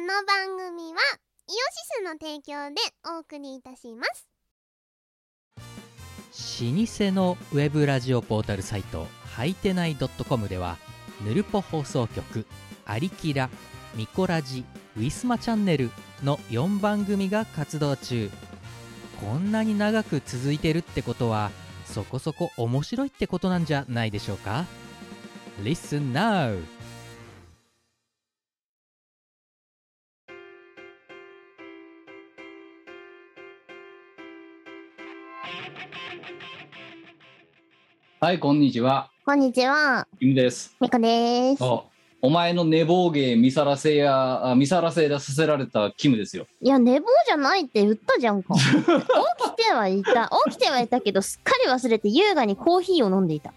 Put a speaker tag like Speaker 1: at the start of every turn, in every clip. Speaker 1: の番組はイオシスの提供でお送りいたします
Speaker 2: 老舗のウェブラジオポータルサイトはいてない .com ではぬるぽ放送局「アリキラ」「ミコラジ」「ウィスマチャンネル」の4番組が活動中こんなに長く続いてるってことはそこそこ面白いってことなんじゃないでしょうか Listen now!
Speaker 3: はい、こんにちは。
Speaker 1: こんにちは
Speaker 3: キムです。
Speaker 1: みこです
Speaker 3: おお前の寝坊芸見さらせや、あ見さらせださせられたキムです よ。
Speaker 1: いや寝坊じゃないって言ったじゃん か起きてはいた起きてはいたけどすっかり忘れて優雅にコーヒーを飲んでいた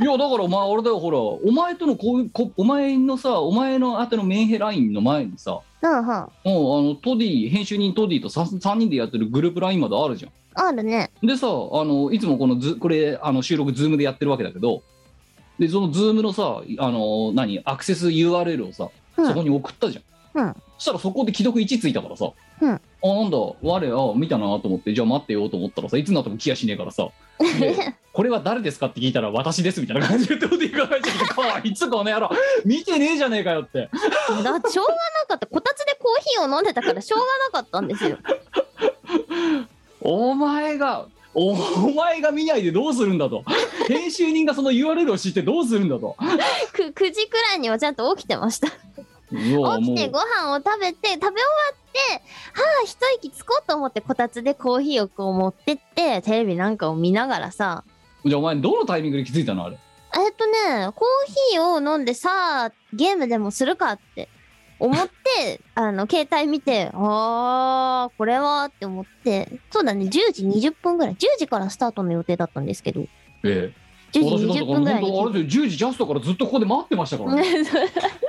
Speaker 3: いや、だからお前、あれだよ、ほら、お前とのこういう、こお前のさ、お前の宛てのメンヘラインの前にさ、
Speaker 1: うんうんあ
Speaker 3: もうあのトディ、編集人トディと 3, 3人でやってるグループラインまであるじゃん。
Speaker 1: るね
Speaker 3: でさ、あのいつもこのズ、これ、あの収録、ズームでやってるわけだけど、で、そのズームのさ、あの、何、アクセス URL をさ、
Speaker 1: うん
Speaker 3: そこに送ったじゃん、
Speaker 1: うん
Speaker 3: そしたらそこで既読1ついたからさ、
Speaker 1: うん
Speaker 3: あなんだ我あ見たなと思ってじゃあ待ってよと思ったらさいつになっても来やしねえからさでこれは誰ですかって聞いたら私ですみたいな感じで言っていかないちゃって かわいいつこの野郎見てねえじゃねえかよっ て
Speaker 1: だしょうがなかったこたつでコーヒーを飲んでたからしょうがなかったん ですよ
Speaker 3: お前がおお前が見ないでどうするんだと編集人がその URL を知ってどうするんだと
Speaker 1: く9時くらいにはちゃんと起きてました
Speaker 3: うわ
Speaker 1: 起きて
Speaker 3: も
Speaker 1: ご飯を食べて食べ終わってはあ一息つこうと思ってこたつでコーヒーをこう持ってってテレビなんかを見ながらさ
Speaker 3: うじゃあお前どのタイミングで気づいたのあれ
Speaker 1: えっとねコーヒーを飲んでさあゲームでもするかって思って あの携帯見てあーこれはって思ってそうだね10時20分ぐらい10時からスタートの予定だったんですけど
Speaker 3: ええ
Speaker 1: 10
Speaker 3: 私
Speaker 1: 時
Speaker 3: だって
Speaker 1: 20
Speaker 3: こ
Speaker 1: 分
Speaker 3: の
Speaker 1: ぐらい
Speaker 3: 本
Speaker 1: に
Speaker 3: 当あれですよ10時ジャストからずっとここで待ってましたからね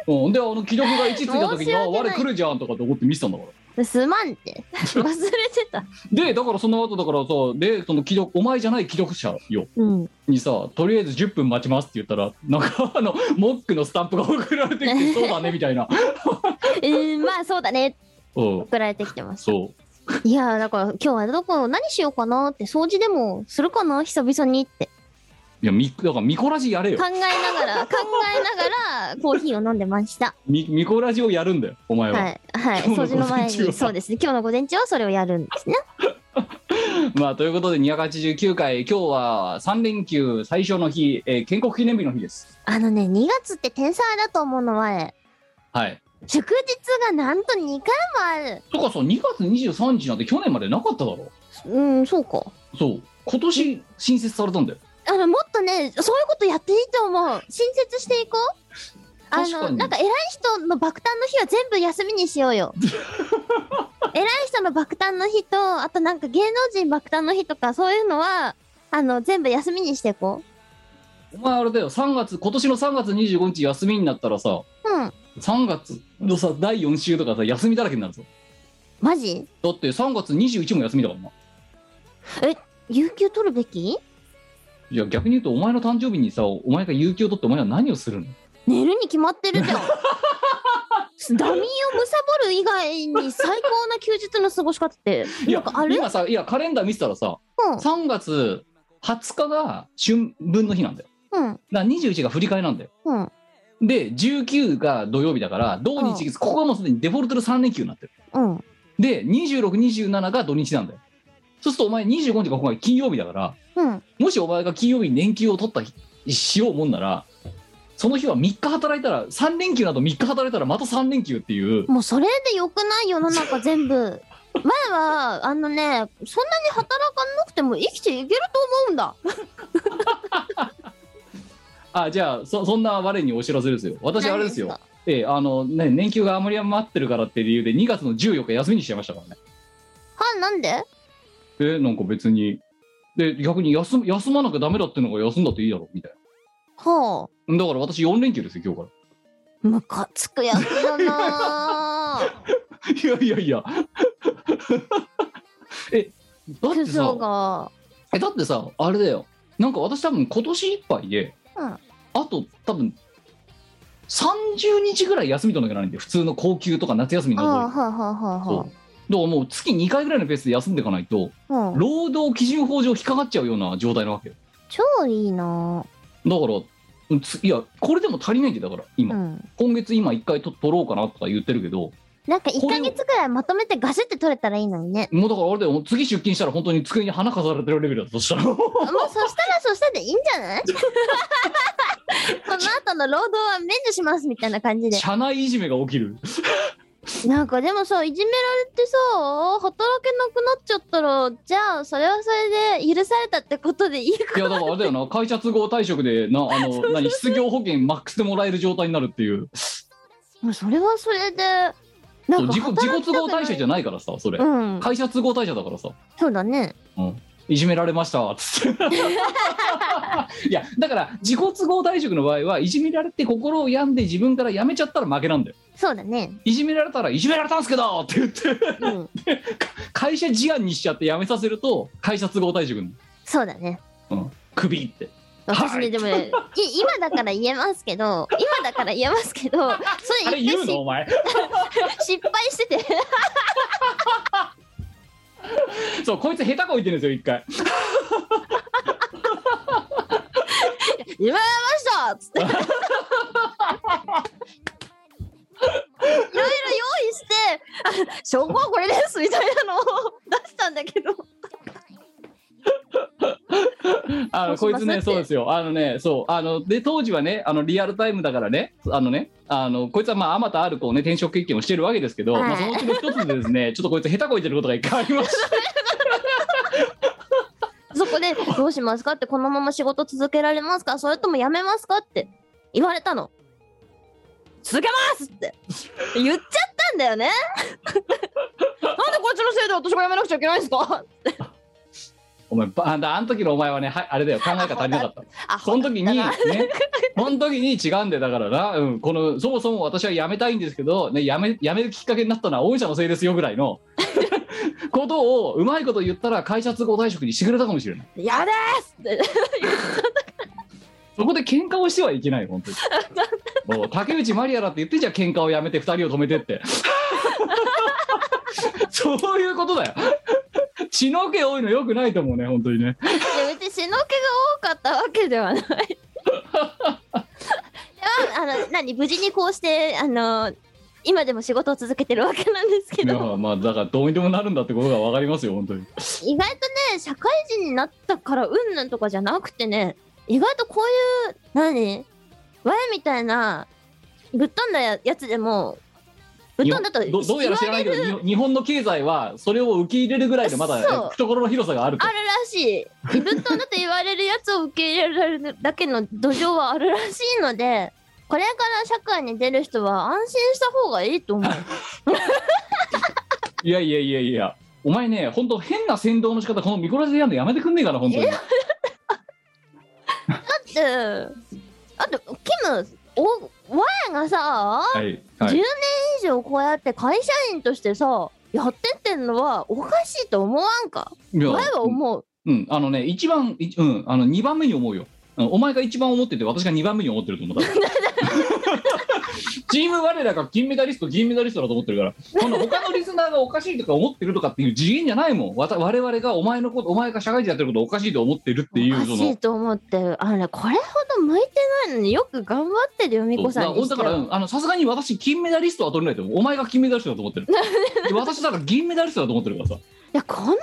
Speaker 3: うん、であの既読が1ついた 時に「あ
Speaker 1: 申し訳ない
Speaker 3: 我来るじゃん」とかって思って見てたんだか ら
Speaker 1: すまんって忘れてた
Speaker 3: でだからその後だからさでその既読お前じゃない既読者よ
Speaker 1: うん
Speaker 3: にさ「とりあえず10分待ちます」って言ったらなんかあのモックのスタンプが送られて きて「そうだね」みたいな
Speaker 1: うーんまあそうだね
Speaker 3: うん
Speaker 1: 送られてきてます
Speaker 3: そ
Speaker 1: いやーだから今日はどこ何しようかなって掃除でもするかな久々にって
Speaker 3: ういやみだからミコラジやれよ
Speaker 1: 考えながら 考えながらコーヒーを飲んでました
Speaker 3: ミミコラジをやるんだよお前は、
Speaker 1: はいはい
Speaker 3: 今
Speaker 1: 掃
Speaker 3: 日
Speaker 1: 除の
Speaker 3: の午
Speaker 1: 前
Speaker 3: 前中は
Speaker 1: にそうですね今日の午前中はそれをやるんですね
Speaker 3: まあということで289回今日は3連休最初の日、えー建国記念日の日です
Speaker 1: あのね2月って天才だと思うのはえ
Speaker 3: はい
Speaker 1: 祝日がなんと2回もある
Speaker 3: とかさ2月23日なんて去年までなかっただろ
Speaker 1: うんそうか
Speaker 3: そう今年新設されたんだよ
Speaker 1: あのもっとねそういうことやっていいと思う新設していこうあ
Speaker 3: 確
Speaker 1: の
Speaker 3: かに
Speaker 1: なんか偉い人の爆誕の日は全部休みにしよう よ偉い人の爆誕の日とあとなんか芸能人爆誕の日とかそういうのはあの全部休みにしていこ
Speaker 3: お前あれだよ3月今年の3月25日休みになったらさ
Speaker 1: ううん
Speaker 3: 3月のさ第4週とかさ休みだらけになるぞ
Speaker 1: マジ
Speaker 3: だって3月21も休みだからな
Speaker 1: 有給取るべき
Speaker 3: いや逆に言うとお前の誕生日にさお前が有給を取ってお前は何をするの
Speaker 1: 寝るに決まってるじゃん ダミーを貪る以外に最高な休日の過ごし方って
Speaker 3: い
Speaker 1: なん
Speaker 3: や
Speaker 1: かある
Speaker 3: 今さいやカレンダー見てたらさ
Speaker 1: う
Speaker 3: 3月20日が春分の日なんだよ
Speaker 1: んうん
Speaker 3: だから21が振り替えなんだよ
Speaker 1: うん
Speaker 3: で19が土曜日だから土日月ここはもうすでにデフォルトで3連休になってる
Speaker 1: うん
Speaker 3: で2627が土日なんだよそうするとお前25日がここが金曜日だから
Speaker 1: うん
Speaker 3: もしお前が金曜日に年休を取った日しようもんならその日は3日働いたら3連休など3日働いたらまた3連休っていう
Speaker 1: もうそれでよくない世の中全部前はあのねそんなに働かなくても生きていけると思うんだ
Speaker 3: あじゃあそそんな我にお知らせですよ私あれですよ
Speaker 1: 何
Speaker 3: ええあの、ね、年休があまり余ってるからって理由で2月の14日休みにしちゃいましたからね
Speaker 1: かはなんで
Speaker 3: えなんか別にで逆に休む休まなきゃダメだってのが休んだっていいだろみたい
Speaker 1: は
Speaker 3: なだから私4連休ですよ今日から
Speaker 1: あムカつくやつだ なぁ
Speaker 3: いやいやいや。 え、だって
Speaker 1: クソ
Speaker 3: さ、
Speaker 1: が
Speaker 3: え、だってさ、あれだよ。なんか私多分今年いっぱいで、
Speaker 1: うん
Speaker 3: あと多分、 30日ぐらい休み取んなきゃならないんで普通の高級とか夏休み
Speaker 1: あ
Speaker 3: の
Speaker 1: あは
Speaker 3: 覚え
Speaker 1: あはあは
Speaker 3: そうだからもう月2回ぐらいのペースで休んでいかないと
Speaker 1: あはあ。うん。
Speaker 3: 労働基準法上引っかかっちゃうような状態なわけよ
Speaker 1: 超いいな。
Speaker 3: だからうんついやこれでも足りないんでだから
Speaker 1: う
Speaker 3: 今、
Speaker 1: ん。
Speaker 3: 今月今1回と取ろうかなとか言ってるけど
Speaker 1: なんか一ヶ月くらいまとめてガシって取れたらいいのにね。
Speaker 3: もうだからあれだよ次出勤したら本当に机に花飾られてるレベルだとしたら
Speaker 1: もうそしたらそしたらでいいんじゃない この後の労働は免除しますみたいな感じで。
Speaker 3: 社内いじめが起きる
Speaker 1: なんかでもさいじめられてさ働けなくなっちゃったらじゃあそれはそれで許されたってことでいい
Speaker 3: い
Speaker 1: か
Speaker 3: やだからあれだよな会社都合退職でな あの何失業保険マックスでもらえる状態になるっていう
Speaker 1: もうそれはそれでな
Speaker 3: そうん
Speaker 1: か
Speaker 3: 自己自己都合退
Speaker 1: 対
Speaker 3: 職じゃ
Speaker 1: ない
Speaker 3: ないからさそれ、
Speaker 1: うん
Speaker 3: 会社都合退社だからさ
Speaker 1: そうだね
Speaker 3: いじめられましたつって いやだから自己都合退職の場合はいじめられて心を病んで自分から辞めちゃったら負けなんだよ
Speaker 1: そうだね
Speaker 3: いじめられたらいじめられたんですけどって言って
Speaker 1: うん
Speaker 3: 会社事案にしちゃって辞めさせると会社都合退職に
Speaker 1: そうだね
Speaker 3: クビって
Speaker 1: 私
Speaker 3: は
Speaker 1: ね
Speaker 3: い
Speaker 1: でもねい今だから言えますけど今だから言えますけどそ
Speaker 3: あ
Speaker 1: れ
Speaker 3: れ
Speaker 1: 言
Speaker 3: 言
Speaker 1: っ
Speaker 3: う
Speaker 1: てし
Speaker 3: のお前
Speaker 1: 失敗してて
Speaker 3: そうこいつ下手こいてるんですよ一回
Speaker 1: 言われましたっつっていろいろ用意してあ証拠はこれですみたいなのを 出したんだけど
Speaker 3: あの
Speaker 1: ど
Speaker 3: こ
Speaker 1: うし
Speaker 3: い
Speaker 1: ますっ
Speaker 3: つね
Speaker 1: て
Speaker 3: そうですよあのねそうあので当時はねあのリアルタイムだからねあのねあのこいつはまああまたあるこうね転職経験をしてるわけですけど、
Speaker 1: はい
Speaker 3: まあ、そのうちの一つでですね ちょっとこいつ下手こいてることが一回あり ました
Speaker 1: そこで「どうしますか?」って「このまま仕事続けられますかそれとも辞めますか?」って言われたの。続けますって言っちゃったんだよね。 なんでこいつのせいで私が辞めなくちゃいけないんですか
Speaker 3: お前ばあんたあの時のお前はねはあれだよ考えが足りな かった
Speaker 1: あ
Speaker 3: その時にね
Speaker 1: あ
Speaker 3: その時に違うんだよだからな、うん、このそもそも私は辞めたいんですけど、ね、辞め辞めるきっかけになったのは御社のせいですよぐらいの ことをうまいこと言ったら会社都合退職にしてくれたかもしれない
Speaker 1: 嫌ですって
Speaker 3: そこで喧嘩をしてはいけない 本当にもう竹内まりやだって言ってじゃあ喧嘩をやめて2人を止めてって そういうことだよ血の気多いのよくないと思うね本当にね
Speaker 1: いや別に血の気が多かったわけで はない。いやあの何無事にこうしてあの今でも仕事を続けてるわけなんですけ
Speaker 3: いや
Speaker 1: ど
Speaker 3: まあだからどうにでもなるんだってことが分かりますよ本当に
Speaker 1: 意外とね社会人になったからうんぬんとかじゃなくてね意外とこういう何我みたいなぶっ飛んだややつでもぶっ飛んだと
Speaker 3: どどうやら知らないけど日本日本の経済はそれを受け入れるぐらいのま
Speaker 1: そう
Speaker 3: だ懐の広さがあると
Speaker 1: あるらしいぶっ飛んだと言われるやつを受け入れられるだけの土壌はあるらしいのでこれから社会に出る人は安心した方がいいと思う
Speaker 3: いやいやいやいやお前ね本当変な先導の仕方このミコラジでやるのやめてくんねえかな本当に
Speaker 1: であとキムお我がさ
Speaker 3: はい、は
Speaker 1: 10年
Speaker 3: い、
Speaker 1: 以上こうやって会社員としてさやってってんのはおかしいと思わんか
Speaker 3: いや
Speaker 1: 前は思う、
Speaker 3: うん、あのね、一番、いうん、あの二番目に思うよ。うんお前が一番思ってて、私が二番目に思ってると思った。 チーム我らが金メダリスト、銀メダリストだと思ってるから、この他のリスナーがおかしいとか思ってるとかっていう次元じゃないもん。わた我々がお前のこと、お前が社会人やってることおかしいと思ってるっていう
Speaker 1: おか
Speaker 3: そ
Speaker 1: し
Speaker 3: の
Speaker 1: い。と思ってあのねこれほど向いてないのによく頑張ってるよみこさん
Speaker 3: そう
Speaker 1: に
Speaker 3: だ
Speaker 1: し
Speaker 3: か
Speaker 1: て
Speaker 3: らだ
Speaker 1: は
Speaker 3: からあのさすがに私金メダリストは取れないと思うお前が金メダリストだと思ってるで私だから銀メダリストだと思ってるから さ
Speaker 1: いやこんなに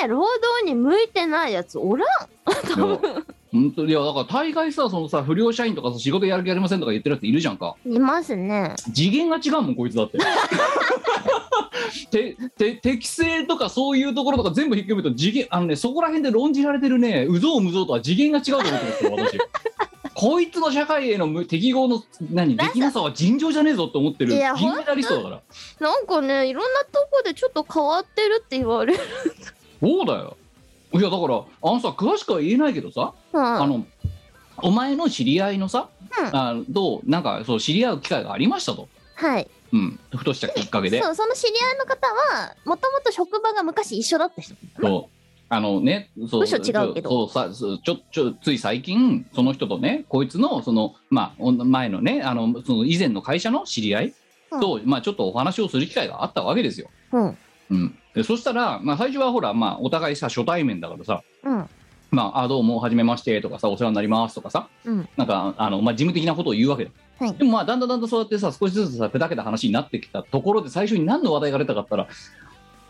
Speaker 1: ね労働に向いてないやつおらん
Speaker 3: いや本当いやだから大概さそのさ不良社員とかさ仕事やる気ありませんとか言ってるやついるじゃんか
Speaker 1: いますね
Speaker 3: 次元が違うもんこいつだって てて適正とかそういうところとか全部ひっくるめると次元あのねそこら辺で論じられてるねうぞうむぞうとは次元が違うと思ってますよ 私こいつの社会への無適合の何できなさは尋常じゃねえぞって思ってる
Speaker 1: いや
Speaker 3: 銀メダリストだから
Speaker 1: なんかねいろんなとこでちょっと変わってるって言われる、
Speaker 3: そうだよいやだからあのさ詳しくは言えないけどさ
Speaker 1: うん、
Speaker 3: あ
Speaker 1: は
Speaker 3: のお前の知り合いのさ、
Speaker 1: うん
Speaker 3: あのとなんかそう知り合う機会がありましたと、
Speaker 1: い
Speaker 3: うん、ふとしたきっかけで
Speaker 1: そうその知り合いの方はもともと職場が昔一緒だった人
Speaker 3: そうあのね、そう
Speaker 1: 部署違うけど
Speaker 3: そうさそうちょちょつい最近その人とねこいつのそのまあお前のねあのその以前の会社の知り合いと、まあちょっとお話をする機会があったわけですよ。
Speaker 1: うん。
Speaker 3: うん、でそしたらまあ最初はほらまあお互いさ初対面だからさ。
Speaker 1: うん。
Speaker 3: まあ、あどうも、はじめましてとかさ、お世話になりますとかさ、
Speaker 1: うん。
Speaker 3: なんか、あのまあ、事務的なことを言うわけだ。
Speaker 1: はい
Speaker 3: でも、まあ、だんだんだんだんそうやってさ、少しずつさ、砕けた話になってきたところで、最初に何の話題が出たかったら、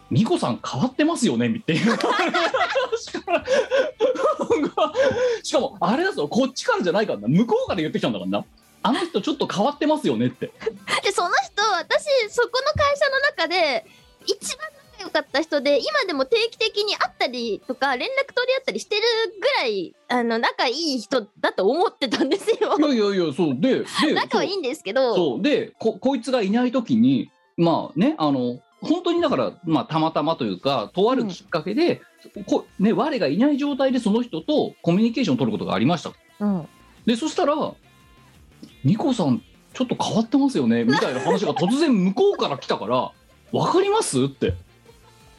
Speaker 3: ミコさん変わってますよねって いう。しかもしかも、あれだぞ、こっちからじゃないからな、向こうから言ってきたんだからな。あの人ちょっと変わってますよ ねって。
Speaker 1: でその人私そこの会社の中で一番仲良かった人で今でも定期的に会ったりとか連絡取り合ったりしてるぐらいあの仲いい人だと思ってたんですよ
Speaker 3: い。やいやいや、そう。で、で、
Speaker 1: 仲はいいんですけど
Speaker 3: そうでここいつがいない時にまあねあの本当にだから、まあ、たまたまというかとあるきっかけで、こね、我がいない状態でその人とコミュニケーションを取ることがありました
Speaker 1: うん
Speaker 3: でそしたら「ニコさんちょっと変わってますよね」みたいな話が突然向こうから来たから「分かります?」って。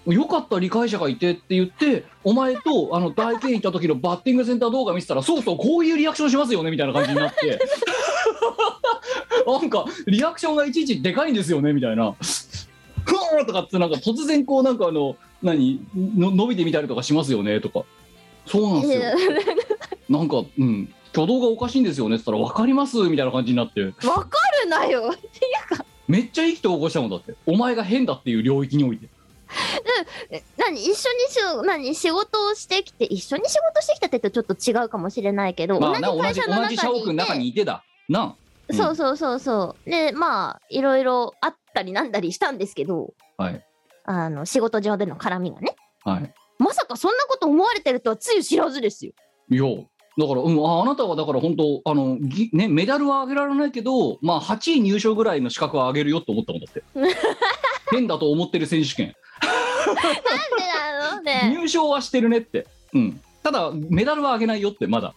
Speaker 3: よかった理解者がいてって言ってお前とあの大慶行った時のバッティングセンター動画見てたらそうそうこういうリアクションしますよねみたいな感じになって なんかリアクションがいちいちでかいんですよねみたいな「ふーん!」とかってなんか突然こうなんかあの何の伸びてみたりとかしますよねとかそうなんですよ。なんか、うん、挙動がおかしいんですよねって言ったら、わかりますみたいな感じになって、
Speaker 1: 分かるなよ
Speaker 3: めっちゃ意気投合したもんだって、お前が変だっていう領域において。
Speaker 1: え何一緒にし何仕事をしてきて一緒に仕事してきたって言うとちょっと違うかもしれないけど、
Speaker 3: まあ、な
Speaker 1: 同じ
Speaker 3: 同
Speaker 1: 会
Speaker 3: じ
Speaker 1: 社
Speaker 3: 同
Speaker 1: の中に
Speaker 3: じ
Speaker 1: いて
Speaker 3: 社屋の中にいてだ。なうん
Speaker 1: そうそうそうそうでまあいろいろあったりなんだりしたんですけど
Speaker 3: あはい。
Speaker 1: あの仕事上での絡みがね
Speaker 3: はい。
Speaker 1: まさかそんなこと思われてるとはつゆ知らずですよ。
Speaker 3: いや、だから、うん、ああなたはだから本当、あの、ぎね、メダルはあげられないけど、まあ、8位入賞ぐらいの資格はあげるよと思ったもんだ って。変だと思ってる選手権。
Speaker 1: なんでなのね。
Speaker 3: 入賞はしてるねって。うん。ただ、メダルはあげないよって、まだ。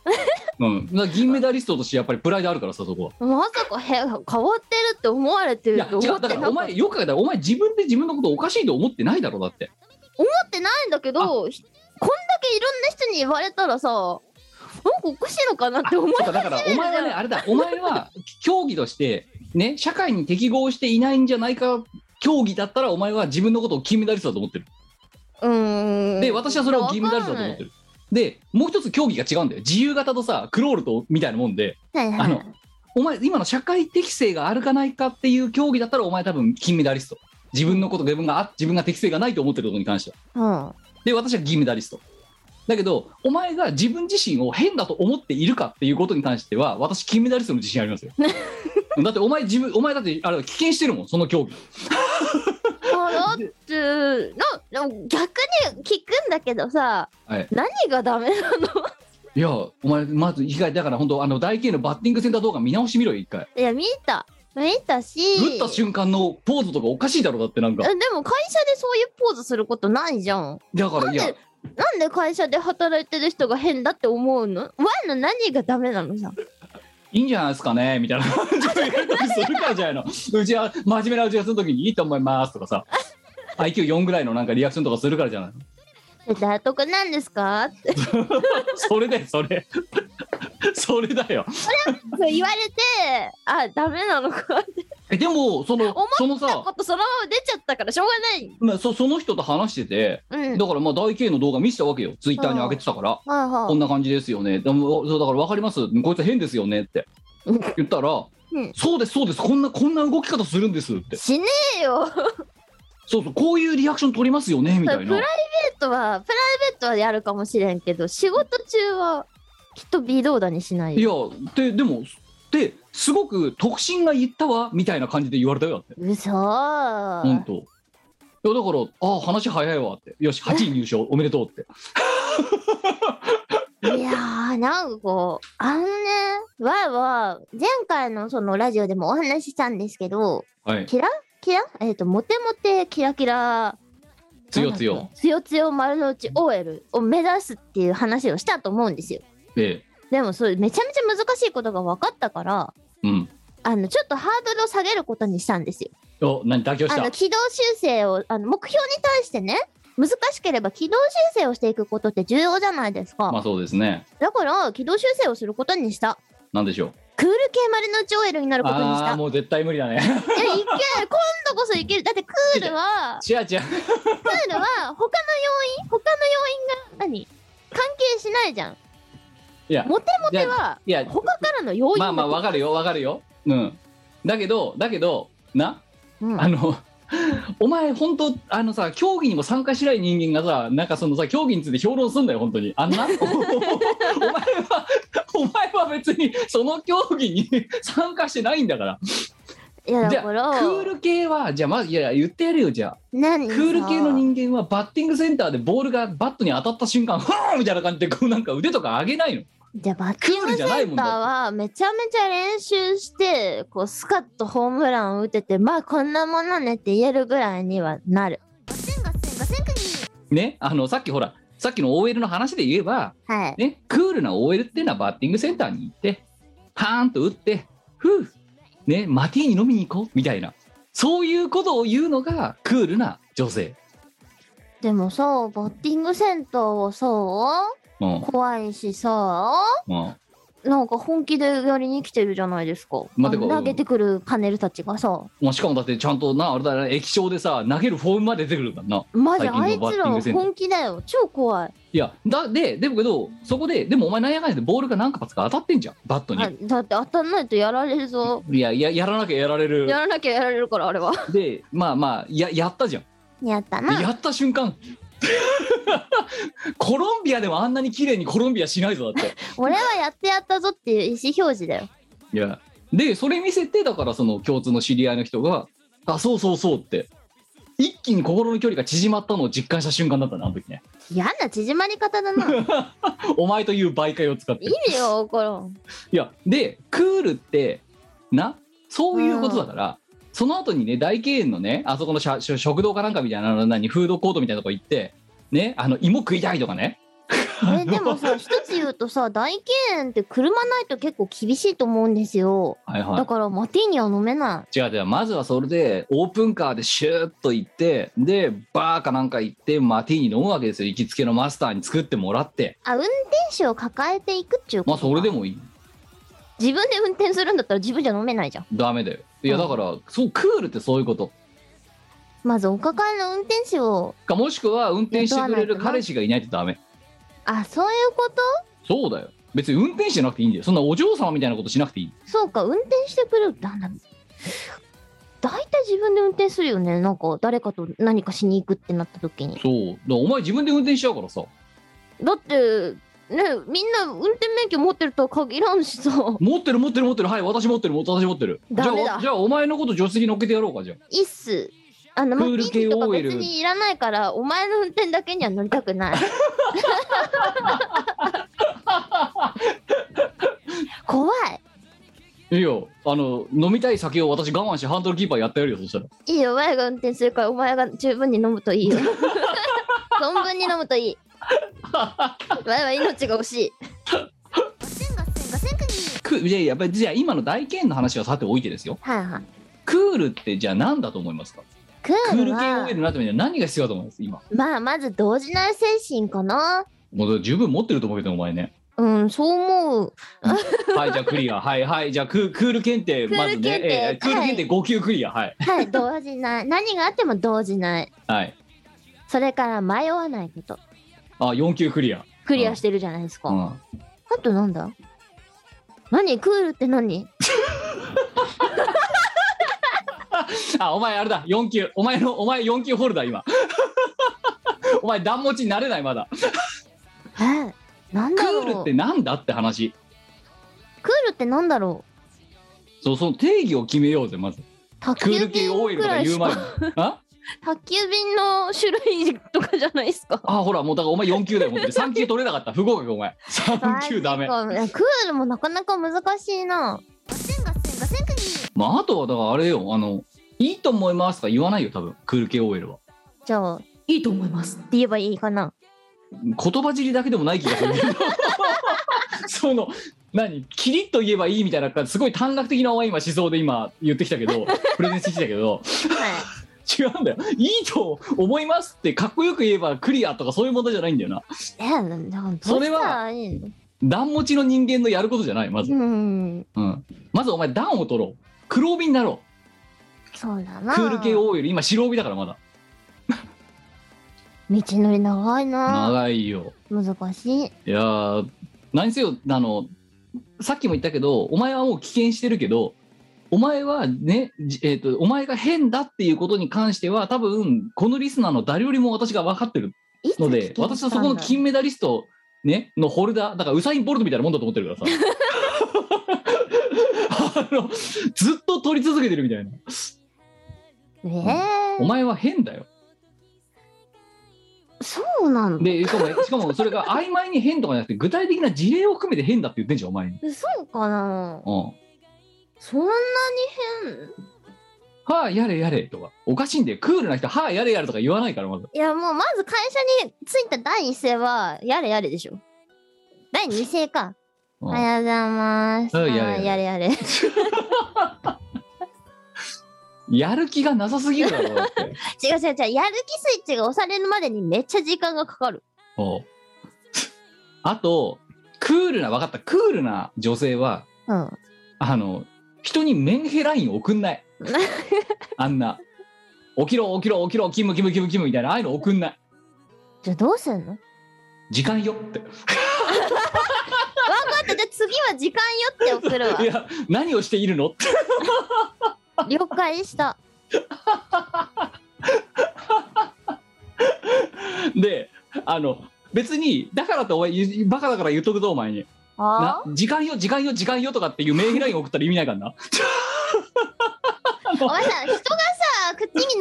Speaker 3: うん。だから銀メダリストとしてやっぱりプライドあるからさ、そこは。
Speaker 1: まさかへ変わってるって思われて
Speaker 3: い
Speaker 1: る
Speaker 3: や
Speaker 1: と
Speaker 3: 違
Speaker 1: 思っ
Speaker 3: う
Speaker 1: て
Speaker 3: だ
Speaker 1: な
Speaker 3: か
Speaker 1: から
Speaker 3: お前よく考えたらお前自分で自分のことおかしいと思ってないだろだって
Speaker 1: 思ってないんだけどこんだけいろんな人に言われたらさなんかおかしいのかなって思い
Speaker 3: そうかだからお前はねあれだお前は 競技としてね社会に適合していないんじゃないか競技だったらお前は自分のことを金メダリストだと思ってる
Speaker 1: うーん
Speaker 3: で私はそれを銀メダリストだと思ってるでもう一つ競技が違うんだよ自由形とさクロールとみたいなもんで
Speaker 1: はいはい
Speaker 3: あのお前今の社会適性があるかないかっていう競技だったらお前多分金メダリスト自分のこと自分があ自分が適性がないと思ってることに関しては
Speaker 1: うん
Speaker 3: で私は銀メダリストだけどお前が自分自身を変だと思っているかっていうことに関しては私金メダリストの自信ありま すよだってお前自分お前だってあれ危険してるもんその競技
Speaker 1: あだってなな逆に聞くんだけどさ、
Speaker 3: はい
Speaker 1: 何がダメなの
Speaker 3: いやお前まず一回だから本当あの大慶のバッティングセンター動画見直してみろよ一回
Speaker 1: いや見た見たし
Speaker 3: 打った瞬間のポーズとかおかしいだろだってなんか
Speaker 1: えでも会社でそういうポーズすることないじゃん
Speaker 3: だからいや
Speaker 1: なんでなんで会社で働いてる人が変だって思うのワンの何がダメなのさ
Speaker 3: いいんじゃないですかねみたいな 感じで言ったりするからじゃないのうちは真面目な打ち合わせの時にいいと思いますとか さ IQ4 ぐらいのなんかリアクションとかするからじゃないの
Speaker 1: 納得なんですかって
Speaker 3: それだよそれそれだよ
Speaker 1: 言われてあダメなのかって
Speaker 3: えでもその
Speaker 1: 思っ
Speaker 3: そのさ
Speaker 1: ことそのまま出ちゃったからしょうが
Speaker 3: まあ、そその人と話してて
Speaker 1: ないうん
Speaker 3: だからまあ大 K の動画見せたわけよツイッターに上げてたから、
Speaker 1: はい
Speaker 3: こん
Speaker 1: は
Speaker 3: な感じですよねでもそうだから分かりますこいつ変ですよねって
Speaker 1: うん
Speaker 3: 言ったら、
Speaker 1: うん
Speaker 3: そうですそうですこんなこんな動き方するんですって
Speaker 1: いしねえよ
Speaker 3: そうそうこういうリアクション取りますよね
Speaker 1: プ
Speaker 3: み
Speaker 1: ラ
Speaker 3: た
Speaker 1: イ
Speaker 3: い
Speaker 1: ベ
Speaker 3: な
Speaker 1: ートはプライベートはやるかもしれんけど仕事中はきっと微動だにしない
Speaker 3: い
Speaker 1: よ
Speaker 3: やででもですごく特進が言ったわみたいな感じで言われたよだって
Speaker 1: うそ
Speaker 3: 本当いやだからああ話早いわってよし8位入賞おめでとうって
Speaker 1: いやーなんかこうあのねわいは前回のそのラジオでもお話ししたんですけど
Speaker 3: はい
Speaker 1: キラキラえっ、とモテモテキラキラ
Speaker 3: つよつ
Speaker 1: なんだ
Speaker 3: よ
Speaker 1: っけつよつよ丸の内 OL を目指すっていう話をしたと思うんですよ
Speaker 3: ええ
Speaker 1: でもそれめちゃめちゃ難しいことが分かったから
Speaker 3: うん
Speaker 1: あのちょっとハードルを下げることにしたんですよ
Speaker 3: お何妥協し
Speaker 1: あ
Speaker 3: た
Speaker 1: の軌道修正をあの目標に対してね難しければ軌道修正をしていくことって重要じゃないですか、
Speaker 3: まあそうですね。
Speaker 1: だから軌道修正をすることにした
Speaker 3: なんでしょう。
Speaker 1: クール系丸の内 OL になることにし
Speaker 3: あ
Speaker 1: た
Speaker 3: あ
Speaker 1: いやい
Speaker 3: もう絶対無理だね。
Speaker 1: ける今度こそいけるだってクールは
Speaker 3: 違う違う。
Speaker 1: クールは他の要因他の要因が何関係しないじゃん
Speaker 3: いや
Speaker 1: モテモテはい
Speaker 3: や
Speaker 1: 他からの要因
Speaker 3: まあまあわかるよわかるよ。うん。だけどだけどな
Speaker 1: うん
Speaker 3: あの。 お前本当あのさ競技にも参加しない人間がさなんかそのさ競技について評論すんだよ本当にあんな お前はお前は別にその競技に 参加してないんだから
Speaker 1: いや
Speaker 3: じ
Speaker 1: だ
Speaker 3: ゃあ
Speaker 1: から
Speaker 3: クール系はじゃあまずいやいや言ってやるよじゃあ
Speaker 1: 何
Speaker 3: ク
Speaker 1: さ
Speaker 3: ール系の人間はバッティングセンターでボールがバットに当たった瞬間はーみたいな感じでこうなんか腕とか上げないの
Speaker 1: じゃあバッティン
Speaker 3: クール
Speaker 1: グ
Speaker 3: じゃな
Speaker 1: セ
Speaker 3: いも
Speaker 1: ン
Speaker 3: ん
Speaker 1: タ
Speaker 3: だ
Speaker 1: ーはめちゃめちゃ練習してこうスカッとホームランを打ててまあこんなものねって言えるぐらいにはなる。
Speaker 3: ねあのさっきほらさっきの OL の話で言えば
Speaker 1: はい、
Speaker 3: ねクールな OL っていうのはバッティングセンターに行ってパーンと打ってふうねマティーニ飲みに行こうみたいなそういうことを言うのがクールな女性
Speaker 1: でもさバッティングセンターはさ
Speaker 3: うん
Speaker 1: 怖いしさ
Speaker 3: うん
Speaker 1: なんか本気でやりに来てるじゃないですか、
Speaker 3: まあ
Speaker 1: あ
Speaker 3: て
Speaker 1: の
Speaker 3: か
Speaker 1: 投げてくるパネルたちがさ
Speaker 3: まあ、しかもだってちゃんとなあれだね液晶でさ投げるフォームまで出てくるからな
Speaker 1: マジ
Speaker 3: 最
Speaker 1: あい
Speaker 3: 近
Speaker 1: つ
Speaker 3: のバッティン
Speaker 1: ら
Speaker 3: グセンター
Speaker 1: 本気だよ超怖い
Speaker 3: いやだででもけどそこででもお前なんやかんやでボールが何か発か当たってんじゃんバットに、
Speaker 1: あだって当たんないとやられるぞ
Speaker 3: いや、ややらなきゃやられる
Speaker 1: や。らなきゃやられるからあれは
Speaker 3: で、まあまあ、ややったじゃん。
Speaker 1: やった
Speaker 3: でやった瞬間、 コロンビアでもあんなに綺麗にコロンビアしないぞ だって。
Speaker 1: 俺はやってやったぞっていう意思表示だよ
Speaker 3: いや。で、それ見せて、だからその共通の知り合いの人が、あ、そうそうそうって、一気に心の距離が縮まったのを実感した瞬間だったな、あの時ね。
Speaker 1: 嫌な縮まり方だな
Speaker 3: お前という媒介を使って。
Speaker 1: 意味が分からん
Speaker 3: いやでクールってなそういうことだから、その後にね大慶園のねあそこのしゃし食堂かなんかみたいなの何フードコートみたいなとこ行ってねあの芋食いたいとかね
Speaker 1: えでもさ一つ言うとさ大敬遠って車ないと結構厳しいと思うんですよ
Speaker 3: はいは
Speaker 1: だ
Speaker 3: い
Speaker 1: からマティーニは飲めない
Speaker 3: 違う違うまずはそれでオープンカーでシューッと行ってでバーかなんか行ってマティーニ飲むわけですよ行きつけのマスターに作ってもらって
Speaker 1: あ運転手を抱えていくっちゅうこ
Speaker 3: まあ
Speaker 1: とか
Speaker 3: それでもいい
Speaker 1: 自分で運転するんだったら自分じゃ飲めないじゃん
Speaker 3: ダメだよいやだから、そうクールってそういうこと
Speaker 1: まずお抱えの運転手を
Speaker 3: かもしくは運転してくれる彼氏がいないとダメ
Speaker 1: あそういうこと
Speaker 3: そうだよ別に運転手じゃなくていいんだよそんなお嬢様みたいなことしなくていい
Speaker 1: そうか運転してくれるなんだ大体自分で運転するよねなんか誰かと何かしに行くってなった時に
Speaker 3: そうだからお前自分で運転しちゃうからさ
Speaker 1: だってねみんな運転免許持ってるとは限らんしさ
Speaker 3: 持ってる持ってる持ってるはい私持ってる私持ってるじゃ
Speaker 1: ダメだ
Speaker 3: あじゃあお前のこと助手席に乗っけてやろうかじゃあ
Speaker 1: いっすあのまあ
Speaker 3: クール系
Speaker 1: ピンとか
Speaker 3: OL
Speaker 1: 別にいらないからお前の運転だけには乗りたく ない怖い
Speaker 3: いいよあの飲みたい酒を私我慢してハンドルキーパーやってやるよそしたら
Speaker 1: いいよ、前が運転するから、お前が十分に飲むと いいよ。存分に飲むといい。前は命が惜しい。
Speaker 3: くいやいややっぱりじゃあ今の大剣の話はさておいてですよ
Speaker 1: はいはい。
Speaker 3: クールってじゃあ何だと思いますか
Speaker 1: ク
Speaker 3: ク
Speaker 1: ー
Speaker 3: ー
Speaker 1: ル
Speaker 3: ル系
Speaker 1: は
Speaker 3: OL、になってみて何が必要だと思います今
Speaker 1: まあ、まず動じない精神かな。
Speaker 3: もう十分持ってると思うけどお前ね
Speaker 1: うん、そう思う。
Speaker 3: はいじゃあクリア はいはいじゃあククール検定
Speaker 1: クール
Speaker 3: まずね
Speaker 1: 検定
Speaker 3: えークール検定5級クリアはい
Speaker 1: はい、動じない。何があっても動じない。
Speaker 3: はい
Speaker 1: それから迷わないこと。
Speaker 3: あ4級クリア
Speaker 1: クリアしてるじゃないですか。
Speaker 3: う
Speaker 1: あ
Speaker 3: ん
Speaker 1: となんだ何クールって何
Speaker 3: あお前あれだ4級お前のお前4級ホルダー今 お前段持ちになれないまだ
Speaker 1: え、なん
Speaker 3: ク
Speaker 1: だ
Speaker 3: ール
Speaker 1: ろ
Speaker 3: っ
Speaker 1: う
Speaker 3: てなんだって話
Speaker 1: クールってなんだろう
Speaker 3: そうその定義を決めようぜまず
Speaker 1: 卓
Speaker 3: クー
Speaker 1: 球
Speaker 3: ル系
Speaker 1: 便
Speaker 3: OL
Speaker 1: く
Speaker 3: と
Speaker 1: ら
Speaker 3: か
Speaker 1: い
Speaker 3: 言
Speaker 1: し
Speaker 3: う
Speaker 1: か
Speaker 3: 前に あ
Speaker 1: 宅急便の種類とかじゃないですか。
Speaker 3: あほらもうだからお前4級だよもう3級取れなかった不合格お前3級ダメ
Speaker 1: マジかクールもなかなか難しいな。
Speaker 3: まああとはだからあれよあのいいと思いますとか言わないよ多分クール系 OL は
Speaker 1: じゃあ、って
Speaker 4: いいと思います。
Speaker 1: 言えばいいか な。
Speaker 3: 言葉尻だけでもない気がするけど その何キリッと言えばいいみたいなすごい短絡的なお前今思想で今言ってきたけどプレゼンしてきたけど
Speaker 1: はい。
Speaker 3: 違うんだよいいと思いますってかっこよく言えばクリアとかそういうものじゃないんだよな
Speaker 1: え、なんかどう
Speaker 3: それは
Speaker 1: したらいいの
Speaker 3: 段持ちの人間のやることじゃないまず、
Speaker 1: うん。
Speaker 3: うん、まずお前段を取ろう黒帯になろ
Speaker 1: そうだ
Speaker 3: う
Speaker 1: な。
Speaker 3: クール系多いより今白帯だからまだ
Speaker 1: 道のり長いな。
Speaker 3: 長いよ
Speaker 1: 難しい。
Speaker 3: いやー何せよあのさっきも言ったけどお前はもう危険してるけどお前はね、じえー、とお前が変だっていうことに関しては多分このリスナーの誰よりも私が分かってる
Speaker 1: いつ
Speaker 3: の
Speaker 1: 聞
Speaker 3: で
Speaker 1: きに
Speaker 3: 私
Speaker 1: 来たん
Speaker 3: はそ
Speaker 1: だ
Speaker 3: この金メダリスト、ね、のホルダーだからウサイン・ボルトみたいなもんだと思ってるからさあのずっと取り続けてるみたいなお
Speaker 1: え
Speaker 3: 前は変だよ
Speaker 1: ー、そうなの
Speaker 3: でしかもしかもそれが曖昧に変とかじゃなくて具体的な事例を含めて変だって言ってんじゃんお前に、
Speaker 1: そうかな
Speaker 3: うん、
Speaker 1: そんなに変
Speaker 3: はあやれやれとかおかしいんでクールな人はあやれやれとか言わないからまず
Speaker 1: いやもうまず会社に着いた第一声はやれやれでしょ第二声か
Speaker 3: う
Speaker 1: お
Speaker 3: ん
Speaker 1: はようございます
Speaker 3: うん
Speaker 1: あー
Speaker 3: やれやれ
Speaker 1: やれや れ
Speaker 3: やる気がなさすぎるだろだって
Speaker 1: 違う違う違うやる気スイッチが押されるまでにめっちゃ時間がかかる
Speaker 3: おうあとクールな分かったクールな女性は
Speaker 1: うん
Speaker 3: あの人にメンヘライン送んないあんな起きろ起きろ起きろキムキムキムキムみたいなああいうの送んない
Speaker 1: じゃあどうすんの分か
Speaker 3: 時間よって
Speaker 1: ったじゃあ次は時間よって送るわ
Speaker 3: いや何をしているのって
Speaker 1: 了解した
Speaker 3: であの別にだからとお前言うバカだから言っとくぞお前にな
Speaker 1: あ
Speaker 3: 時間よ時間よ時間よとかっていうメンヘライン送ったら意味ないからな
Speaker 1: ーお前さ人がさ口に飲み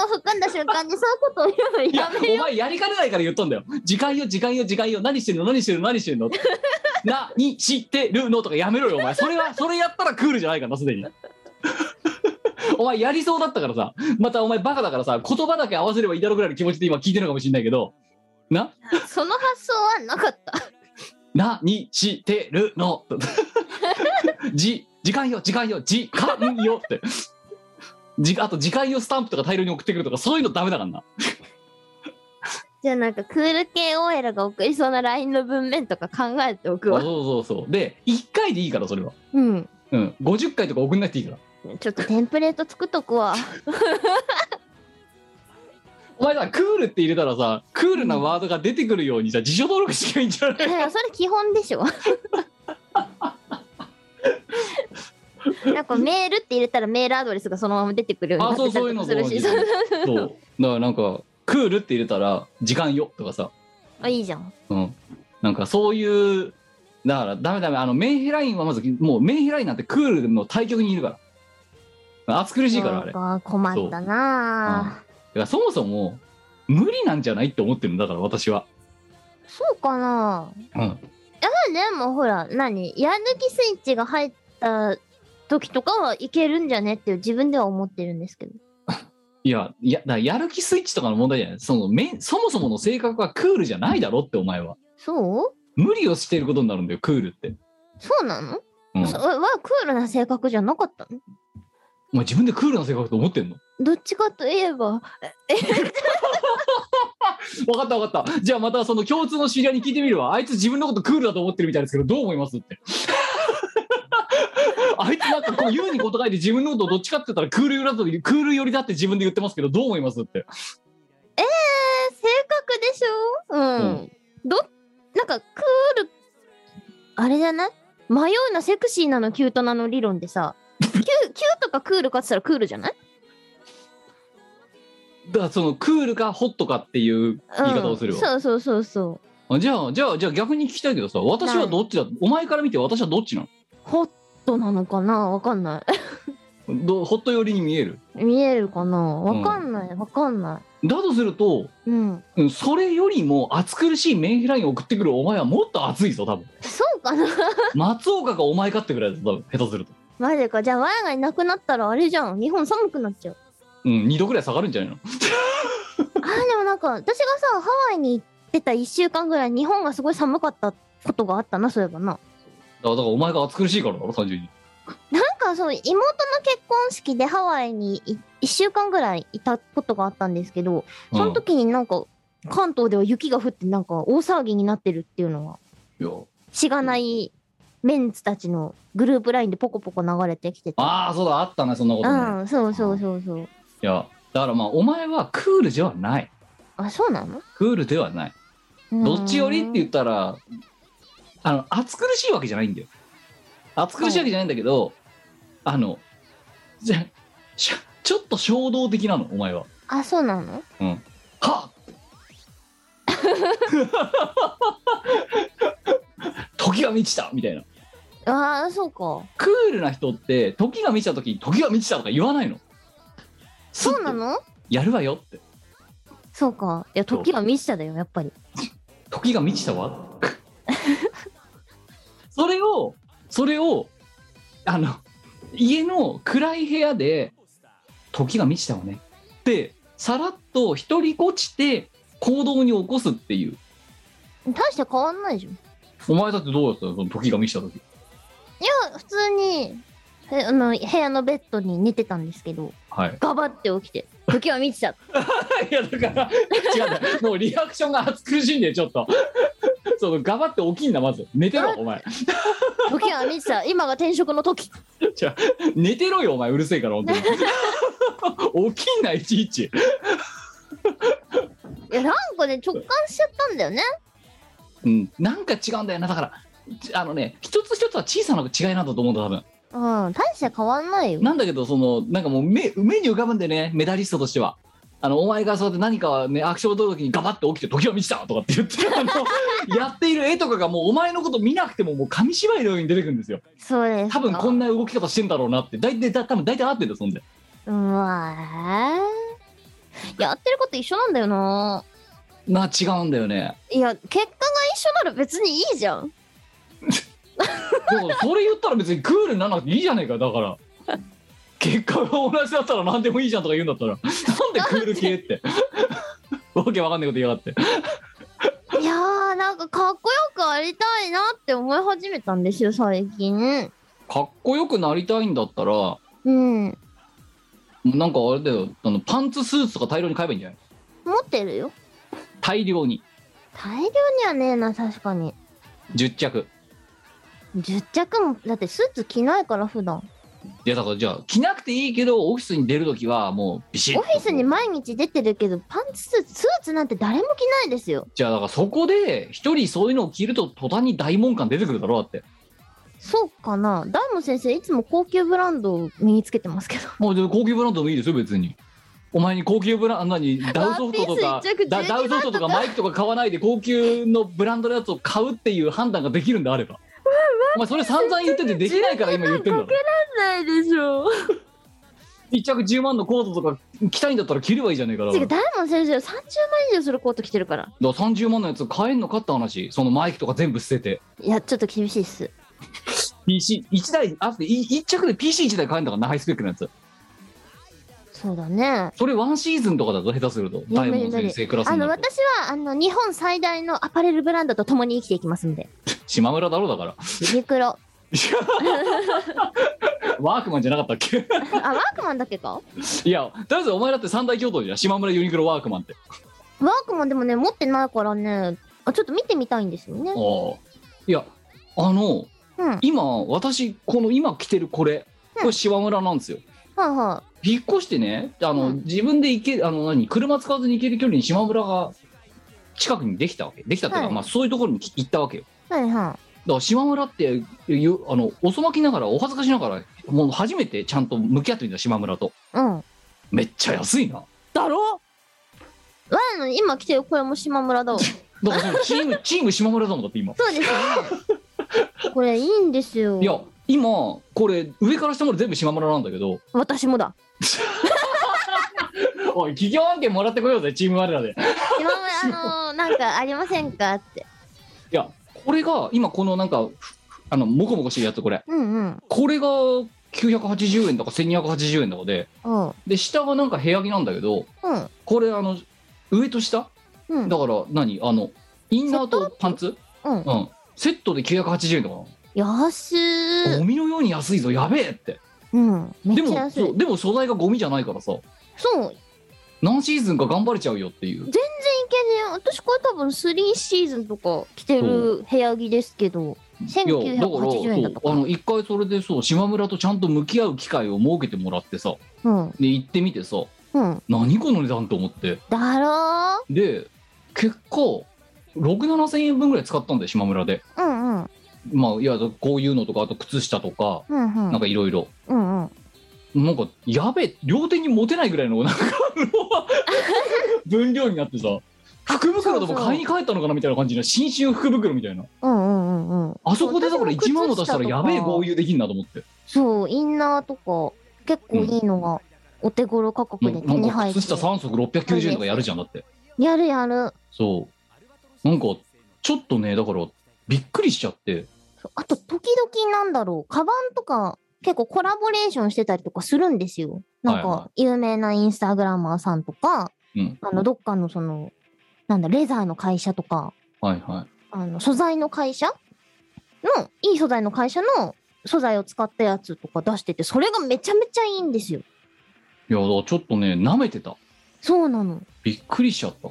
Speaker 1: 物を含んだ瞬間にそういうことを言う
Speaker 3: い
Speaker 1: のや
Speaker 3: や
Speaker 1: め
Speaker 3: お
Speaker 1: よ
Speaker 3: 前やりかねないから言っとんだよ時間よ時間よ時間よ何してるの何してるの何してる の何してるのとかやめろよお前それはそれやったらクールじゃないからなすでに お前やりそうだったからさまたお前バカだからさ言葉だけ合わせればいいだろうぐらいの気持ちで今聞いてるのかもしれないけどな
Speaker 1: うその発想はなかった
Speaker 3: 何してるの じ時間よ時間よ時間よってじあと時間よスタンプとか大量に送ってくるとかそういうのダメだからな
Speaker 1: じゃあなんかクール系 OL が送りそうな LINE の文面とか考えておく
Speaker 3: あ
Speaker 1: わ。
Speaker 3: そうそうそうで1回でいいからそれは
Speaker 1: うん。
Speaker 3: うん50回とか送んなくていいから
Speaker 1: ちょっとテンプレート作っとくわ。
Speaker 3: お前さクールって入れたらさクールなワードが出てくるようにさ辞書登録しきゃいいんじゃ ない
Speaker 1: いやそれ基本でし ょ。なんかメールって入れたらメールアドレスがそのまま出てくるようにな
Speaker 3: あ
Speaker 1: って
Speaker 3: そう
Speaker 1: た
Speaker 3: そう
Speaker 1: り
Speaker 3: いう
Speaker 1: と
Speaker 3: の
Speaker 1: か
Speaker 3: そ
Speaker 1: す
Speaker 3: う
Speaker 1: るし。
Speaker 3: いうのそうだからなんかクールって入れたら時間よとかさ
Speaker 1: あいいじゃん。
Speaker 3: うん、なんかそういうだからダメダメあのメンヘラインはまずもうメンヘラインなんてクールの対極にいるから暑苦しいからあれだか
Speaker 1: なんか困ったなぁ。
Speaker 3: らそもそも無理なんじゃないって思ってるんだから私は、
Speaker 1: そうかなぁ。
Speaker 3: うん、
Speaker 1: いやでもほら、何やる気スイッチが入った時とかはいけるんじゃねっていう自分では思ってるんですけど。
Speaker 3: いやいやだからやる気スイッチとかの問題じゃないそのめんそもそもの性格はクールじゃないだろってお前は
Speaker 1: そう
Speaker 3: 無理をしてることになるんだよクールって、
Speaker 1: そうなの
Speaker 3: うん、
Speaker 1: そはクールな性格じゃなかったの
Speaker 3: お前自分でクールな性格と思ってんの
Speaker 1: どっちかといえば
Speaker 3: 分かった分かったじゃあまたその共通の知り合いに聞いてみるわあいつ自分のことクールだと思ってるみたいですけどどう思いますって あいつなんかこう優にこと書いて自分のことをどっちかって言ったらクール寄りだとクール寄りだって自分で言ってますけどどう思いますって
Speaker 1: え性格でしょうん、どなんかクールあれじゃない迷うなセクシーなのキュートなの理論でさ キュキュートかクールかって言ったらクールじゃない
Speaker 3: だからそのクールかホットかっていう言い方をするわ、
Speaker 1: うん、そうそうそうそう
Speaker 3: じゃあじゃあじゃあ逆に聞きたいけどさ私はどっちだお前から見て私はどっちな
Speaker 1: ホットなのかなわかんない
Speaker 3: のどホット寄りに見える
Speaker 1: 見えるかなわかんないわかんな
Speaker 3: だとすると
Speaker 1: いうん
Speaker 3: うんそれよりも暑苦しいメンヘライン送ってくるお前はもっと暑いぞ多 分
Speaker 1: そうかな
Speaker 3: 松岡かお前かってぐらいだぞ多分下手すると。
Speaker 1: マジかじゃあワヤがいなくなったらあれじゃん日本寒くなっちゃう
Speaker 3: うん、2度ぐらい下がるんじゃないの
Speaker 1: あーでもなんか私がさハワイに行ってた1週間ぐらい日本がすごい寒かったことがあったなそういえばな
Speaker 3: だからお前が暑苦しいからだろ単純に
Speaker 1: なんかそう妹の結婚式でハワイにい1 1週間ぐらいいたことがあったんですけどその
Speaker 3: うん
Speaker 1: 時になんか関東では雪が降ってなんか大騒ぎになってるっていうのはい
Speaker 3: や
Speaker 1: しがないメンツたちのグループラインでポコポコ流れてきてて
Speaker 3: ああそうだあったねそんなことね、
Speaker 1: うんそうそうそうそう
Speaker 3: いやだからまあお前はクールではない
Speaker 1: あそうなの
Speaker 3: クールではないどっちよりって言ったらあの暑苦しいわけじゃないんだよ暑苦しいわけじゃないんだけど、あのじゃしゃちょっと衝動的なのお前は
Speaker 1: あそうなの
Speaker 3: はっ時が満ちたみたいな
Speaker 1: ああそうか
Speaker 3: クールな人って時が満ちた時に時が満ちたとか言わないのスッと
Speaker 1: そうなの
Speaker 3: やるわよって
Speaker 1: そうかいや時は満ちただよやっぱり
Speaker 3: 時が満ちたわ それをそれをあの家の暗い部屋で時が満ちたわねってさらっと一人こちて行動に起こすっていう
Speaker 1: 大して変わんないじゃんい
Speaker 3: お前だってどうやったのその時が満ちた時
Speaker 1: や普通にえあの部屋のベッドに寝てたんですけど
Speaker 3: はい
Speaker 1: ガバって起きて時は満 ちた
Speaker 3: いやだから違うんだよもうリアクションが暑苦しいんだよちょっと そのガバって起きんなまず寝てろお前
Speaker 1: 時は満ちた今が転職の時
Speaker 3: 寝てろよお前うるせえから本当 に起きんないちいち
Speaker 1: いやなんかね直感しちゃったんだよね
Speaker 3: うん、なんか違うんだよなだからちあのね一つ一つは小さな違いなんだと思うんだ多分
Speaker 1: うん大して変わんないよ
Speaker 3: なんだけどそのなんかもう目目に浮かぶんでねメダリストとしてはあのお前がそうやって何かねアクションを取る時にガバッと起きて時は満ちたとかって言って あのやっている絵とかがもうお前のこと見なくてももう紙芝居のように出てくるんですよ
Speaker 1: そうです
Speaker 3: 多分こんな動き方してんだろうなって大体だ多分大体合ってんだよそんで
Speaker 1: うわーやってること一緒なんだよな
Speaker 3: な違うんだよね
Speaker 1: いや結果が一緒なら別にいいじゃん
Speaker 3: でもそれ言ったら別にクールにならなくていいじゃねえかだ から結果が同じだったら何でもいいじゃんとか言うんだったらなんでクール系ってわけわかんないこと言いやがって
Speaker 1: いやーなんかかっこよくありたいなって思い始めたんですよ最近
Speaker 3: かっこよくなりたいんだったら
Speaker 1: うん
Speaker 3: なんかあれだよあのパンツスーツとか大量に買えばいいんじゃない
Speaker 1: 持ってるよ
Speaker 3: 大量に
Speaker 1: 大量にはねえな確かに
Speaker 3: 10着
Speaker 1: 10着もだってスーツ着ないから普段
Speaker 3: いやだからじゃあ着なくていいけどオフィスに出るときはもうビシッと
Speaker 1: オフィスに毎日出てるけどパンツスーツスーツなんて誰も着ないですよ
Speaker 3: じゃあだからそこで一人そういうのを着ると途端に大門感出てくるだろうだって
Speaker 1: そうかなダイモン先生いつも高級ブランドを身につけてますけど
Speaker 3: もうでも高級ブランドでもいいですよ別にお前に高級ブラン ド何ダウソフトと
Speaker 1: ワン
Speaker 3: か
Speaker 1: ピース一着
Speaker 3: ダ
Speaker 1: 12
Speaker 3: ダウソフトとかマイクとか買わないで高級のブランドのやつを買うっていう判断ができるんであればお前それ散々言っててできないから今言ってんだろ
Speaker 1: ないでしょ
Speaker 3: 一着10万のコートとか着たいんだったら着ればいいじゃねえから
Speaker 1: 違うダイモン先生は30万以上するコート着てるから
Speaker 3: だから30万のやつ買えんのかって話そのマイクとか全部捨てて
Speaker 1: いやちょっと厳しいっす
Speaker 3: PC1 台あって1着で PC1 台買えんだからハイスペックのやつ
Speaker 1: そうだね
Speaker 3: それワンシーズンとかだと下手すると
Speaker 1: や
Speaker 3: 大門先生クラス
Speaker 1: あ
Speaker 3: に
Speaker 1: の
Speaker 3: なると
Speaker 1: 私はあの日本最大のアパレルブランドと共に生きていきますんで
Speaker 3: 島村だろうだから
Speaker 1: ユニクロ
Speaker 3: ワークマンじゃなかったっけ
Speaker 1: あワークマンだっけか
Speaker 3: いや、とりあえずお前だって三大共同じゃん島村ユニクロワークマンって。
Speaker 1: ワークマンでもね持ってないからねあちょっと見てみたいんですよね
Speaker 3: ああ。いや、あの、
Speaker 1: うんはい
Speaker 3: 今、私、この今着てるこれ、これ島村なんですよ。
Speaker 1: は
Speaker 3: 引っ越してね、あの、
Speaker 1: うん
Speaker 3: 自分で行け、あの、何、車使わずに行ける距離に島村が近くにできたわけ。できたっていうか、
Speaker 1: はい
Speaker 3: まあそういうところに行ったわけよ。
Speaker 1: いはいは
Speaker 3: だから島村っていう、あの、遅まきながら、お恥ずかしながら、もう初めてちゃんと向き合ってみた島村と。
Speaker 1: いうん
Speaker 3: めっちゃ安いな。
Speaker 1: だろわやの今来てるこれも島村だわ そ
Speaker 3: だからそのチーム、チーム島村だもんだって
Speaker 1: う
Speaker 3: 今。
Speaker 1: ですよねこれいいんですよ
Speaker 3: いや今これ上から下まで全部島村なんだけど
Speaker 1: 私もだ
Speaker 3: おい企業案件もらってこようぜチーム我らで
Speaker 1: 島村あのー、なんかありませんかって
Speaker 3: いやこれが今このなんかふあのモコモコしてるやつこれ
Speaker 1: うんうん
Speaker 3: これが980円だか1280円だかで
Speaker 1: うん
Speaker 3: で下がなんか部屋着なんだけど
Speaker 1: うん
Speaker 3: これあの上と下
Speaker 1: うん
Speaker 3: だから何あのインナーとパンツ
Speaker 1: うん
Speaker 3: うんセットで980円とか
Speaker 1: 安
Speaker 3: なの
Speaker 1: ー
Speaker 3: ゴミのように安いぞやべえって
Speaker 1: うんめ
Speaker 3: で
Speaker 1: っちゃ
Speaker 3: も
Speaker 1: 安い
Speaker 3: そうでも素材がゴミじゃないからさ
Speaker 1: そう
Speaker 3: 何シーズンか頑張れちゃうよっていう
Speaker 1: イケメン私これ多分3シーズンとか着てる部屋着ですけど
Speaker 3: いやだから
Speaker 1: 1980円だった
Speaker 3: そう
Speaker 1: か
Speaker 3: あ
Speaker 1: な
Speaker 3: の一回それでそう島村とちゃんと向き合う機会を設けてもらってさ
Speaker 1: うん
Speaker 3: で行ってみてさ
Speaker 1: うん
Speaker 3: 何この値段と思って
Speaker 1: だろ
Speaker 3: で結果67000円分ぐらい使ったんだよ島村で
Speaker 1: ーうんうん
Speaker 3: まあいやこういうのとかあと靴下とか
Speaker 1: うんうん
Speaker 3: なんかいろいろ
Speaker 1: うんうん
Speaker 3: なんかやべえ両手に持てないぐらいのなんかあの分量になってさ福袋でも買いに帰ったのかなみたいな感じの新春福袋みたいな
Speaker 1: うんうんうんうん
Speaker 3: あそこでだから
Speaker 1: 私
Speaker 3: 1
Speaker 1: も
Speaker 3: 万も出したら
Speaker 1: 靴下と
Speaker 3: や
Speaker 1: か
Speaker 3: べえ合流できんなと思って
Speaker 1: そうインナーとか結構いいのがお手頃価格で手
Speaker 3: なん
Speaker 1: に
Speaker 3: か
Speaker 1: 入って
Speaker 3: 靴下3足690円とかやるじゃんだって
Speaker 1: やるやる
Speaker 3: そうなんかちょっとねだからびっくりしちゃって
Speaker 1: そうあと時々なんだろうカバンとか結構コラボレーションしてたりとかするんですよなん
Speaker 3: はいは
Speaker 1: か有名なインスタグラマーさんとか
Speaker 3: うん
Speaker 1: あのどっかのそのなんだレザーの会社とか
Speaker 3: はいは
Speaker 1: あの素材の会社のいい素材の会社の素材を使ったやつとか出しててそれがめちゃめちゃいいんですよ
Speaker 3: いいやだからちょっとね舐めてた
Speaker 1: そうなの
Speaker 3: びっくりしちゃった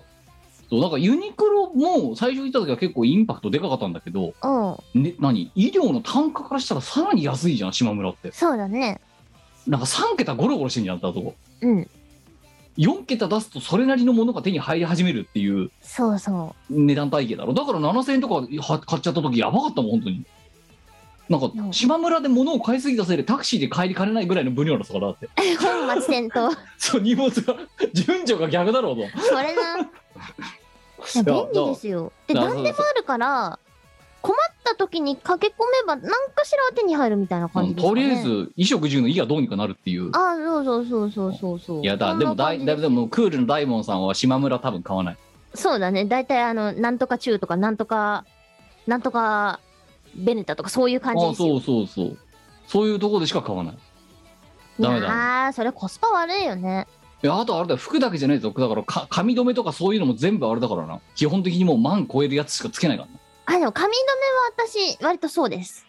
Speaker 3: そうだからユニクロも最初行った時は結構インパクトでかかったんだけど、
Speaker 1: うん
Speaker 3: ね、何医療の単価からしたらさらに安いじゃん島村って
Speaker 1: そうだね
Speaker 3: なんか3桁ゴロゴロしてんじゃんだとこ
Speaker 1: うん
Speaker 3: 4桁出すとそれなりのものが手に入り始めるっていう
Speaker 1: そうそ
Speaker 3: 値段体系だろだから7000円とかは買っちゃった時やばかったもん本当になんか
Speaker 1: うん
Speaker 3: 島村で物を買いすぎたせいでタクシーで帰りかねないぐらいの分量の差からだって
Speaker 1: う本末転倒
Speaker 3: そう荷物が順序が逆だろうと
Speaker 1: それないや便利ですよで
Speaker 3: だからそう
Speaker 1: 何でもあるから困った時に駆け込めば何かしらは手に入るみたいな感
Speaker 3: う
Speaker 1: じ
Speaker 3: ん
Speaker 1: ですか、
Speaker 3: と
Speaker 1: ね
Speaker 3: りあえず衣食住の「い」がどうにかなるっていう
Speaker 1: ああそうそうそうそうそうそう
Speaker 3: い
Speaker 1: い
Speaker 3: やだでもだいだいぶでもクールの大門さんは島村多分買わない
Speaker 1: そうだね大体あのなんとか中とかなんとかなんとかベネタとかそういう
Speaker 3: あ
Speaker 1: 感じ
Speaker 3: あ
Speaker 1: ですよ
Speaker 3: そうそうそうそういうとこでしか買わないダメだ
Speaker 1: ああそれコスパ悪いよね
Speaker 3: いやあとあれだよ服だけじゃないぞだからか髪留めとかそういうのも全部あれだからな基本的にもう万超えるやつしかつけないからな
Speaker 1: あでも髪留めは私割とそうです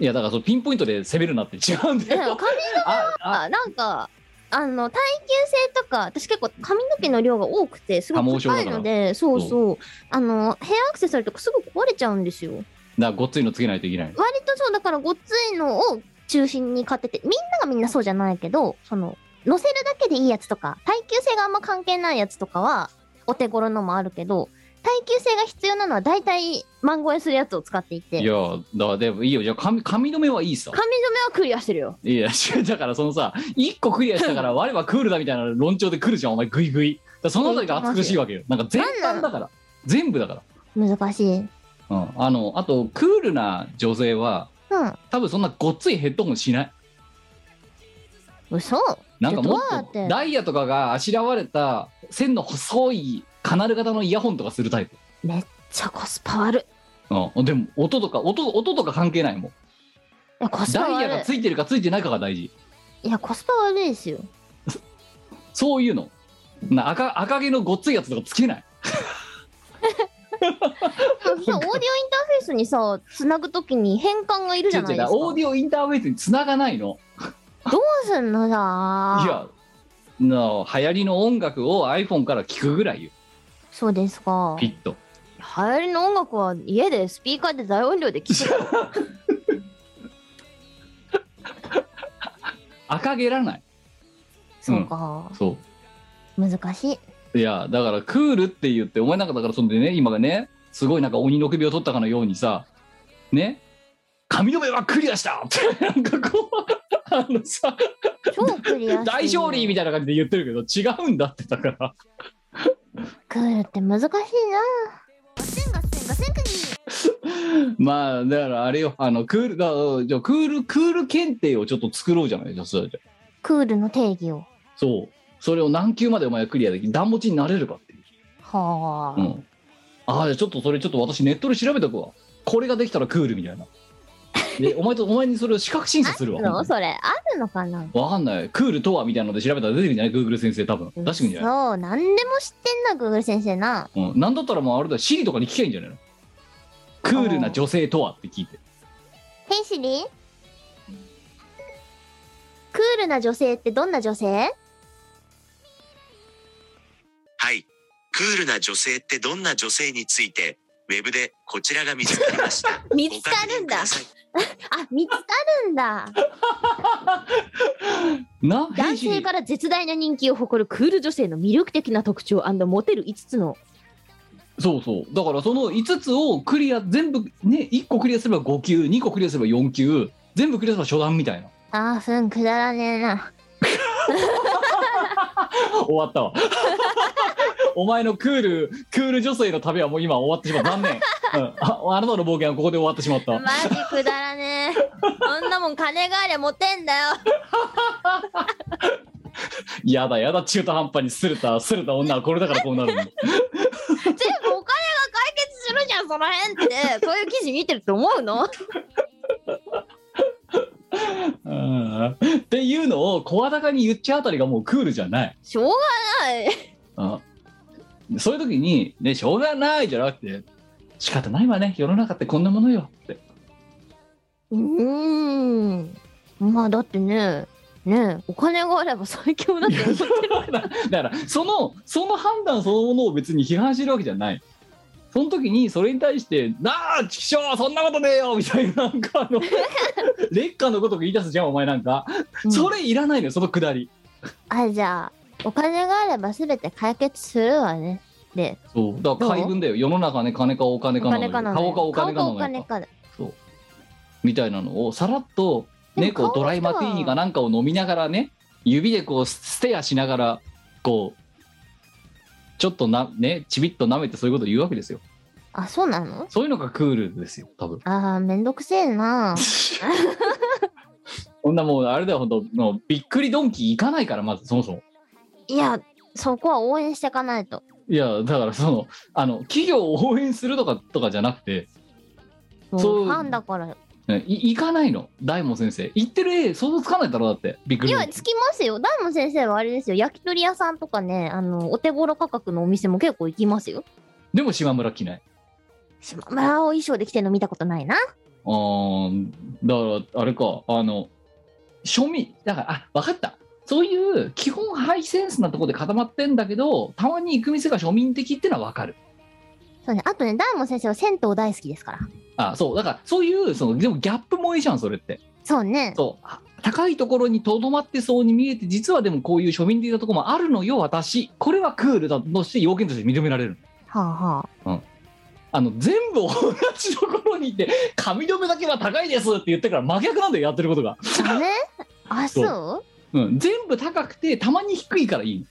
Speaker 3: いやだからそのピンポイントで攻めるなって違うん
Speaker 1: で
Speaker 3: だ
Speaker 1: も
Speaker 3: よ
Speaker 1: 髪
Speaker 3: ああ
Speaker 1: はなんかあの耐久性とか私結構髪の毛の量が多くてすご
Speaker 3: 多
Speaker 1: く
Speaker 3: 毛症
Speaker 1: 高
Speaker 3: だか
Speaker 1: い
Speaker 3: ら
Speaker 1: のでそうそうあのヘアアクセサリーとかすぐ壊れちゃうんですよ
Speaker 3: だごっついのつけないといけない
Speaker 1: 割とそうだからごっついのを中心に買っててみんながみんなそうじゃないけどその乗せるだけでいいやつとか耐久性があんま関係ないやつとかはお手頃のもあるけど耐久性が必要なのは大体万超えするやつを使っていて
Speaker 3: い
Speaker 1: 髪留
Speaker 3: やだからでもいいよじゃあ髪髪留めはいいさ
Speaker 1: めはクリアしてるよ
Speaker 3: いや違うだからそのさ1個クリアしたから我はクールだみたいな論調で来るじゃんお前グイグイだからそのあたりが厚苦しいわけよなんか全般だから全部だか
Speaker 1: 難しいうん
Speaker 3: ら、うん、あのあとクールな女性は多分そんなごっついヘッドホンしない
Speaker 1: 嘘
Speaker 3: なんかもっ
Speaker 1: じゃあどうや
Speaker 3: と
Speaker 1: って
Speaker 3: ダイヤとかがあしらわれた線の細いカナル型のイヤホンとかするタイプ、
Speaker 1: めっちゃコスパ悪いい
Speaker 3: うん、でも音とか音音とか関係ないもん
Speaker 1: やコスパ
Speaker 3: ダイヤが
Speaker 1: 悪
Speaker 3: ついてるかついてないかが大事
Speaker 1: いいやコスパ悪い ですよ
Speaker 3: そういうのな赤赤毛のごっついやつとかつけない
Speaker 1: でもさオーディオインターフェースにさつなぐときに変換がいるじゃないですか
Speaker 3: 違う違うオー
Speaker 1: ど
Speaker 3: ディオインターフェースにつながないの
Speaker 1: うすんのさ
Speaker 3: いやな流行りの音楽を iPhone から聞くぐらいよ
Speaker 1: そうですか
Speaker 3: ピッと
Speaker 1: 流行りの音楽は家でスピーカーで大音量で聴く
Speaker 3: 赤毛らない
Speaker 1: そうか、
Speaker 3: そ
Speaker 1: 難しいう
Speaker 3: いやだからクールって言ってお前なんかだからそんでね今がねすごいなんか鬼の首を取ったかのようにさね髪の目はクリアしたってなんかこうあのさ
Speaker 1: 超クリアしてる
Speaker 3: 大勝利みたいな感じで言ってるけど違うんだってだから
Speaker 1: クールって難しいなガセンガセンガセンク
Speaker 3: まあだからあれよあのクールだじゃあクールクール検定をちょっと作ろうじゃないじゃあそれで
Speaker 1: クールの定義を
Speaker 3: そうそれを何級までお前はクリアでき段持ちになれるかっていう
Speaker 1: はあ、
Speaker 3: うん、ああじゃあちょっとそれちょっと私ネットで調べとくわこれができたらクールみたいなでお前とお前にそれを資格審査するわ
Speaker 1: そう
Speaker 3: わ
Speaker 1: それあるのかな
Speaker 3: かんないクールとはみたいなので調べたら出てくるんじゃないグーグル先生多分出してくるんじゃない、
Speaker 1: そう何でも知ってんなグーグル先生な
Speaker 3: うん、なんだったらもうあれだシリとかに聞けばいいんじゃないのクールな女性とはって聞いて
Speaker 1: 「ヘイシリクールな女性ってどんな女性
Speaker 4: クールな女性ってどんな女性についてウェブでこちらが見つかりました
Speaker 1: 見つかるんだ
Speaker 4: ご確認くさい
Speaker 1: あ見つかるん だ
Speaker 3: な
Speaker 1: 男性から絶大な人気を誇るクール女性の魅力的な特徴モテる5つの
Speaker 3: そうそうだからその5つをクリア全部ね1個クリアすれば5級2個クリアすれば4級全部クリアすれば初段みたいな
Speaker 1: あーふんくだらねえな
Speaker 3: 終わったわ お前のクールクール女性の旅はもう今終わってしまった残念、うん、ああなたの冒険はここで終わってしまった
Speaker 1: マジくだらねえこんなもん金がありゃモテんだ よ
Speaker 3: やだやだ中途半端にすれたすれた女はこれだからこうなるんだ
Speaker 1: 全部お金が解決するじゃんその辺ってそういう記事見てると思うの
Speaker 3: うんっていうのを声高に言っちゃうあたりがもうクールじゃない
Speaker 1: しょうがない
Speaker 3: あそういう時に、ね、しょうがないじゃなくて、仕方ないわね、世の中ってこんなものよって。
Speaker 1: うーんまあだってねねえお金があれば最強だって思って
Speaker 3: だから、その、その判断そのものを別に批判してるわけじゃない。その時にそれに対して「なあ畜生そんなことねえよ!」みたいななんかあ の劣化のことく言い出すじゃんお前なんか、
Speaker 1: うん
Speaker 3: それいらないのよそのくだり
Speaker 1: あじゃあお金があれば全て解決するわねで
Speaker 3: そうだから
Speaker 1: どう
Speaker 3: 怪文だよ世の中ね金かお金
Speaker 1: お
Speaker 3: かなの
Speaker 1: 金
Speaker 3: よ
Speaker 1: かなの
Speaker 3: 顔かお金かな
Speaker 1: 顔
Speaker 3: のよ
Speaker 1: かお金かな
Speaker 3: みたいなのをさらっと、ね、
Speaker 1: でも顔
Speaker 3: こ
Speaker 1: の人は
Speaker 3: うドライマティーニかなんかを飲みながらね指でこうステアしながらこうちょっとなねちびっと舐めてそういうこと言うわけですよ
Speaker 1: あそうなの
Speaker 3: そういうのがクールですよ多分
Speaker 1: あーめんどくせえ な
Speaker 3: こんなもうあれだよ本当もうびっくりドンキー行かないからまずそもそも
Speaker 1: いやそこは応援していかないと
Speaker 3: いやだからそのあの企業を応援するとかとかじゃなくて、
Speaker 1: もう
Speaker 3: そう
Speaker 1: ファンだから
Speaker 3: ねい行かないの大門先生行ってる絵想像つかないだろだってびっく
Speaker 1: い
Speaker 3: りド
Speaker 1: や
Speaker 3: ンキー
Speaker 1: つきますよ大門先生はあれですよ焼き鳥屋さんとかねあのお手頃価格のお店も結構行きますよ
Speaker 3: でも島村着ない
Speaker 1: 島村を衣装で着てるの見たことないな
Speaker 3: あーだからあれかあの庶民だからあ分かったそういう基本ハイセンスなところで固まってんだけどたまに行く店が庶民的ってのは分かる
Speaker 1: そうねあとね大門先生は銭湯大好きですから
Speaker 3: あそうだからそういうそのでもギャップもいいじゃんそれって
Speaker 1: そうね
Speaker 3: そうあ高いところにとどまってそうに見えて実はでもこういう庶民的なところもあるのよ私これはクールだとして要件として認められる
Speaker 1: はあは
Speaker 3: あの全部同じところにいて髪留めだけは高いですって言ってから真逆なんだよやってることが、
Speaker 1: あダメあ
Speaker 3: そう
Speaker 1: そ
Speaker 3: うん、全部高くてたまに低いからいい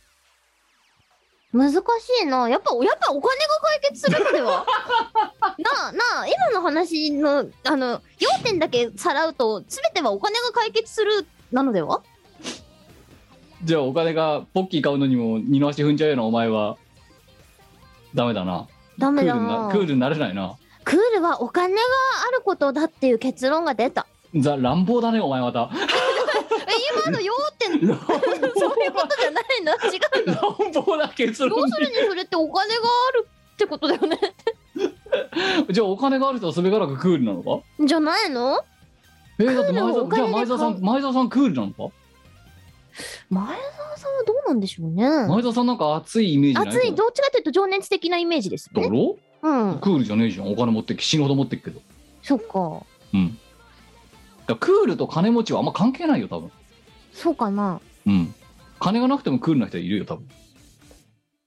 Speaker 3: う
Speaker 1: 難しいなやっぱやっぱお金が解決するのでは なあなあ今の話のあの要点だけさらうと全てはお金が解決するなのでは
Speaker 3: じゃあお金がポッキー買うのにも二の足踏んじゃうようなお前はダメだな
Speaker 1: ダ
Speaker 3: ク
Speaker 1: メ
Speaker 3: ー
Speaker 1: だ
Speaker 3: ルにな
Speaker 1: な
Speaker 3: クールになれないな
Speaker 1: クールはお金があることだっていう結論が出た。
Speaker 3: ザ乱暴だねお前また
Speaker 1: え今の要 点
Speaker 3: 乱
Speaker 1: そういうことじゃないの違うの。
Speaker 3: 乱暴な結
Speaker 1: 要
Speaker 3: 論
Speaker 1: するにそれってお金があるってことだよね。
Speaker 3: にじゃあお金がある人はそれからがクールなのか
Speaker 1: じゃないの
Speaker 3: えー、だって前
Speaker 1: クールをお
Speaker 3: 澤じ
Speaker 1: 金
Speaker 3: ゃ
Speaker 1: で
Speaker 3: あ前澤さ
Speaker 1: 買
Speaker 3: ん前澤さんクールなのか、
Speaker 1: 前澤さんはどうなんでしょうね。
Speaker 3: 前澤さんなんか熱いイメージない
Speaker 1: 熱い、
Speaker 3: だ
Speaker 1: どっちかというと情熱的なイメージですね。
Speaker 3: ろ
Speaker 1: うん、
Speaker 3: クールじゃねえじゃんお金持ってき死ぬほど持ってくけど
Speaker 1: そっか。
Speaker 3: うんだからクールと金持ちはあんま関係ないよ多分
Speaker 1: そうかな。
Speaker 3: うん金がなくてもクールな人いるよ多 分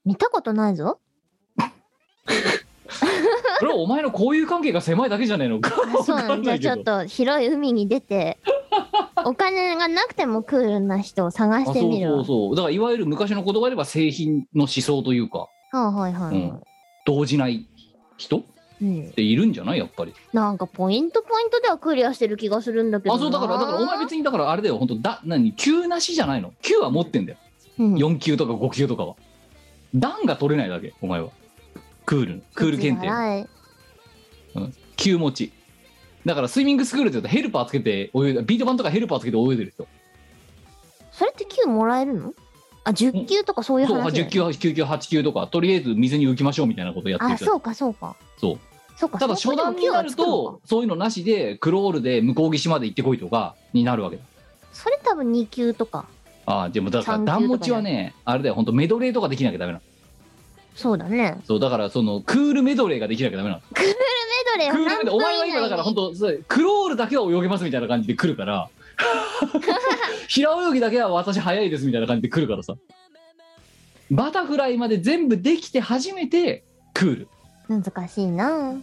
Speaker 1: 見たことないぞ。
Speaker 3: それはお前の交友関係が狭いだけじゃねえのか
Speaker 1: あそう
Speaker 3: わ
Speaker 1: な
Speaker 3: か
Speaker 1: ん
Speaker 3: ん
Speaker 1: じ
Speaker 3: な
Speaker 1: ゃあ
Speaker 3: い
Speaker 1: ち
Speaker 3: け
Speaker 1: ょっ
Speaker 3: ど
Speaker 1: と広い海に出 て、お金がなくてもクールな人を探してみる
Speaker 3: あそ
Speaker 1: わ
Speaker 3: う。そうそうだからいわゆる昔の言葉では製品の思想というか
Speaker 1: はいはいはいは
Speaker 3: 動じない人っ
Speaker 1: い。うん
Speaker 3: ているんじゃないやっぱり
Speaker 1: なんかポイントポイントではクリアしてる気がするんだけど
Speaker 3: あ
Speaker 1: な
Speaker 3: そうだからだからお前別にだからあれだよ本当だ何級なしじゃないの級は持ってんだよ
Speaker 1: うん
Speaker 3: 4級とか5級とかは段が取れないだけお前はクールのクール検定
Speaker 1: はい
Speaker 3: 級持ちだからスイミングスクールって言うとヘルパーつけて泳いでビート板とかヘルパーつけて泳いでる人
Speaker 1: それって9もらえるのあ10級とかそういう
Speaker 3: そう
Speaker 1: 話
Speaker 3: あ
Speaker 1: だよ
Speaker 3: 10級9級8級とかとりあえず水に浮きましょうみたいなことやってる
Speaker 1: あ
Speaker 3: 人
Speaker 1: そうかそうか
Speaker 3: そう
Speaker 1: そうか
Speaker 3: ただ
Speaker 1: そう
Speaker 3: 初
Speaker 1: か
Speaker 3: 段にな
Speaker 1: でも9は
Speaker 3: る
Speaker 1: つくのか
Speaker 3: とそういうのなしでクロールで向こう岸まで行ってこいとかになるわけだ
Speaker 1: それ多分2級とか
Speaker 3: ああでもだから
Speaker 1: 三級とかね
Speaker 3: 段持ちはねあれだよ本当メドレーとかできなきゃダメなの
Speaker 1: そうだね。
Speaker 3: そうだからそのクールメドレーができなきゃダメなの
Speaker 1: メドレー
Speaker 3: クー
Speaker 1: は
Speaker 3: ルメ
Speaker 1: 何
Speaker 3: ドレー
Speaker 1: 分
Speaker 3: お前は
Speaker 1: 以
Speaker 3: 今だから
Speaker 1: 内
Speaker 3: 本
Speaker 1: に
Speaker 3: 当そうクロールだけは泳げますみたいな感じで来るから 平泳ぎだけは私早いですみたいな感じで来るからさバタフライまで全部できて初めてクール
Speaker 1: 難しいな。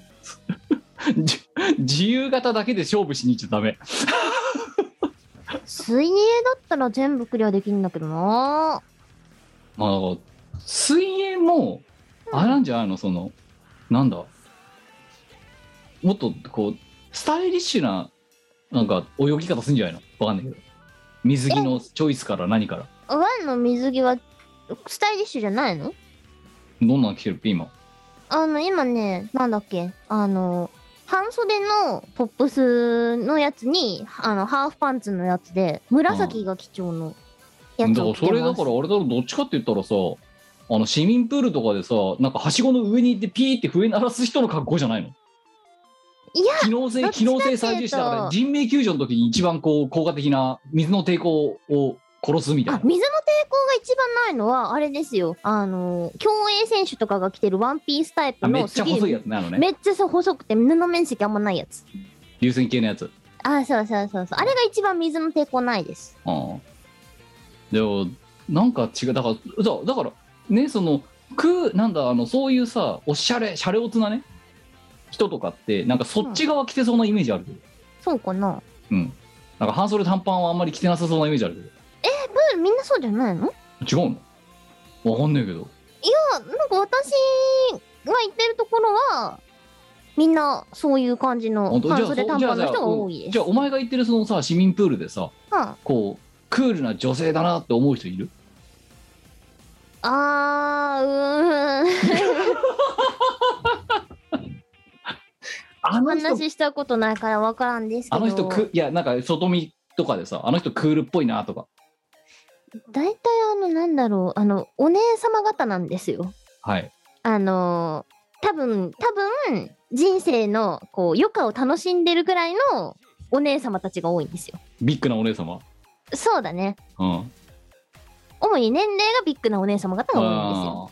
Speaker 3: じ自由形だけで勝負しに行っちゃダメ
Speaker 1: 水泳だったら全部クリアできるんだけどな。
Speaker 3: まあだから水泳もあれなんじゃないのそのなんだもっとこうスタイリッシュななんか泳ぎ方するんじゃないのわかんないけど水着のチョイスから何から
Speaker 1: ワンの水着はスタイリッシュじゃないの
Speaker 3: どんなの着てるっけ今
Speaker 1: あの、今ね、なんだっけ、あの、半袖のポップスのやつに、あの、ハーフパンツのやつで、紫が基調のや
Speaker 3: だ
Speaker 1: つ
Speaker 3: か
Speaker 1: を
Speaker 3: ら
Speaker 1: 着てます。
Speaker 3: それだからあれだろどっちかって言ったらさあの市民プールとかでさなんかはしごの上に行ってピーって笛鳴らす人の格好じゃないの
Speaker 1: いや、
Speaker 3: 機能
Speaker 1: ど
Speaker 3: 性
Speaker 1: っち
Speaker 3: 機
Speaker 1: かっていうと
Speaker 3: 能性最重視だから人命救助の時に一番こう効果的な水の抵抗を殺すみたい
Speaker 1: あ
Speaker 3: な
Speaker 1: 水の抵抗が一番ないのは、あれですよ。あの、競泳選手とかが着てるワンピースタイ
Speaker 3: あ
Speaker 1: プ
Speaker 3: め
Speaker 1: の
Speaker 3: っち
Speaker 1: す
Speaker 3: ゃ
Speaker 1: げえ
Speaker 3: 細いやつねあのね
Speaker 1: めっちゃさ細くて布面積あんまないやつ。
Speaker 3: 流線形のやつ
Speaker 1: あ、そうそうそうそう。あれが一番水の抵抗ないです。
Speaker 3: うんでもなんか違うだからだだからねそのくなんだあのそういうさおしゃれシャレオツなね人とかってなんかそっち側着てそうなイメージあるけど
Speaker 1: そうかな。
Speaker 3: うんなんか半袖短パンはあんまり着てなさそうなイメージある
Speaker 1: えみんなそうじゃないの
Speaker 3: けど違うのわかんないけど
Speaker 1: あなんか私が行ってるところは、みんなそういう感じの
Speaker 3: 本当じゃ
Speaker 1: 半
Speaker 3: あそ
Speaker 1: 袖短
Speaker 3: じゃ
Speaker 1: パ
Speaker 3: あ
Speaker 1: ン
Speaker 3: じゃ
Speaker 1: の
Speaker 3: あ
Speaker 1: 人が多い
Speaker 3: うん
Speaker 1: で
Speaker 3: じ
Speaker 1: す
Speaker 3: ゃあ。お前が言ってるそのさ市民プールでさ
Speaker 1: うん
Speaker 3: こうクールな女性だなって思う人いる
Speaker 1: あー、うーん。
Speaker 3: あの人
Speaker 1: 話したことないからわからんですけど。
Speaker 3: あの人くいやなんか外見とかでさあの人クールっぽいなとか
Speaker 1: 大体あの、なんだろう、あの、お姉様方なんですよ。
Speaker 3: はい
Speaker 1: あのー多分、多分、人生の、こう、余暇を楽しんでるぐらいのお姉様たちが多いんですよ。
Speaker 3: ビッグなお姉様
Speaker 1: そうだね。
Speaker 3: うん
Speaker 1: 主に年齢がビッグなお姉様方が多いんですよ。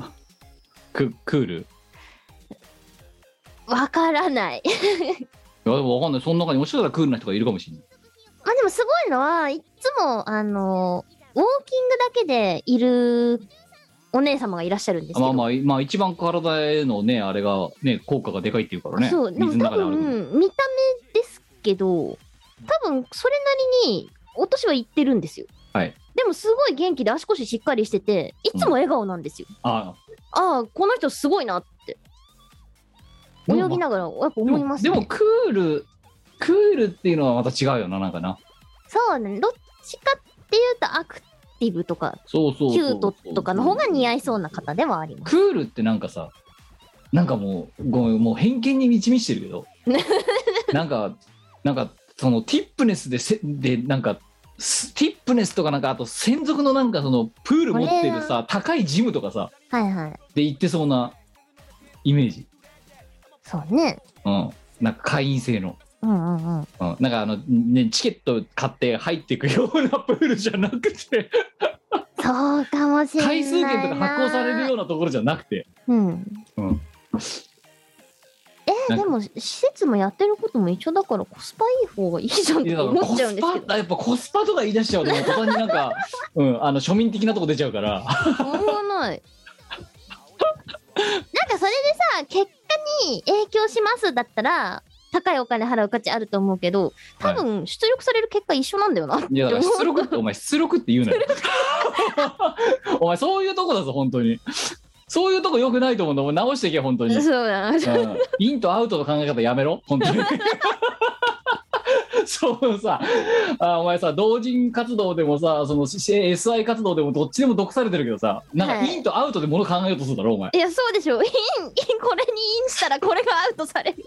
Speaker 3: あーククールい
Speaker 1: わからない。
Speaker 3: やでもわかんないその中にもしかしたらクールな人がいるかもしれない
Speaker 1: まあでもすごいのは、いっつも、あのーウォーキングだけでいるお姉様がいらっしゃるんですけど。
Speaker 3: まあまあまあ一番体へのねあれがね効果がでかいっていうからね
Speaker 1: そう、でも
Speaker 3: 水の
Speaker 1: 多
Speaker 3: 中で歩く
Speaker 1: 分、見た目ですけど、多分、それなりに、お年はいってるんですよ。
Speaker 3: はい。
Speaker 1: でも、すごい元気で足腰しっかりしてて、いつも笑顔なんですよ。
Speaker 3: あ
Speaker 1: ああ、この人すごいなって。
Speaker 3: で
Speaker 1: 泳
Speaker 3: も
Speaker 1: ぎながら、やっぱ
Speaker 3: ーでも
Speaker 1: 思います
Speaker 3: で
Speaker 1: ね。
Speaker 3: もクールクールっていうのはまた違うよななんかな
Speaker 1: そうね。どっちかっていうと、アクティブとか、
Speaker 3: そうそうそう
Speaker 1: キュートとかの方が似合いそううな方ではあります。
Speaker 3: クールってなんかさなんかもうごめんもう偏見に満ち満ちてる けどなんかなんかそのティップネスでせでなんかスティップネスとかなんかあと専属のなんかそのプール持ってる
Speaker 1: これ
Speaker 3: さ高いジムとかさ
Speaker 1: はいはい。
Speaker 3: で行ってそうなイメージ
Speaker 1: そうね。
Speaker 3: うんなんか会員制の、
Speaker 1: うんうんうん。
Speaker 3: うん、なんかあの、ね、チケット買って入っていくようなプールじゃなく て
Speaker 1: そうかもしれない
Speaker 3: 回
Speaker 1: な。
Speaker 3: 数券とか発行されるようなところじゃなくて
Speaker 1: うん。
Speaker 3: うん
Speaker 1: え
Speaker 3: なん
Speaker 1: ー、
Speaker 3: か
Speaker 1: でも施設もやってることも一緒だからコスパいい方がいいじゃんっ
Speaker 3: い
Speaker 1: て
Speaker 3: やだから
Speaker 1: 思
Speaker 3: コ
Speaker 1: っちゃうん
Speaker 3: ス
Speaker 1: ですけ
Speaker 3: パやっぱコスパとか言い出しちゃうともう途端になんか、 うん、あの庶民的なとこ出ちゃうから
Speaker 1: ど思わないなんかそれでさ結果に影響しますだったら高いお金払う価値あると思うけど多分出力される結果一緒なんだよな、
Speaker 3: いやだから出力ってお前出力って言 うなよお前そういうとこだぞ本当にそういうとこよくないと思うんだもう直していけ本当に、うん、
Speaker 1: そうだな
Speaker 3: インとアウトの考え方やめろ本当に そうさあお前さ同人活動でもさその SI 活動でもどっちでも毒されてるけどさなんか
Speaker 1: はい
Speaker 3: インとアウトでもの考えようとするだろお前
Speaker 1: いやそうでしょインインこれにインしたらこれがアウトされる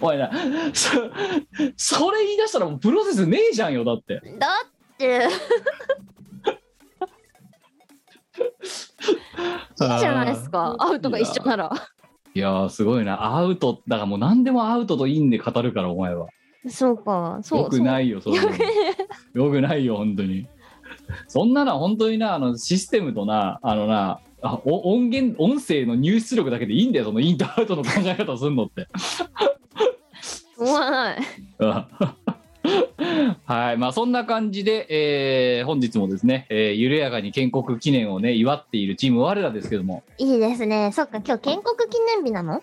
Speaker 3: おいなそそれ言い出したらもうプロセスねえじゃんよだって
Speaker 1: だっていいじゃないですかアウトが一緒なら
Speaker 3: いやーすごいなアウトだからもう何でもアウトとインで語るからお前は
Speaker 1: そうかそう
Speaker 3: よくないよそれよくないよ本当にそんなな本当になあのシステムとなあのなあお音源音声の入出力だけでいいんだよそのインとアウトの考え方すんのって
Speaker 1: 思わない。
Speaker 3: うん はいまあそんな感じで、えー本日もですね、えー緩やかに建国記念をね祝っているチーム我らですけども
Speaker 1: いいですね。そっか、今日建国記念日なの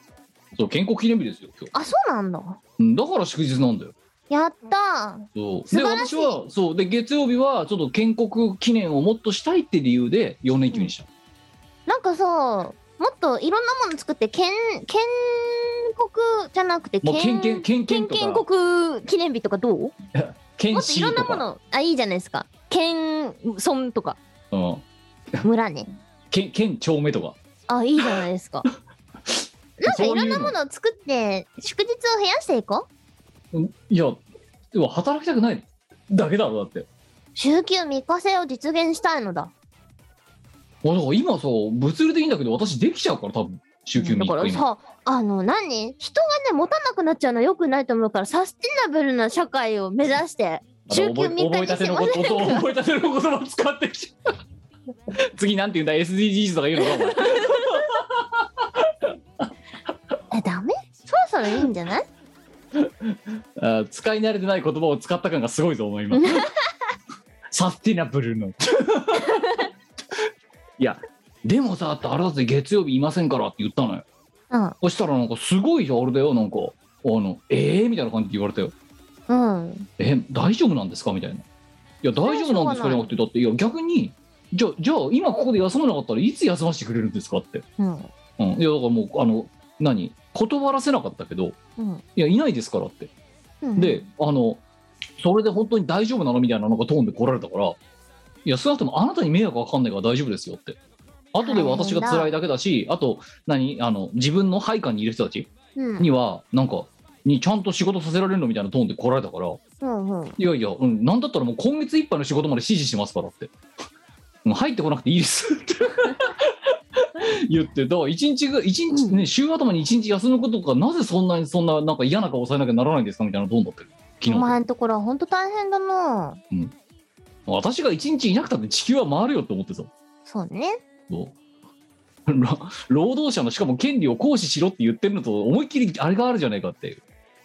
Speaker 3: そう建国記念日ですよ今日
Speaker 1: あ、そうなんだ。
Speaker 3: うんだから祝日なんだよ
Speaker 1: やった
Speaker 3: そう
Speaker 1: 素
Speaker 3: で
Speaker 1: 晴らし
Speaker 3: 私
Speaker 1: い
Speaker 3: はそうで月曜日はちょっと建国記念をもっとしたいって理由で4連休にした、
Speaker 1: なんかさ、もっといろんなもの作って、建、建国じゃなくて、
Speaker 3: もう県県県
Speaker 1: 建
Speaker 3: 県
Speaker 1: 建
Speaker 3: とか
Speaker 1: 国記念日とかどうもっ
Speaker 3: 県
Speaker 1: とい
Speaker 3: 市
Speaker 1: ろんな
Speaker 3: と
Speaker 1: も
Speaker 3: か、
Speaker 1: の、あ、いいじゃないですか。県村とか、
Speaker 3: うん、
Speaker 1: 村ね。
Speaker 3: 県県町目とか
Speaker 1: あ、いいじゃないですか。なんかいろんなものを作って、祝日を増やしていこう。
Speaker 3: うんいやでも働きたくないだけだろだって
Speaker 1: 週休3日制を実現したいのだ。
Speaker 3: もうだから今さ物理的にだけど私できちゃうから多分週休3
Speaker 1: だから
Speaker 3: 日今
Speaker 1: さ、あの、何人がね、持たなくなっちゃうのは良くないと思うから、サステナブルな社会を目指して、
Speaker 3: あ
Speaker 1: 週
Speaker 3: の
Speaker 1: 休3
Speaker 3: 覚え
Speaker 1: 日
Speaker 3: 覚え
Speaker 1: に
Speaker 3: たて
Speaker 1: し
Speaker 3: の
Speaker 1: ま
Speaker 3: こ
Speaker 1: せ
Speaker 3: と
Speaker 1: ん
Speaker 3: を
Speaker 1: か
Speaker 3: 覚えたての言葉を使ってきた 次なんて言うんだ SDGs とか言うのかお前
Speaker 1: え、ダメそろそろいいんじゃ ない
Speaker 3: あー使い慣れてない言葉を使った感がすごいと思います。サスティナブルの。 いや、でもさ、だってあれだって月曜日いませんからって言ったのよ。
Speaker 1: うん。
Speaker 3: そしたらなんかすごいじゃあれだよ、なんか、あの、えーみたいな感じで言われたよ。
Speaker 1: うん。
Speaker 3: え、大丈夫なんですかみたいな。いや、大丈夫なんですかじゃなくて、だって、いや、逆に、じゃあ、じゃあ今ここで休まなかったらいつ休ませてくれるんですかって。
Speaker 1: うん。
Speaker 3: うん。いや、だからもう、あの、何断らせなかったけど、
Speaker 1: うん
Speaker 3: いや、いないですからって。
Speaker 1: うん。
Speaker 3: で、あの、それで本当に大丈夫なのみたいなのがトーンで来られたから、いや、少なくともあなたに迷惑がかかんないから大丈夫ですよって。あとで私が辛いだけだし、あと、何、あの、自分の配下にいる人たち
Speaker 1: うん、
Speaker 3: には、なんか、にちゃんと仕事させられるのみたいなトーンで来られたから、
Speaker 1: うんうん。
Speaker 3: いやいや、うん、なんだったらもう今月いっぱいの仕事まで指示してますからって。うん入ってこなくていいですって 言って、だから一日が、一日、ね、週頭に一日休むことがなぜそんなに、そんな、なんか嫌な顔されなきゃならないんですかみたいなトーンだったよ昨
Speaker 1: お
Speaker 3: 日。
Speaker 1: 前のところはほんと大変だな
Speaker 3: 私が一日いなくたって地球は回るよって思ってさ
Speaker 1: そうね。
Speaker 3: もう労労働者のしかも権利を行使しろって言ってるのと思いっきりあれがあるじゃないかっていう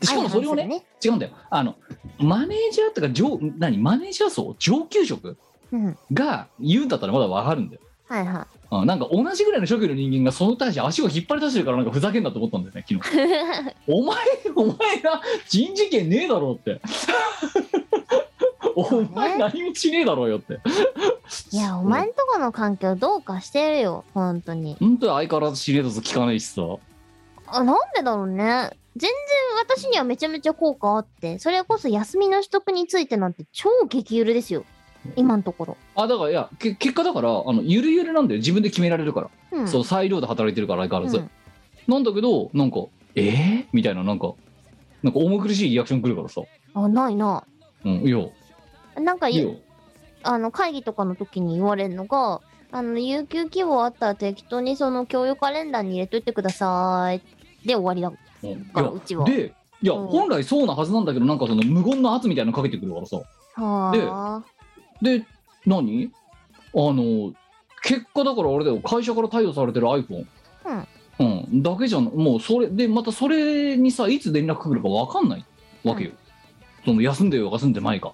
Speaker 3: でしかもそれをね
Speaker 1: 相反
Speaker 3: 違うんだよあのマネージャーとか上何マネージャー層上級職
Speaker 1: するね。うん。
Speaker 3: が言うんだったらまだわかるんだよ
Speaker 1: はいは
Speaker 3: あなんか同じぐらいの職業の人間がその対して足を引っ張り出してるからなんかふざけんなと思ったんだよね昨日 お前お前が人事権ねえだろうってお前何もしねえだろうよって
Speaker 1: い。いや、お前んとこの環境どうかしてるよ。ほんとに。
Speaker 3: 本当に相変わらずシネーズ聞かないしさ
Speaker 1: あ、なんでだろうね。全然私にはめちゃめちゃ効果あって、それこそ休みの取得についてなんて超激ゆるですよ。今のところ。
Speaker 3: あだからいやけ結果だからあのゆるゆるなんだよ自分で決められるから、
Speaker 1: うん。
Speaker 3: そう裁量で働いてるから相変わらず、
Speaker 1: うん
Speaker 3: なんだけどなんかえー、みたいななんかなんか重苦しいリアクションくるからさ「
Speaker 1: あ、ないな。
Speaker 3: うん、いやい
Speaker 1: なんか
Speaker 3: い
Speaker 1: い
Speaker 3: よ
Speaker 1: あの会議とかの時に言われるのが、あの、有給規模あったら適当にその共有カレンダーに入れといてください。で終わりだ
Speaker 3: うん」
Speaker 1: から、
Speaker 3: いや
Speaker 1: うちは。
Speaker 3: でいや、
Speaker 1: うん
Speaker 3: 本来そうなはずなんだけどなんかその無言の圧みたいなのかけてくるからさ
Speaker 1: はあ。
Speaker 3: で何あの結果だからあれだよ会社から貸与されてる iPhone うん、だけじゃんもうそれでまたそれにさいつ連絡来るか分かんないわけよ、その休んでようが休んでないか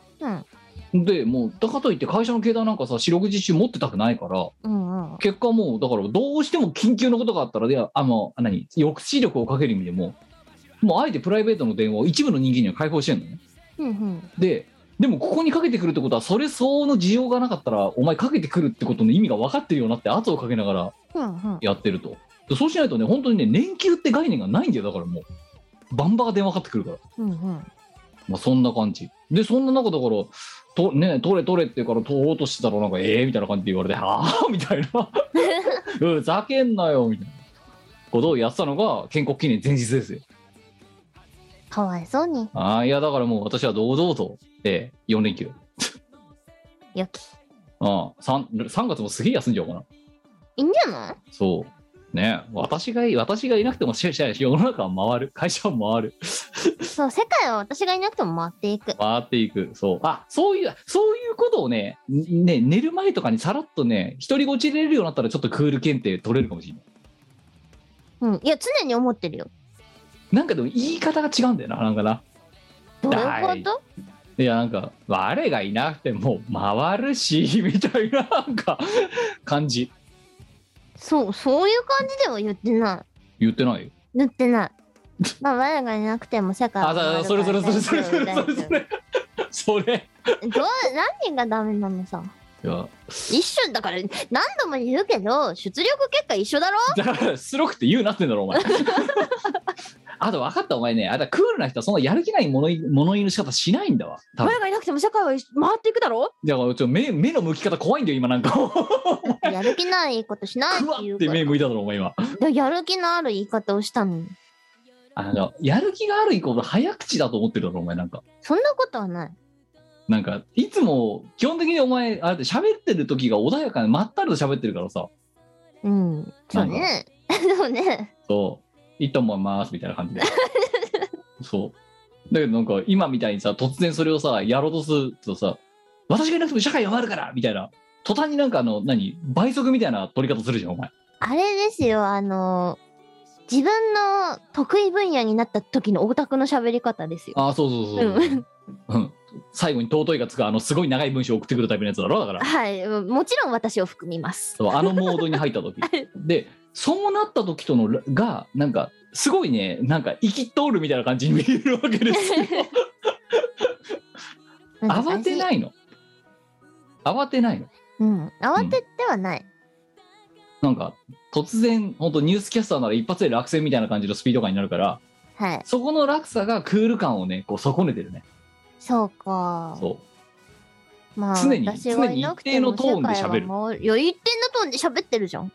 Speaker 1: うん。
Speaker 3: でもうだからといって会社の携帯なんかさ四六時中持ってたくないから
Speaker 1: うんうん。
Speaker 3: 結果もうだからどうしても緊急のことがあったらでああの何抑止力をかける意味でももうあえてプライベートの電話を一部の人間には開放してんのね
Speaker 1: うんうん。
Speaker 3: ででもここにかけてくるってことはそれ相応の需要がなかったらお前かけてくるってことの意味が分かってるようになって圧をかけながら
Speaker 1: うんうん。
Speaker 3: やってるとでそうしないとね本当にね年休って概念がないんだよだからもうバンバン電話かかってくるから、
Speaker 1: うんうん。
Speaker 3: まあ、そんな感じでそんな中だからと、ね、取れ取れって言うから取ろうとしてたらなんかええみたいな感じで言われてああみたいなふざけんなよみたいなことをやってたのが建国記念前日ですよ
Speaker 1: かわいそうに。
Speaker 3: ああいやだからもう私は堂々と、ええ、4連休
Speaker 1: よき。
Speaker 3: ああ 3, 3月もすげえ休んじゃおうかない
Speaker 1: いんじゃない
Speaker 3: そうね私がい私がいなくてもしし世の中は回る会社は回る
Speaker 1: そう、世界は私がいなくても回っていく。
Speaker 3: 回っていくそうあそういうそういうことをねんね寝る前とかにさらっとね独り言入れるようになったらちょっとクール検定取れるかもしれない
Speaker 1: うん。いや、常に思ってるよ。
Speaker 3: なんかでも言い方が違うんだよななんかな
Speaker 1: どういうこと
Speaker 3: いやなんか我がいなくても回るし みたいななんか感じ
Speaker 1: そう、そういう感じでは言ってな
Speaker 3: 言ってない
Speaker 1: い。言って ない。まあ、我がいなくても世界は
Speaker 3: あ
Speaker 1: 回る
Speaker 3: そそれそれそれそれそれ
Speaker 1: 大
Speaker 3: そ
Speaker 1: 丈夫
Speaker 3: れそれそれ
Speaker 1: どう何がダメなのさ
Speaker 3: いや
Speaker 1: 一緒だから何度も言うけど出力結果一緒だろ
Speaker 3: だからスロくって言うなってんだろお前 あと分かったお前ねあだからクールな人はそんなやる気ない物言い物言いの仕方しないんだわ多分
Speaker 1: がいなくても社会は一緒回っていくだろ
Speaker 3: だからちょっと目目の向き方怖いんだよ今なんかく
Speaker 1: やる気ないことし ない
Speaker 3: わ
Speaker 1: っていう
Speaker 3: っ
Speaker 1: か
Speaker 3: て
Speaker 1: ら
Speaker 3: 目向いただろお前今
Speaker 1: でやる気のある言い方をしたのに
Speaker 3: あのやる気があるイコール早口だと思ってるだろお前なんか
Speaker 1: そんなことはない
Speaker 3: なんかいつも基本的にお前あれって喋ってる時が穏やかにまったりと喋ってるからさ
Speaker 1: うんそうね そうね
Speaker 3: そう一旦もますみたいな感じでそうだけどなんか今みたいにさ突然それをさやろうとするとさ私がいなくても社会が回るからみたいな途端になんかあの何倍速みたいな取り方するじゃんお前
Speaker 1: あれですよあの自分の得意分野になった時のオタクの喋り方ですよ
Speaker 3: ああそうそうそうう、うん、最後に尊いがつくあのすごい長い文章を送ってくるタイプのやつだろだから
Speaker 1: はいもちろん私を含みます
Speaker 3: そうあのモードに入った時でそうなった時とのらがなんかすごいねなんか生き通るみたいな感じに見えるわけで すよ慌て
Speaker 1: い
Speaker 3: ないの慌てないの
Speaker 1: うん慌ててはない、
Speaker 3: なんか突然本当ニュースキャスターなら一発で落選みたいな感じのスピード感になるから
Speaker 1: はい
Speaker 3: そこの落差がクール感をねこう損ねてるね
Speaker 1: そうか
Speaker 3: そ
Speaker 1: まあ、
Speaker 3: 常に
Speaker 1: 私はいなくても
Speaker 3: 常に一定のトーンで喋る
Speaker 1: 世界は回るいや、一定のトーンで喋ってるじゃん。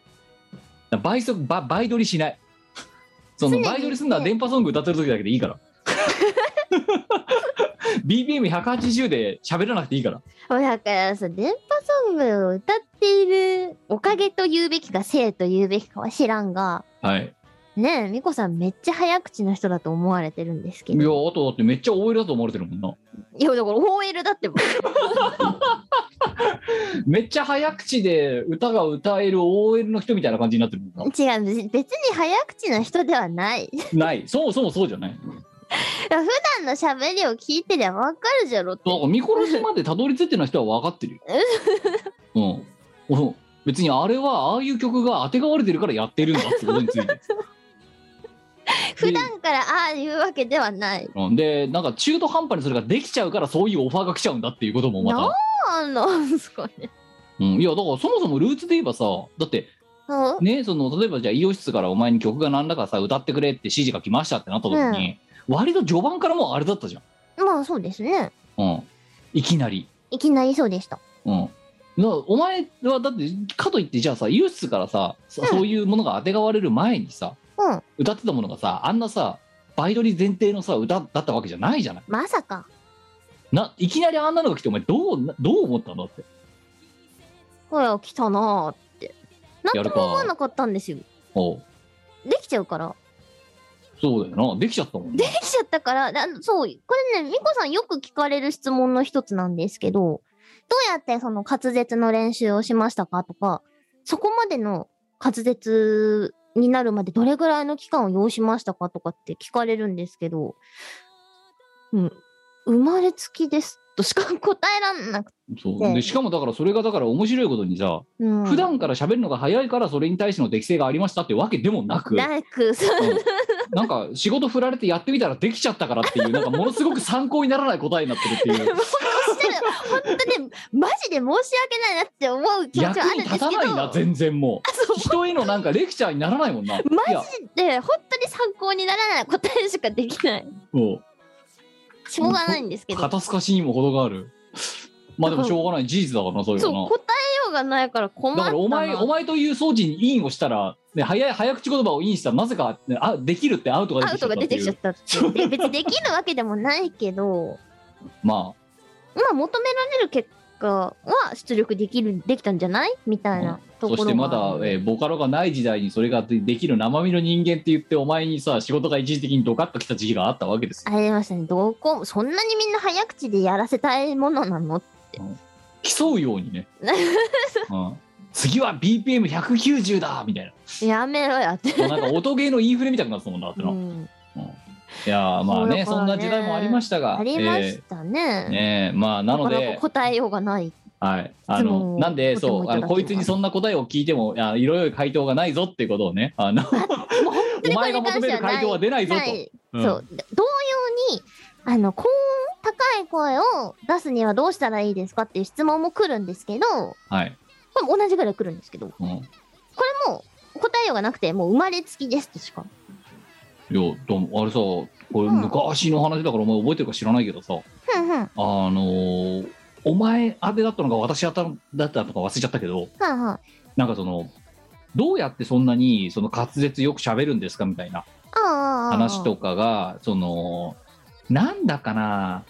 Speaker 3: う倍速ば倍取りしない その
Speaker 1: 常に
Speaker 3: 倍取りするのは電波ソング歌ってる時だけでいいから BPM180 で喋らなくていいから
Speaker 1: だからさ、電波ソングを歌っているおかげと言うべきか、せいと言うべきかは知らんが、
Speaker 3: はい
Speaker 1: ねえ、みこさんめっちゃ早口な人だと思われてるんですけ
Speaker 3: いやあ
Speaker 1: ど。
Speaker 3: とだってめっちゃ OL だと思われてるもんない
Speaker 1: や、だから OL だ ってば。
Speaker 3: めっちゃ早口で歌が歌える OL の人みたいな感じになってる もんな
Speaker 1: 違う、別に別に早口な人ではない。普
Speaker 3: ないそもそもそうじゃない
Speaker 1: 段の喋りを聞いてりゃわかるじゃろって
Speaker 3: だ。から見殺しまでたどり着いてない人は分かって るよ。うんうん、別にあれはああいう曲があてがわれてるからやってるんだってことについて。
Speaker 1: 普段からああいうわけではない。
Speaker 3: うん、でなんか中途半端にそれができちゃうからそういうオファーが来ちゃうんだっていうこともまた、
Speaker 1: そうなんですかね。
Speaker 3: うん、いやだからそもそもルーツで言えばさだって
Speaker 1: そう
Speaker 3: ねその例えばじゃあ医療室からお前に曲が何らかさ歌ってくれって指示が来ましたってなった時に、割と序盤からもうあれだったじゃん、
Speaker 1: まあ、そうですね。
Speaker 3: うん、いきなり。
Speaker 1: いきなりそうでした。
Speaker 3: うん、なお前はだってかといってじゃあさ医療室からさ、そ
Speaker 1: うん
Speaker 3: そういうものがあてがわれる前にさ
Speaker 1: うん。
Speaker 3: 歌ってたものがさあんなさバイドリ前提のさ歌だったわけじゃないじゃない
Speaker 1: まさか。
Speaker 3: ないきなりあんなのが来てお前どうどう思ったんだって
Speaker 1: ほら、来たなーって。
Speaker 3: や
Speaker 1: なん
Speaker 3: る
Speaker 1: と
Speaker 3: か
Speaker 1: も思わなかったんですよ。
Speaker 3: おう
Speaker 1: できちゃうから。
Speaker 3: そうだよなできちゃったもん
Speaker 1: で
Speaker 3: ね
Speaker 1: きちゃったから、であのそう、これね、みこさんよく聞かれる質問の一つなんですけど、どうやってその滑舌の練習をしましたかとか、そこまでの滑舌になるまでどれぐらいの期間を要しましたかとかって聞かれるんですけど、うん、生まれつきですとしか答えらんなくて。
Speaker 3: そうでしかもだからそれがだから面白いことにさ、
Speaker 1: うん、
Speaker 3: 普段から喋るのが早いからそれに対しての適性がありましたってわけでもなく
Speaker 1: なく、 そう
Speaker 3: うんなんか仕事振られてやってみたらできちゃったからっていうなんかものすごく参考にならない答えになってるっていう
Speaker 1: おっしゃる本当ね、マジで申し訳ないなって思う気持
Speaker 3: 役
Speaker 1: ちはあるん
Speaker 3: に
Speaker 1: です
Speaker 3: 立
Speaker 1: け
Speaker 3: たないな
Speaker 1: ど、
Speaker 3: 全然も
Speaker 1: そう
Speaker 3: 人へのなんかレクチャーにならないもんな
Speaker 1: マ
Speaker 3: いや
Speaker 1: ジで本当に参考にならない答えしかできない。
Speaker 3: も
Speaker 1: しょうがないんです
Speaker 3: う
Speaker 1: けど、
Speaker 3: 肩透かしにも程があるまあでもしょうがない事実だからなそれ
Speaker 1: そ
Speaker 3: は
Speaker 1: う
Speaker 3: な
Speaker 1: 答えようがないから困ったな。
Speaker 3: だからお前お前という装置にインをしたら、ね、早い早口言葉をインしたらなぜか、ねあできるってアウトが
Speaker 1: ア
Speaker 3: 出て
Speaker 1: ウ
Speaker 3: きちゃ
Speaker 1: トが
Speaker 3: ったっ
Speaker 1: 出て
Speaker 3: て
Speaker 1: き
Speaker 3: い
Speaker 1: ちゃっ
Speaker 3: う
Speaker 1: たっていう。で別にできるわけでもないけど、
Speaker 3: ま
Speaker 1: まあ求められる結かは出力できるできたんじゃないみたいなところ
Speaker 3: そしてまだ、
Speaker 1: が
Speaker 3: えーボカロがない時代にそれができる生身の人間って言ってお前にさ仕事が一時的にドカッと来た時期があったわけですよ
Speaker 1: ありましたねどこもそんなにみんな早口でやらせたいものなの
Speaker 3: 競うよう にね、うん、次は BPM190 だみたいな
Speaker 1: やめろやって、
Speaker 3: もうなんか音ゲーのインフレみたいになってたもんなってな、
Speaker 1: う
Speaker 3: い
Speaker 1: ん
Speaker 3: やーまあね
Speaker 1: そう
Speaker 3: そ
Speaker 1: だからね
Speaker 3: んな時代もありましたが
Speaker 1: ありましたね,、
Speaker 3: えーねえまあな
Speaker 1: な
Speaker 3: の
Speaker 1: かな
Speaker 3: で
Speaker 1: か答えようがない
Speaker 3: はい、あ
Speaker 1: 質問
Speaker 3: の
Speaker 1: を
Speaker 3: なんで
Speaker 1: とてもい
Speaker 3: そ
Speaker 1: うた
Speaker 3: あ
Speaker 1: だき
Speaker 3: のこいつにそんな答えを聞いてもあいろいろ回答がないぞっていうことをねあのお前が求める回答は出ないぞと
Speaker 1: な。い、
Speaker 3: うん
Speaker 1: そうで同様にあの高音高い声を出すにはどうしたらいいですかっていう質問も来るんですけど
Speaker 3: はい、
Speaker 1: これも同じぐらい来るんですけどこ
Speaker 3: うん
Speaker 1: れも答えようがなくてもう生まれつきですとしか
Speaker 3: いやでもあれさこれ
Speaker 1: うん
Speaker 3: 昔の話だからお前覚えてるか知らないけどさ
Speaker 1: ふんふんは
Speaker 3: あのーお前あてだったのか私あただったのか忘れちゃったけど
Speaker 1: あはあ
Speaker 3: なんかそのどうやってそんなにその滑舌よく喋るんですかみたいな
Speaker 1: ああ
Speaker 3: 話とかがそのなんだかな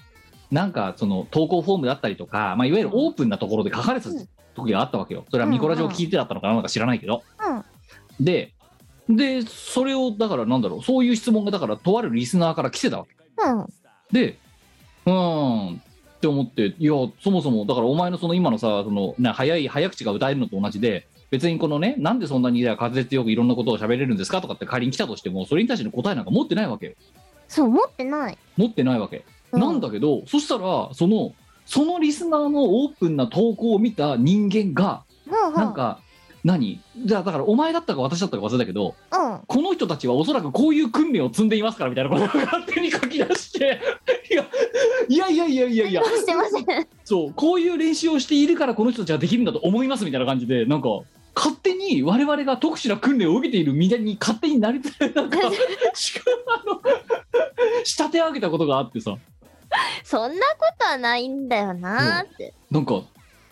Speaker 3: なんかその投稿フォームだったりとか、まあ、いわゆるオープンなところで書かれてた時があったわけよそれはミコラジオを聞いてだったのかななんか知らないけど、ででそれをだからなんだろうそういう質問がだからとあるリスナーから来てたわけ
Speaker 1: うん
Speaker 3: でうーんって思っていやそもそもだからお前のその今のさそのな早い早口が歌えるのと同じで別にこのねなんでそんなにじゃあ滑舌よくいろんなことを喋れるんですかとかって仮に来たとしてもそれに対しての答えなんか持ってないわけよ
Speaker 1: そう持ってない、
Speaker 3: 持ってないわけ、
Speaker 1: う
Speaker 3: なんだけどそしたらそのそのリスナーのオープンな投稿を見た人間が
Speaker 1: うんうん
Speaker 3: なんか、何じゃあだからお前だったか私だったか忘れたけど
Speaker 1: うん
Speaker 3: この人たちはおそらくこういう訓練を積んでいますからみたいなことを勝手に書き出して いやいやいやいやい やいや
Speaker 1: してません
Speaker 3: そうこういう練習をしているからこの人たちはできるんだと思いますみたいな感じでなんか勝手に我々が特殊な訓練を受けている身に勝手になりつつ なんかしかもあの仕立て上げたことがあってさ
Speaker 1: そんなことはないんだよなーって、
Speaker 3: なんか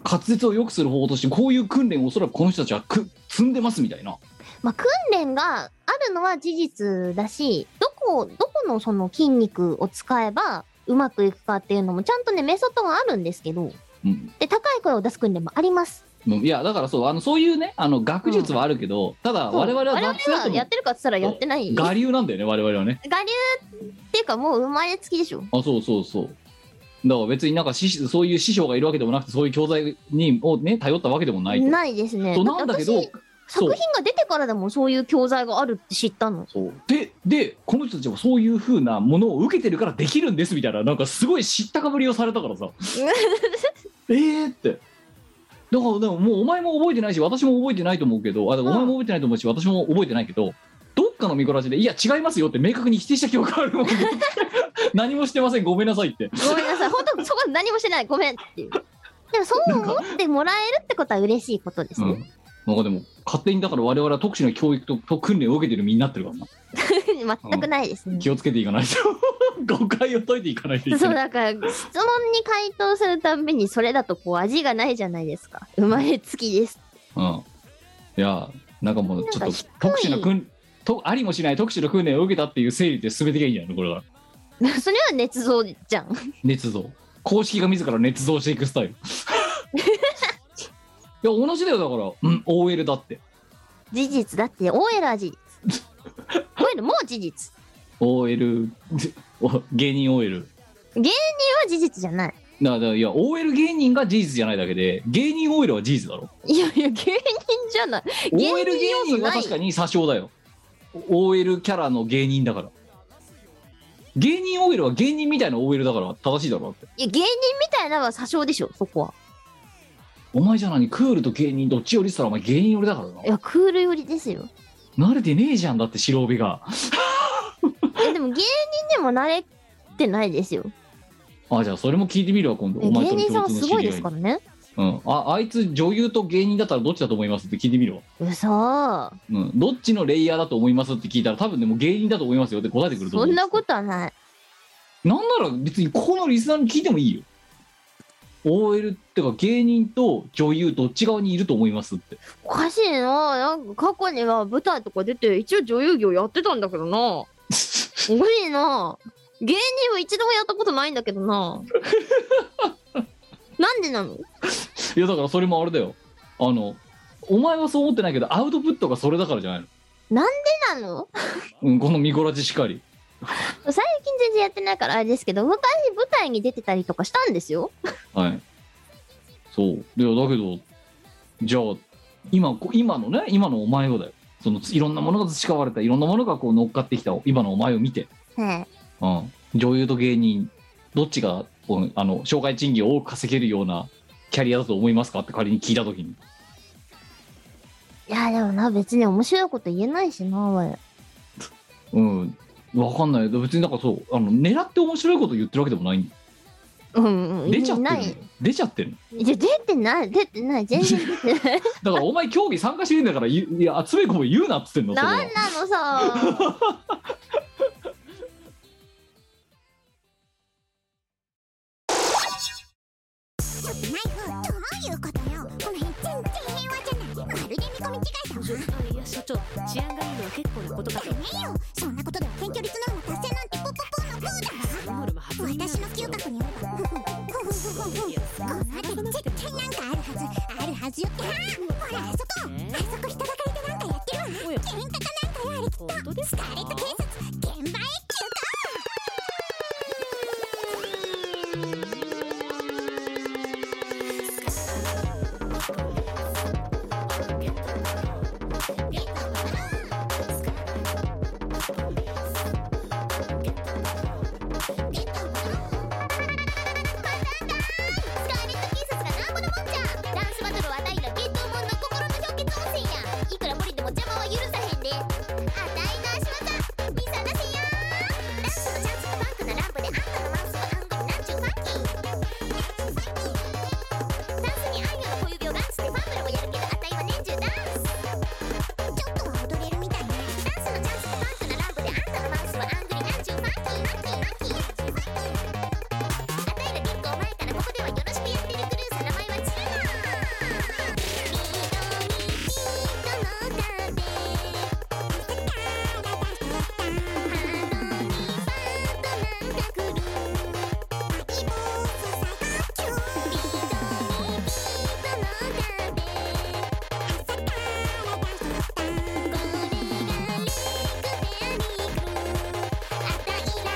Speaker 3: 滑舌を良くする方法としてこういう訓練をおそらくこの人たちはく積んでますみたいな
Speaker 1: まあ訓練があるのは事実だしどこどこのその筋肉を使えばうまくいくかっていうのもちゃんとねメソッドがあるんですけど
Speaker 3: うん
Speaker 1: で高い声を出す訓練もあります
Speaker 3: いやだからそうあのそういうねあの学術はあるけど、ただ
Speaker 1: そう
Speaker 3: 我々は
Speaker 1: 我々
Speaker 3: 学生だと
Speaker 1: は
Speaker 3: も
Speaker 1: やってるかって言ったらやってない我
Speaker 3: 我流なんだよね我々はね
Speaker 1: 流っていうかもう生まれつきでしょ
Speaker 3: あそうそうそうだから別になんか師匠そういう師匠がいるわけでもなくてそういう教材にをね頼ったわけでもないと
Speaker 1: ないですね
Speaker 3: そうなんだけど
Speaker 1: 私作品が出てからでもそういう教材があるって知ったの
Speaker 3: そうででこの人たちもそういうふうなものを受けてるからできるんですみたいななんかすごい知ったかぶりをされたからさえーってだからでももうお前も覚えてないし私も覚えてないと思うけどあでも
Speaker 1: うん
Speaker 3: お前も覚えてないと思うし、私も覚えてないけどどっかの見こらしで「いや違いますよ」って明確に否定した記憶があるもんね 何もしてませんごめんなさいって
Speaker 1: ごめんな さい、本当そこは何もしてない、ごめんっていう。でもそう思ってもらえるってことは嬉しいことです
Speaker 3: う
Speaker 1: ね。
Speaker 3: ん、なんかでも勝手にだから我々は特殊な教育とと訓練を受けてる身になってるからな
Speaker 1: 全くないですね。
Speaker 3: 気をつけていかないと 誤解を解いていかないといけ
Speaker 1: そう
Speaker 3: な
Speaker 1: だ
Speaker 3: い
Speaker 1: から質問に回答するたんびにそれだとこう味がないじゃないですか生まれつきです
Speaker 3: うん、いやなんかもうちょっ
Speaker 1: なんか
Speaker 3: と
Speaker 1: 低い
Speaker 3: 特殊な訓とありもしない特殊な訓練を受けたっていう整理で全てがいいんじゃないのこれは
Speaker 1: それは捏造じゃん
Speaker 3: 捏造公式が自ら捏造していくスタイルいや同じだよだから、うん、OL だって
Speaker 1: 事実だって OL は事実 OL も事実
Speaker 3: OL お 芸人 OL
Speaker 1: それは事実じゃない
Speaker 3: だからだからいや OL 芸人が事実じゃないだけで芸人 OL は事実だろ
Speaker 1: いやいや芸人じゃない
Speaker 3: OL 芸
Speaker 1: 要素
Speaker 3: 人
Speaker 1: な
Speaker 3: はい確かに詐称だよ OL キャラの芸人だから芸人 OL は芸人みたいな OL だから正しいだろだって
Speaker 1: いや芸人みたいなのは詐称でしょそこは
Speaker 3: お前じゃ何クールと芸人どっちよりって言ったらお前芸人寄りだから
Speaker 1: いやクール寄りですよ
Speaker 3: な慣れてねえじゃんだって白帯が
Speaker 1: いやでも芸人でも慣れてないですよ
Speaker 3: あじゃあそれも聞いてみるわ今度
Speaker 1: え
Speaker 3: お
Speaker 1: 芸
Speaker 3: 前との
Speaker 1: 人さんは
Speaker 3: 共通
Speaker 1: す
Speaker 3: の
Speaker 1: ごい
Speaker 3: 知り
Speaker 1: で
Speaker 3: 合い
Speaker 1: す
Speaker 3: に
Speaker 1: からね
Speaker 3: うん、ああいつ女優と芸人だったらどっちだと思いますって聞いてみるわ、
Speaker 1: うそー
Speaker 3: うん、どっちのレイヤーだと思いますって聞いたら多分でも芸人だと思いますよって答えてくると
Speaker 1: そ
Speaker 3: 思うん
Speaker 1: なことはない
Speaker 3: なんなら別にここのリスナーに聞いてもいいよ。OL ってか芸人と女優どっち側にいると思いますって。
Speaker 1: おかしいななんか過去には舞台とか出て一応女優業やってたんだけど なおかし いな芸人は一度もやったことないんだけどななんでなの
Speaker 3: いやだからそれもあれだよあのお前はそう思ってないけどアウトプットがそれだからじゃないの、
Speaker 1: なの
Speaker 3: うん、このミコラジしかり
Speaker 1: 最近全然やってないからあれですけど昔舞台に出てたりとかしたんですよ
Speaker 3: はいそういやだけどじゃあ今こ今のね今のお前をだよそのいろんなものが培われたいろんなものがこう乗っかってきた今のお前を見て、
Speaker 1: はい
Speaker 3: うん、女優と芸人どっちがこうあの障害賃金を多く稼げるようなキャリアだと思いますかって仮に聞いた時に
Speaker 1: いやでもな別に面白いこと言えないしなおい
Speaker 3: うんわかんない別になんかそうあの狙って面白いこと言ってるわけでもないんだよ
Speaker 1: うんうん
Speaker 3: 出ちゃってる
Speaker 1: な
Speaker 3: のよ
Speaker 1: い
Speaker 3: 出ちゃってるの
Speaker 1: いや出てない出てない全然出て ない
Speaker 3: だからお前競技参加してるんだから言うい や集め込む言うなっつってんのそれは
Speaker 1: なんなの さ
Speaker 5: ちょっとナイフどういうことよこの辺全然平和じゃないまるで見込み違いだわ
Speaker 6: あいや社長治安がいいのは結構なことだと
Speaker 5: ダメよそんなことでは選挙率ノルマ達成なんてポポポのポ
Speaker 6: ノルマ発
Speaker 5: ーだわ私の嗅覚によればふふふふふふこの辺り絶対なんかあるはずあるはずよってあーほらあそこあそこ人だかりでなんかやってるわ
Speaker 6: おや
Speaker 5: 喧嘩かなんかよあれきっと
Speaker 6: 本当です
Speaker 5: スカ
Speaker 6: か
Speaker 5: ーレット警察現場へ急行ゲットスカーレット警察がなんぼのもんじゃダンスバトルは大のゲットモンの心の氷結温泉やいくら無理でも邪魔は許さへんであたいの足技見さらせやダンスのチャンスがバックなランプであんたのマウスのアングルなんちゅうファンキーダンスに愛のの小指をガンしてファンブルもやるけどあたいは年中ダンスちょっとは踊れるみたいねダンスのチャンスがバックなランプであんたのマウスのアングルなんちゅうファンキーファンキーファンキーファンキーあたいら結構前からここではよろしくやってるクルーさ名前はチーナみんなでダンスを踊って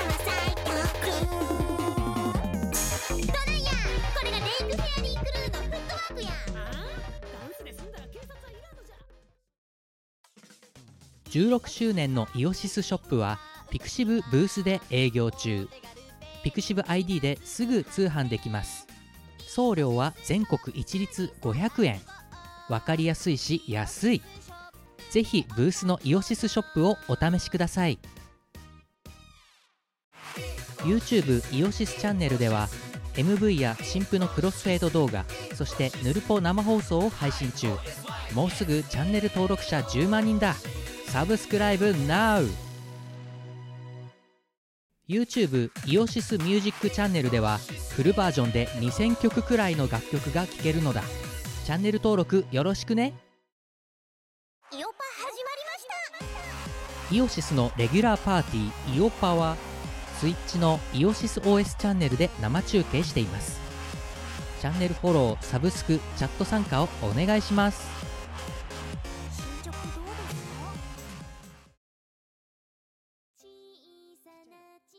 Speaker 5: ドライヤーこれがレイクフェアリークルーのフットワークや
Speaker 6: ダンスで済んだら警察はいらんのじゃ
Speaker 2: 16周年のイオシスショップはピクシブブースで営業中ピクシブ ID ですぐ通販できます送料は全国一律500円わかりやすいし安いぜひブースのイオシスショップをお試しください YouTube イオシスチャンネルでは MV や新婦のクロスフェード動画そしてヌルポ生放送を配信中もうすぐチャンネル登録者10万人だサブスクライブ NOW!YouTube イオシスミュージックチャンネルではフルバージョンで2000曲くらいの楽曲が聴けるのだチャンネル登録よろしくね
Speaker 5: イオパ始まりました
Speaker 2: イオシスのレギュラーパーティーイオパはスイッチのイオシス OS チャンネルで生中継していますチャンネルフォローサブスクチャット参加をお願いします
Speaker 5: 進捗どうですか小さな小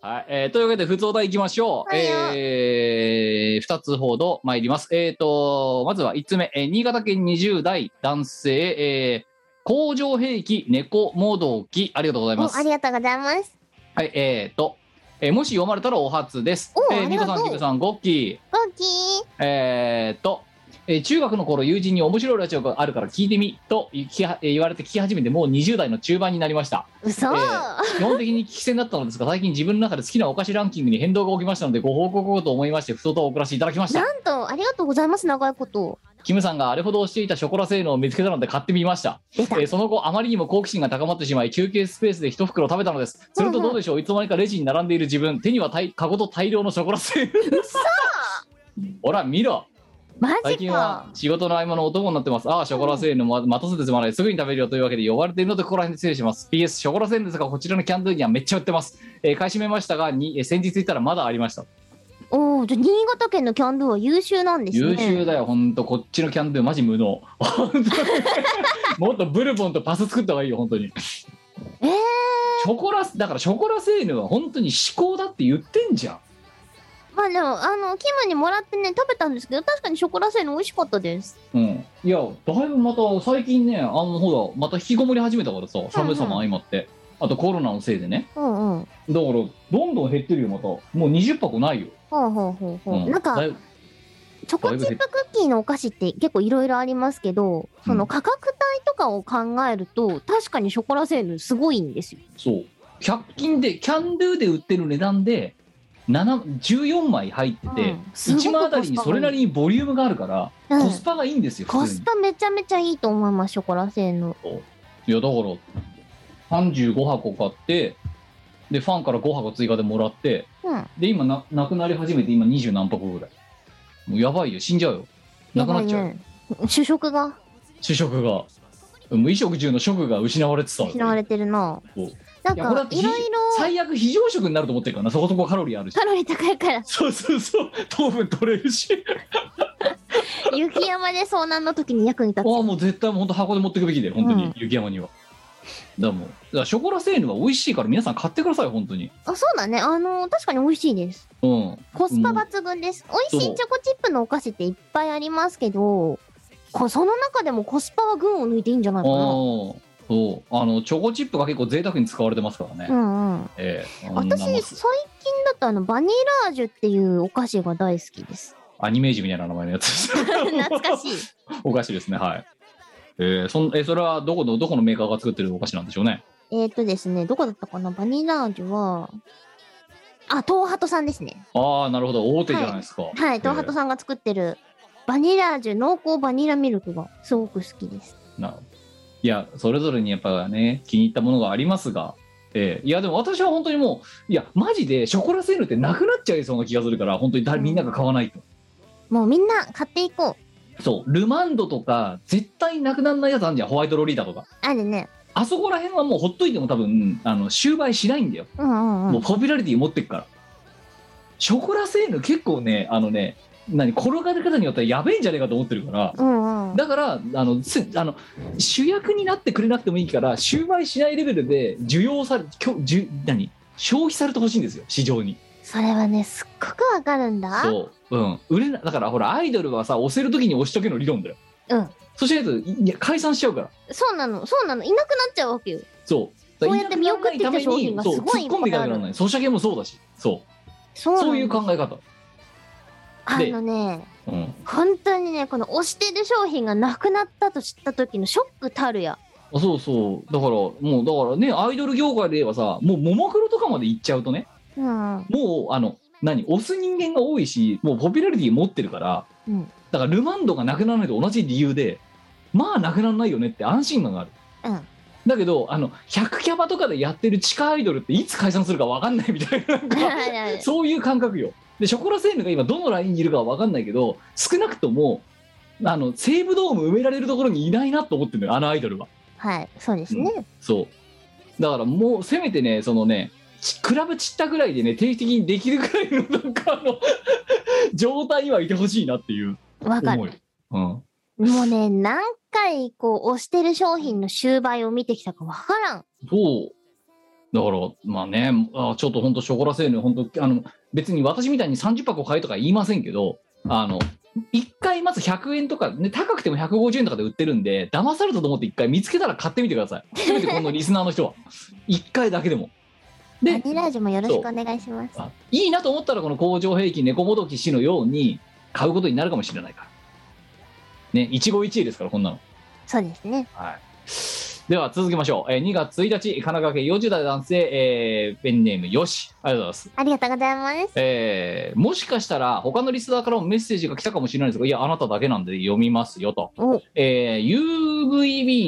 Speaker 5: さ
Speaker 3: はい、えーというわけで、普通お題いきましょう。
Speaker 1: はいよ
Speaker 3: えー、2つほど参ります。えーと、まずは1つ目、えー新潟県20代男性、えー工場兵器猫もどき、ありがとうございま
Speaker 1: お
Speaker 3: す。
Speaker 1: ありがとうございます
Speaker 3: はい、えーと、えーもし読まれたらお初です。
Speaker 1: お
Speaker 3: えー、
Speaker 1: あ
Speaker 3: ニ
Speaker 1: り
Speaker 3: コ
Speaker 1: がと
Speaker 3: さ、
Speaker 1: うん
Speaker 3: キクさん、ゴッキー。
Speaker 1: ゴッキー
Speaker 3: えー、と、えー中学の頃友人に面白いラジオがあるから聞いてみと聞きはえー言われて聞き始めてもう20代の中盤になり ました
Speaker 1: 嘘、
Speaker 3: え基本的に聞き捨てになったのですが最近自分の中で好きなお菓子ランキングに変動が起きましたのでご報告をと思いまして不相とお送らせていただきました
Speaker 1: なんとありがとうございます長いこと
Speaker 3: キムさんがあれほど推していたショコラ性能を見つけたので買ってみました、え
Speaker 1: 出た
Speaker 3: ーその後あまりにも好奇心が高まってしまい休憩スペースで一袋食べたのですするとどうでしょういつの間にかレジに並んでいる自分手には大カゴと大量のショコラ性能 ほら見ろ
Speaker 1: マ
Speaker 3: 最
Speaker 1: ジ
Speaker 3: 近は
Speaker 1: か
Speaker 3: 仕事の合間のお供になってます。ああ、ショコラセールのま待たせてすまない。すぐに食べるよというわけで呼ばれているので、ここら辺で失礼します。PS、ショコラセールですが、こちらのキャンドゥにはめっちゃ売ってます。えー買い占めましたが、にえー先日行ったらまだありました。
Speaker 1: おお、じゃあ新潟県のキャンドゥは優秀なんですね。
Speaker 3: 優秀だよ、ほんと、こっちのキャンドゥ、マジ無能。ほんとにもっとブルボンとパス作った方がいいよ、本当に。
Speaker 1: えー
Speaker 3: ショコラ、だからショコラセーヌは本当に至高だって言ってんじゃん。
Speaker 1: まあでも、あの、キムにもらってね、食べたんですけど、確かにショコラセーヌ美味しかったです。
Speaker 3: うん、いやだいぶまた最近ねあのほらまた引きこもり始めたからさ寒さも相まって、あとコロナのせいでね
Speaker 1: うんうん。
Speaker 3: だからどんどん減ってるよまたもう20箱ないよ、
Speaker 1: ほうほうほうほう。
Speaker 3: うん
Speaker 1: なんか
Speaker 3: だ、いぶ
Speaker 1: チョコチップクッキーのお菓子って結構いろいろありますけど、その価格帯とかを考えると、確かにショコラセーヌすごいんですよ。
Speaker 3: そう100均でキャンドゥで売ってる値段で7 14枚入ってて、
Speaker 1: うんすごく
Speaker 3: 1枚あたりにそれなりにボリュームがあるから
Speaker 1: うん
Speaker 3: コスパがいいんですよ、
Speaker 1: コ
Speaker 3: 普通
Speaker 1: ス
Speaker 3: に
Speaker 1: パめちゃめちゃいいと思います、ショコラセーヌ。
Speaker 3: いやだから35箱買ってでファンから5箱追加でもらって、
Speaker 1: うん。
Speaker 3: で今ななくなり始めて今二十何箱ぐらいもうやばいよ死んじゃうよなくなっちゃう、
Speaker 1: やばいね。主食が
Speaker 3: 主食がもう衣食住の食が失われてた
Speaker 1: 失われてるな
Speaker 3: そう。
Speaker 1: なん
Speaker 3: いやこれ
Speaker 1: か
Speaker 3: だっ、て
Speaker 1: いろいろ
Speaker 3: 最悪非常食になると思ってるからなそこそこカロリーあるし
Speaker 1: カロリー高い から、
Speaker 3: そうそうそう糖分取れるし
Speaker 1: 雪山で遭難の時に役に立
Speaker 3: ああ
Speaker 1: つ。
Speaker 3: もう絶対もう本当箱で持ってくべきで本当
Speaker 1: うん
Speaker 3: に雪山には、だからもうだからショコラセーヌは美味しいから皆さん買ってください本当に
Speaker 1: あ、そうだね。あの、確かに美味しいです。
Speaker 3: うん
Speaker 1: コスパ抜群です、美味しいチョコチップのお菓子っていっぱいありますけどこその中でもコスパは群を抜いていいんじゃない
Speaker 3: ああ
Speaker 1: かな
Speaker 3: そうあのチョコチップが結構贅沢に使われてますからね、
Speaker 1: うんうん
Speaker 3: ええあんな
Speaker 1: 私
Speaker 3: も
Speaker 1: 最近
Speaker 3: ん
Speaker 1: だとあのバニラージュっていうお菓子が大好きです
Speaker 3: アニメージュみたいな名前のやつです
Speaker 1: 懐かしい
Speaker 3: お菓子ですね、はい。えー、そんえそれはどこのどこのメーカーが作ってるお菓子なんでしょうね。
Speaker 1: えっ、ー、とですねどこだったかなバニラージュはあ東ハトさんですね
Speaker 3: ああ、なるほど、大手じゃないですか。
Speaker 1: はい東ハトさんが作ってるバニラージュ濃厚バニラミルクがすごく好きです
Speaker 3: えーないや、それぞれにやっぱね、気に入ったものがありますが、えーいや、でも私は本当にもう、いや、マジでショコラセールってなくなっちゃいそうな気がするから、本当にだみんなが買わないと。
Speaker 1: もうみんな買っていこう
Speaker 3: そう、ルマンドとか、絶対なくならないやつあんじゃん、ホワイトロリータとか。
Speaker 1: あるね
Speaker 3: あそこら辺はもうほっといても多分、あの、終売しないんだよ。
Speaker 1: うんうんう
Speaker 3: も
Speaker 1: ん
Speaker 3: うポピュラリティ持ってっから。ショコラセーヌ結構ね、あのね、何、転がり方によってはやべえんじゃねえかと思ってるから、
Speaker 1: うんうん
Speaker 3: だから、あの、すあの主役になってくれなくてもいいから、終売しないレベルで、需要され、きょじゅ何消費されてほしいんですよ、市場に。
Speaker 1: それはねすっごくわかるんだ
Speaker 3: そう。うん。売れな、だからほら、アイドルはさ、押せるときに押しとけの理論だよ。
Speaker 1: うん。
Speaker 3: そうしないと、いいや、解散しちゃうから。
Speaker 1: そうなの、そうなの、いなくなっちゃうわけよ。
Speaker 3: そう。だか
Speaker 1: そ
Speaker 3: ら
Speaker 1: うやって見送ってきた商品がすごい
Speaker 3: そう、突っ込んでいかなくならない。ソシャゲもそうだし、そう。
Speaker 1: そうなの
Speaker 3: そういう考え方。
Speaker 1: あのね、
Speaker 3: うん。
Speaker 1: 本当にね、この推してる商品がなくなったと知った時のショックたるや。
Speaker 3: あそうそうだからもうだからねアイドル業界で言えばさもうももクロとかまで行っちゃうとね
Speaker 1: うん。うん。
Speaker 3: もうあの何押す人間が多いしもうポピュラリティ持ってるから
Speaker 1: うん。
Speaker 3: だからルマンドがなくならないと同じ理由でまあなくならないよねって安心感があるだけどあの100キャバとかでやってる地下アイドルっていつ解散するか分かんないみたいななんかそういう感覚よ。で、ショコラセーヌが今どのラインにいるかは分かんないけど、少なくとも、あの、西武ドーム埋められるところにいないなと思ってるのよ、あのアイドルは。
Speaker 1: はい、そうですね。
Speaker 3: そう。だからもう、せめてね、そのね、ちクラブ散ったぐらいでね、定期的にできるぐらいの、なんかあの、状態にはいてほしいなっていう
Speaker 1: わかる。
Speaker 3: 思い。うん。
Speaker 1: もうね、何回こう推してる商品の終売を見てきたかわからん。
Speaker 3: そう。だから、まあね、あちょっと本当、ショコラセーヌ、本当、あの、別に私みたいに30箱買えとか言いませんけど、あの、一回まず100円とか、ね、高くても150円とかで売ってるんで、騙されたと思って一回見つけたら買ってみてください。せめてこのリスナーの人は。 一回だけでも。
Speaker 1: バ
Speaker 3: で、
Speaker 1: ニラージュもよろしくお願いします。
Speaker 3: あいいなと思ったらこの工場兵器猫もどき氏のように買うことになるかもしれないから。ね、一期一会ですから、こんなの。
Speaker 1: そうですね。
Speaker 3: はい、では続きましょう、えー、2月1日神奈川県40代男性、えーペンネームよしありがとうございます、
Speaker 1: ありがとうございます。
Speaker 3: えーもしかしたら他のリスナーからもメッセージが来たかもしれないですがいやあなただけなんで読みますよと、
Speaker 1: お、
Speaker 3: えー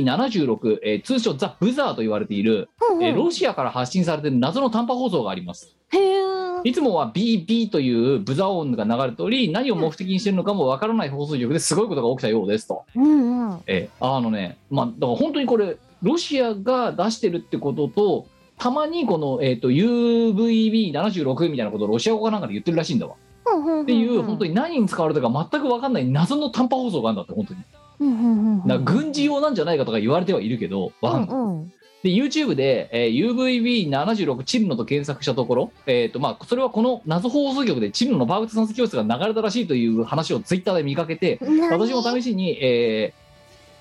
Speaker 3: UVB76、えー通称ザ・ブザーと言われている、
Speaker 1: ふんふん
Speaker 3: えーロシアから発信されている謎の短波放送があります
Speaker 1: へー
Speaker 3: いつもは BB というブザー音が流れており何を目的にしているのかもわからない放送局ですごいことが起きたようですと
Speaker 1: うんうん。
Speaker 3: ええあのね、まあ、だから本当にこれ、ロシアが出してるってことと、たまにこの、えー、と UVB76 みたいなことをロシア語かなんかで言ってるらしいんだわ。っていう本当に何に使われたか全く分かんない謎の短波放送があるんだって本当に
Speaker 1: に
Speaker 3: だから軍事用なんじゃないかとか言われてはいるけど分かんない、
Speaker 1: うん
Speaker 3: で YouTube で、えー UVB76 チルノと検索したところ、えーとまあ、それはこの謎放送局でチルノのバーグト算数教室が流れたらしいという話を Twitter で見かけて
Speaker 1: うん、
Speaker 3: 私も試しに、えー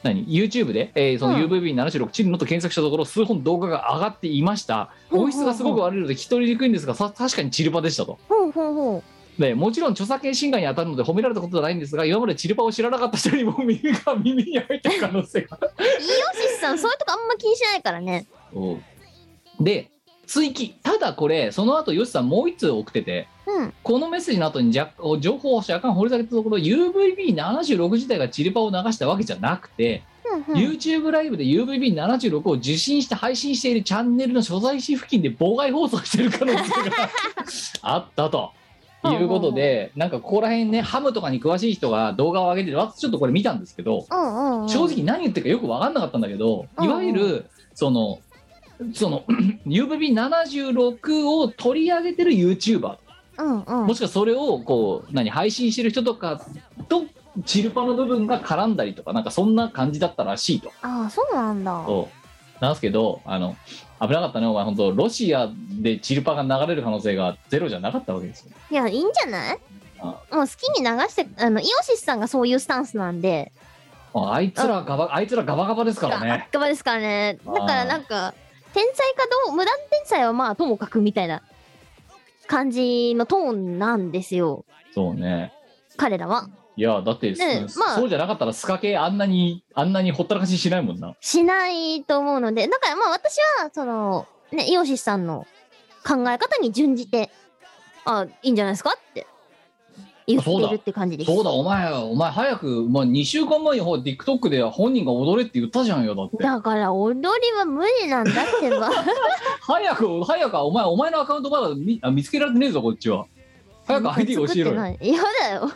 Speaker 3: 何 YouTube で、えーそうの
Speaker 1: ん
Speaker 3: UVB76 チルノと検索したところ数本動画が上がっていました
Speaker 1: ほうほうほう
Speaker 3: 音質がすごく悪いので聞き取りにくいんですがさ確かにチルパでしたと
Speaker 1: ほ うほうほう
Speaker 3: ね、もちろん著作権侵害に当たるので褒められたことはないんですが今までチルパを知らなかった人にも耳が耳に入ってる可能性が
Speaker 1: イオシスさんそういうとこあんま気にしないからね
Speaker 3: うんで追記ただこれその後ヨシさんもう一通送ってて
Speaker 1: うん
Speaker 3: このメッセージの後に若情報を若干掘り下げたところ UVB76 自体がチルパを流したわけじゃなくて、
Speaker 1: うんうん
Speaker 3: YouTube ライブで UVB76 を受信して配信しているチャンネルの所在地付近で妨害放送してる可能性があったと。いうことで、なんかここら辺ね、ハムとかに詳しい人が動画を上げてる、私ちょっとこれ見たんですけど、
Speaker 1: うんうん
Speaker 3: 正直何言ってるかよく分かんなかったんだけど、
Speaker 1: うん
Speaker 3: いわゆる、その、その UVB76 を取り上げてる YouTuber、
Speaker 1: うんうん
Speaker 3: もしくはそれをこう、何、配信してる人とかと、チルパの部分が絡んだりとか、なんかそんな感じだったらしいと。
Speaker 1: ああそうなんだ
Speaker 3: そうなんですけどあの危なかったねお前本当ロシアでチルパが流れる可能性がゼロじゃなかったわけですよ
Speaker 1: いやいいんじゃない
Speaker 3: あ
Speaker 1: もう好きに流してあのイオシスさんがそういうスタンスなんで
Speaker 3: ああいつらガバあいつらガバガバですから
Speaker 1: あ
Speaker 3: ね
Speaker 1: っかばですからねだ
Speaker 3: あー
Speaker 1: からなんか天才かどう無断天才はまあともかくみたいな感じのトーンなんですよ
Speaker 3: そうね
Speaker 1: 彼らはい
Speaker 3: やだって、
Speaker 1: ね
Speaker 3: そ
Speaker 1: まあ
Speaker 3: そうじゃなかったらスカ系あんなにあんなにほったらかしにしないもんな
Speaker 1: しないと思うのでだからまあ私はそのねイオシスさんの考え方に準じてあいいんじゃないですかって言ってるって感じです
Speaker 3: そうだお前お前早く、まあ、2週間前にほら TikTok で本人が踊れって言ったじゃんよだって
Speaker 1: だから踊りは無理なんだってば
Speaker 3: 早く早くお前お前のアカウントまだ見あ見つけられてねえぞこっちは 早く ID 教えろよ
Speaker 1: 作ってないやだよ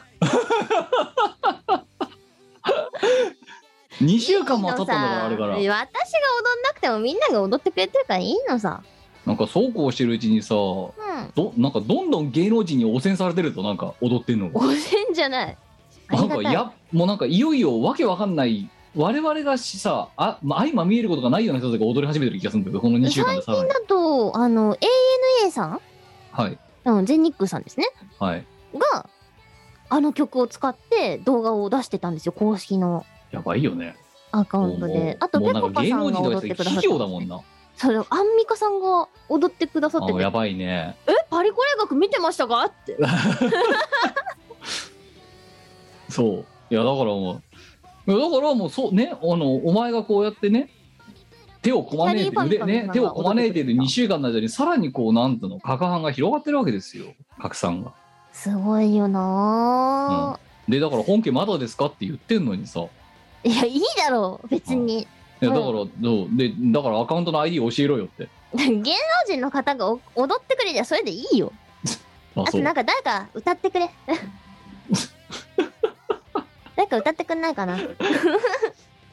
Speaker 3: 2週間も経ったんだからあれから
Speaker 1: いいのさ私が踊んなくてもみんなが踊ってくれてるからいいのさ
Speaker 3: なんかそうこうしてるうちにさ
Speaker 1: うん
Speaker 3: どなんかどんどん芸能人に汚染されてるとなんか踊ってんのが
Speaker 1: 汚染じゃないあ
Speaker 3: な
Speaker 1: り
Speaker 3: ん
Speaker 1: が
Speaker 3: か
Speaker 1: たい
Speaker 3: やもうなんかいよいよわけわかんない我々がしさあま相まみえることがないような人たちが踊り始めてる気がするんだけどこの2週間でさらに
Speaker 1: だとあの ANA さん
Speaker 3: はい
Speaker 1: あの全日空さんですね
Speaker 3: はい
Speaker 1: があの曲を使って動画を出してたんですよ公式の
Speaker 3: やばいよね
Speaker 1: アカウ
Speaker 3: もう
Speaker 1: ン
Speaker 3: も
Speaker 1: ト
Speaker 3: う
Speaker 1: であと
Speaker 3: もう
Speaker 1: ぺ
Speaker 3: な
Speaker 1: こ
Speaker 3: んか
Speaker 1: ぱ
Speaker 3: 芸
Speaker 1: さ
Speaker 3: 能
Speaker 1: んが
Speaker 3: 人
Speaker 1: 踊
Speaker 3: と
Speaker 1: っ
Speaker 3: か
Speaker 1: て
Speaker 3: さ
Speaker 1: くださっ
Speaker 3: 企
Speaker 1: て
Speaker 3: 業だもんな
Speaker 1: それアンミカさんが踊ってくださって
Speaker 3: あ
Speaker 1: て
Speaker 3: やばいね
Speaker 1: 「えパリコレ学見てましたか?」って
Speaker 3: そういやだからもういやだからもうそうねあのお前がこうやってね手をこまねいて
Speaker 1: キャリー
Speaker 3: 腕
Speaker 1: パンパンの
Speaker 3: ね
Speaker 1: 中
Speaker 3: 手をこまねいている2週間の間にさらにこうなんていうの拡散が広がってるわけですよ拡散が
Speaker 1: すごいよな
Speaker 3: でだから本家まだですかって言ってんのにさ
Speaker 1: ぁ、いやいいだろう別に
Speaker 3: いやだ
Speaker 1: うん
Speaker 3: から、どうでだからアカウントの ID 教えろよって
Speaker 1: 芸能人の方がお踊ってくれりゃそれでいいよあ
Speaker 3: あ
Speaker 1: と
Speaker 3: そう
Speaker 1: なんか誰か歌ってく れ誰か歌ってくんないかなそう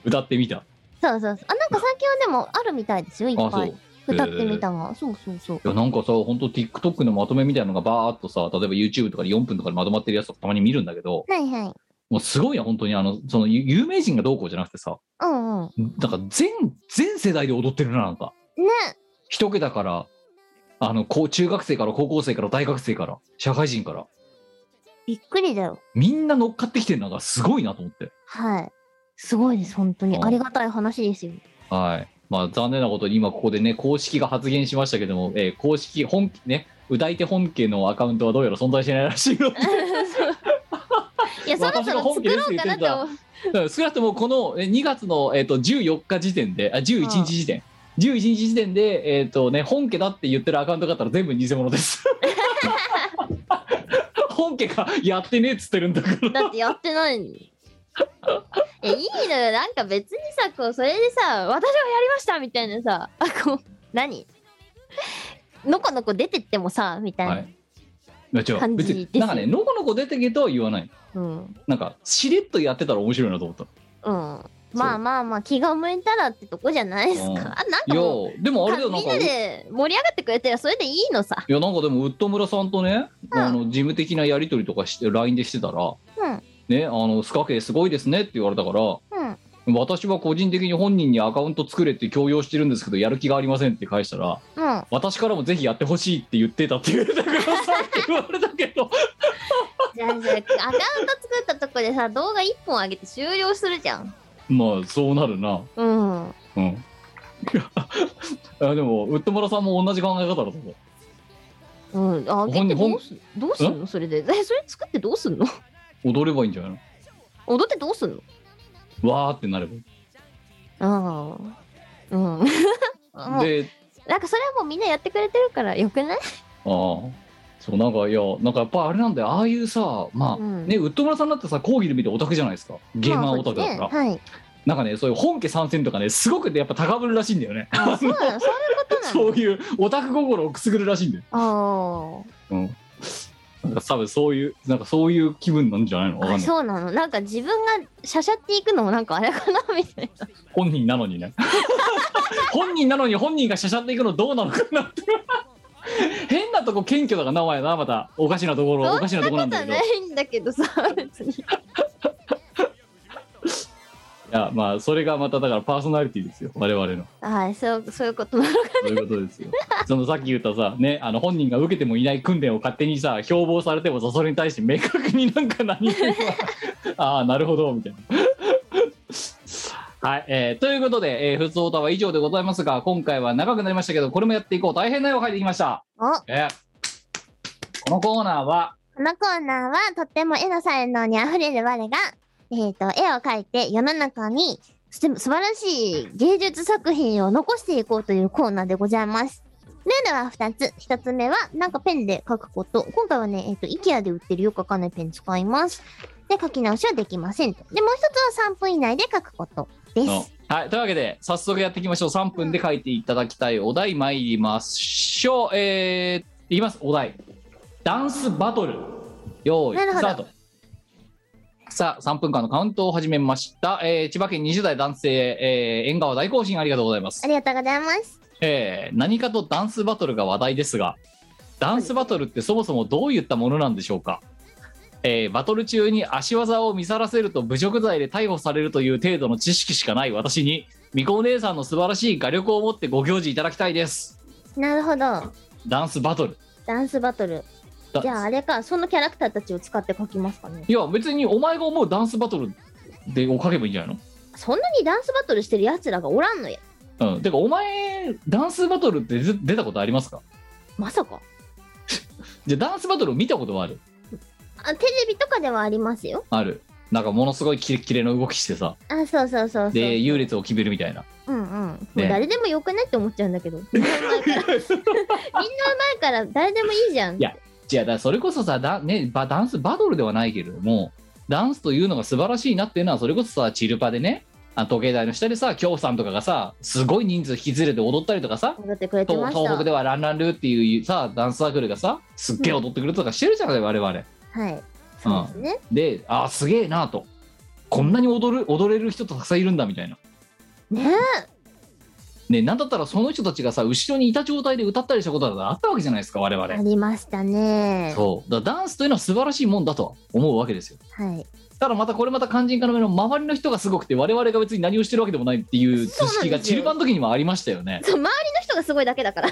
Speaker 3: 歌ってみた
Speaker 1: そうそうあなんか最近はでもあるみたいですよいっ
Speaker 3: あそ
Speaker 1: ぱ
Speaker 3: う
Speaker 1: い
Speaker 3: い
Speaker 1: 歌ってみたがそうそうそう
Speaker 3: やなんかさ本当 TikTok のまとめみたいなのがバーっとさ例えば YouTube とかで4分とかでまとまってるやつとかたまに見るんだけど
Speaker 1: はいはい
Speaker 3: もうすごいよ本当にあのそのゆ有名人がどうこうじゃなくてさ
Speaker 1: うんうん
Speaker 3: なんか全全世代で踊ってるななんか
Speaker 1: ね
Speaker 3: 一桁からあのこう中学生から高校生から大学生から社会人から
Speaker 1: びっくりだよ
Speaker 3: みんな乗っかってきてるのがすごいなと思って
Speaker 1: はいすごいです本当に
Speaker 3: うん
Speaker 1: ありがたい話です よ
Speaker 3: はい。まあ、残念なことに今ここでね、公式が発言しましたけども、えー公式本、ね、歌い手本家のアカウントはどうやら存在してないらしいので
Speaker 1: いやそろそ
Speaker 3: 私が
Speaker 1: ろ
Speaker 3: 本
Speaker 1: 作
Speaker 3: 気で
Speaker 1: ろ
Speaker 3: す
Speaker 1: うかなって思う
Speaker 3: だから少なくともこのえー2月の、えー、と14日時点で、あ、11日時点。11日時点で、えっ、とね、本家だって言ってるアカウントがあったら全部偽物です。本家がやってねえっつってるんだから。
Speaker 1: だってやってないのに いやいいのよなんか別にさこうそれでさ私はやりましたみたいなさあこう何のこのこ出てってもさみたいな、
Speaker 3: はい。いや違う
Speaker 1: 感じ
Speaker 3: 別に
Speaker 1: ですよ
Speaker 3: なんかね、のこのこ出てけとは言わない。
Speaker 1: うん
Speaker 3: なんか、しれっとやってたら面白いなと思った。
Speaker 1: うんまあまあまあ気が向いたらってとこじゃないですか、
Speaker 3: う
Speaker 1: あ
Speaker 3: ん
Speaker 1: なん
Speaker 3: い
Speaker 1: か
Speaker 3: や
Speaker 1: もう、
Speaker 3: でもあれだよ、
Speaker 1: か
Speaker 3: な
Speaker 1: み
Speaker 3: ん
Speaker 1: んな、
Speaker 3: か
Speaker 1: で盛り上がってくれてりゃそれでいいのさ
Speaker 3: いやなんかでもウッド村さんとね
Speaker 1: うん
Speaker 3: あの事務的なやり取りとかして LINE でしてた
Speaker 1: う
Speaker 3: ら
Speaker 1: ん
Speaker 3: 「ねあのスカ系すごいですね」って言われたから
Speaker 1: うん
Speaker 3: 「私は個人的に本人にアカウント作れって強要してるんですけどやる気がありません」って返したら「
Speaker 1: うん
Speaker 3: 私からもぜひやってほしい」って言ってたって言ってたからさって言われたけ ど
Speaker 1: じゃあじゃあアカウント作ったとこでさ動画1本上げて終了するじゃん
Speaker 3: まあそうなるな
Speaker 1: うん
Speaker 3: うんあでもウッドマラさんも同じ考え方だと思う
Speaker 1: うん、あげ
Speaker 3: 本
Speaker 1: て
Speaker 3: 本
Speaker 1: どうすどうすんのそれでえそれ作ってどうすんの
Speaker 3: 踊ればいいんじゃない
Speaker 1: 踊ってどうすんの
Speaker 3: のわーってなればいい
Speaker 1: ああうん もう
Speaker 3: で
Speaker 1: なんかそれはもうみんなやってくれてるからよくない
Speaker 3: ああそうなんかいやなんかやっぱあれなんだよああいうさまあ、
Speaker 1: うん
Speaker 3: ねウッドマラさんだってさ講義で見てオタクじゃないですかゲーマーオタクだから、
Speaker 1: まあそうですね
Speaker 3: なんかねそういう本家参戦とかねすごくねやっぱ高ぶるらしいんだよね
Speaker 1: はいあそうなのそういうことなの
Speaker 3: そういうオタク心をくすぐるらしいんだよ、
Speaker 1: あ
Speaker 3: うん、なんか多分そういうなんかそういう気分なんじゃないのわ
Speaker 1: ーあ
Speaker 3: かんない
Speaker 1: そうなのなんか自分がしゃしゃっていくのもなんかあれかなみたいな
Speaker 3: 本人なのにね 本人なのに本人がしゃしゃっていくのどうなのかなって 変なとこ謙虚だからなお前なまたおかしなところおかしなとこなんだ
Speaker 1: そ
Speaker 3: け
Speaker 1: ん
Speaker 3: ど
Speaker 1: なことはないんだけどさ別に
Speaker 3: いやまあそれがまただからパーソナリティですよ我々の
Speaker 1: はいそうそういうことなの
Speaker 3: そういうことですよそのさっき言ったさねあの本人が受けてもいない訓練を勝手にさ標榜されてもさそれに対して明確になんか何もああなるほどみたいなはい、えーということで、えー、普通オタは以上でございますが今回は長くなりましたけどこれもやっていこう大変な絵を描いてきました
Speaker 1: お
Speaker 3: えーこのコーナーは
Speaker 1: このコーナーはとっても絵の才能にあふれる我が、えっと絵を描いて世の中にす素晴らしい芸術作品を残していこうというコーナーでございます。ルールは2つ。1つ目は、なんかペンで描くこと。今回はね、えっ、と、IKEA で売ってるよくわかんないペン使います。で、描き直しはできませんと。で、もう1つは3分以内で描くことです。
Speaker 3: のはい、というわけで早速やっていきましょう3分で書いていただきたいお題参りましょうえー、いきますお題ダンスバトル用意
Speaker 1: なるほ
Speaker 3: ス
Speaker 1: ど
Speaker 3: タートさあ3分間のカウントを始めました、えー千葉県20代男性、えー、縁側大行進ありがとうございます
Speaker 1: ありがとうございます。
Speaker 3: えー何かとダンスバトルが話題ですがダンスバトルってそもそもどういったものなんでしょうか、えーバトル中に足技を見さらせると侮辱罪で逮捕されるという程度の知識しかない私にみこお姉さんの素晴らしい画力を持ってご教示いただきたいです
Speaker 1: なるほど。
Speaker 3: ダンスバトル
Speaker 1: ダンスバトル。
Speaker 3: だ
Speaker 1: じゃあ、あれか、そのキャラクターたちを使って描きますかね。
Speaker 3: いや別にお前が思うダンスバトルでを書けばいいんじゃない
Speaker 1: そんなにダンスバトルしてるやつらがおらんのや。
Speaker 3: のうんてかお前ダンスバトルって出出たことありますか
Speaker 1: まさか。
Speaker 3: じゃあダンスバトルを見たことはある
Speaker 1: あテレビとかではありますよ。
Speaker 3: あるなんかものすごいキレキレの動きしてさ
Speaker 1: あ、そうそうそうそう。
Speaker 3: で優劣を決めるみたいな
Speaker 1: うんうん。もう
Speaker 3: ね
Speaker 1: 誰でもよくねって思っちゃうんだけ ど。みんな前から。みんな前から誰でもいいじゃん。
Speaker 3: いやじゃあだからそれこそさだ、ね、ばダンスバトルではないけれどもダンスというのが素晴らしいなっていうのはそれこそさチルパでねあ時計台の下でさ京さんとかがさすごい人数引き連れて踊ったりとかさ
Speaker 1: 踊ってくれてま
Speaker 3: 東
Speaker 1: し
Speaker 3: 東北で
Speaker 1: た。
Speaker 3: はランランルーっていうさダンスサークルがさすっげえ踊ってくれたとかしてるじゃない、我々
Speaker 1: はい。そうですね。
Speaker 3: でああすげえなとこんなに踊る踊れる人たくさんいるんだみたいな
Speaker 1: ね
Speaker 3: ねなんだったらその人たちがさ後ろにいた状態で歌ったりしたことがあったわけじゃないですか我々
Speaker 1: ありましたね。
Speaker 3: そうだからダンスというのは素晴らしいもんだと思うわけですよ
Speaker 1: はい。
Speaker 3: ただまたこれまた肝心要の周りの人がすごくて我々が別に何をしてるわけでもないっていう図
Speaker 1: そうなんで
Speaker 3: 式
Speaker 1: すよ
Speaker 3: がチルパの時にもありましたよね
Speaker 1: そう周りの人がすごいだけだから。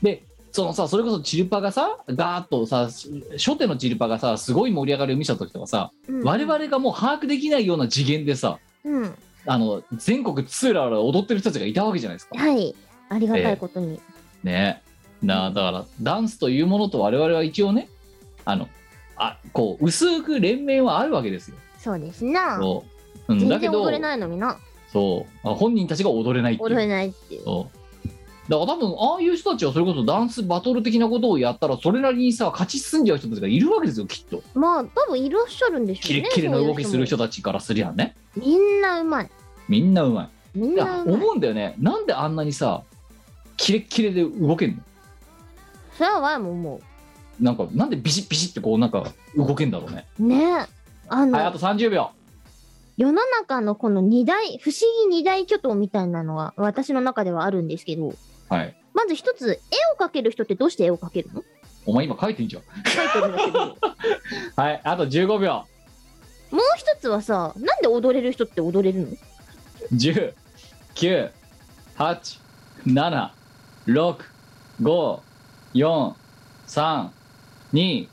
Speaker 3: でそのさそれこそチルパがさガーッとさ初手のチルパがさすごい盛り上がりを見せた時とかさ、
Speaker 1: うん
Speaker 3: 我。々がもう把握できないような次元でさ
Speaker 1: うん。
Speaker 3: あの全国ツーラーラ踊ってる人たちがいたわけじゃないですか
Speaker 1: はい。ありがたいことに。
Speaker 3: ねなだからダンスというものと我々は一応ねあのあこう薄く連綿はあるわけですよ、
Speaker 1: そうですな。
Speaker 3: そううん、だ
Speaker 1: 全
Speaker 3: け
Speaker 1: 然
Speaker 3: ど
Speaker 1: 踊れないのにな。
Speaker 3: そうあ本人たちが踊れないっていう
Speaker 1: 踊れないっていう。
Speaker 3: そうだから多分ああいう人たちはそれこそダンスバトル的なことをやったらそれなりにさ勝ち進んじゃう人たちがいるわけですよきっと
Speaker 1: まあ、多分いらっしゃるんでし
Speaker 3: キ
Speaker 1: ょう
Speaker 3: レ
Speaker 1: ね。
Speaker 3: ッキレな動きする人
Speaker 1: そういうも
Speaker 3: たちからすりゃね
Speaker 1: みんなうまい。
Speaker 3: みんなうまい
Speaker 1: み
Speaker 3: い
Speaker 1: ん
Speaker 3: や
Speaker 1: なうまい。
Speaker 3: 思うんだよねなんであんなにさキレッキレで動けんの
Speaker 1: それはワイも思
Speaker 3: なんかなんでビシッビシッってこうなんか動けんだろうね、
Speaker 1: う。ねえ。あの、
Speaker 3: はいあと30秒
Speaker 1: 世の中のこの二大、不思議二大巨頭みたいなのは私の中ではあるんですけど、
Speaker 3: はい
Speaker 1: まず一つ、絵を描ける人ってどうして絵を描けるの
Speaker 3: お前今書いてんじゃん
Speaker 7: 書いてるんだけど
Speaker 3: はいあと15秒
Speaker 1: もう一つはさなんで踊れる人って踊れるの
Speaker 3: 10 9 8 7 6 5 4 3 2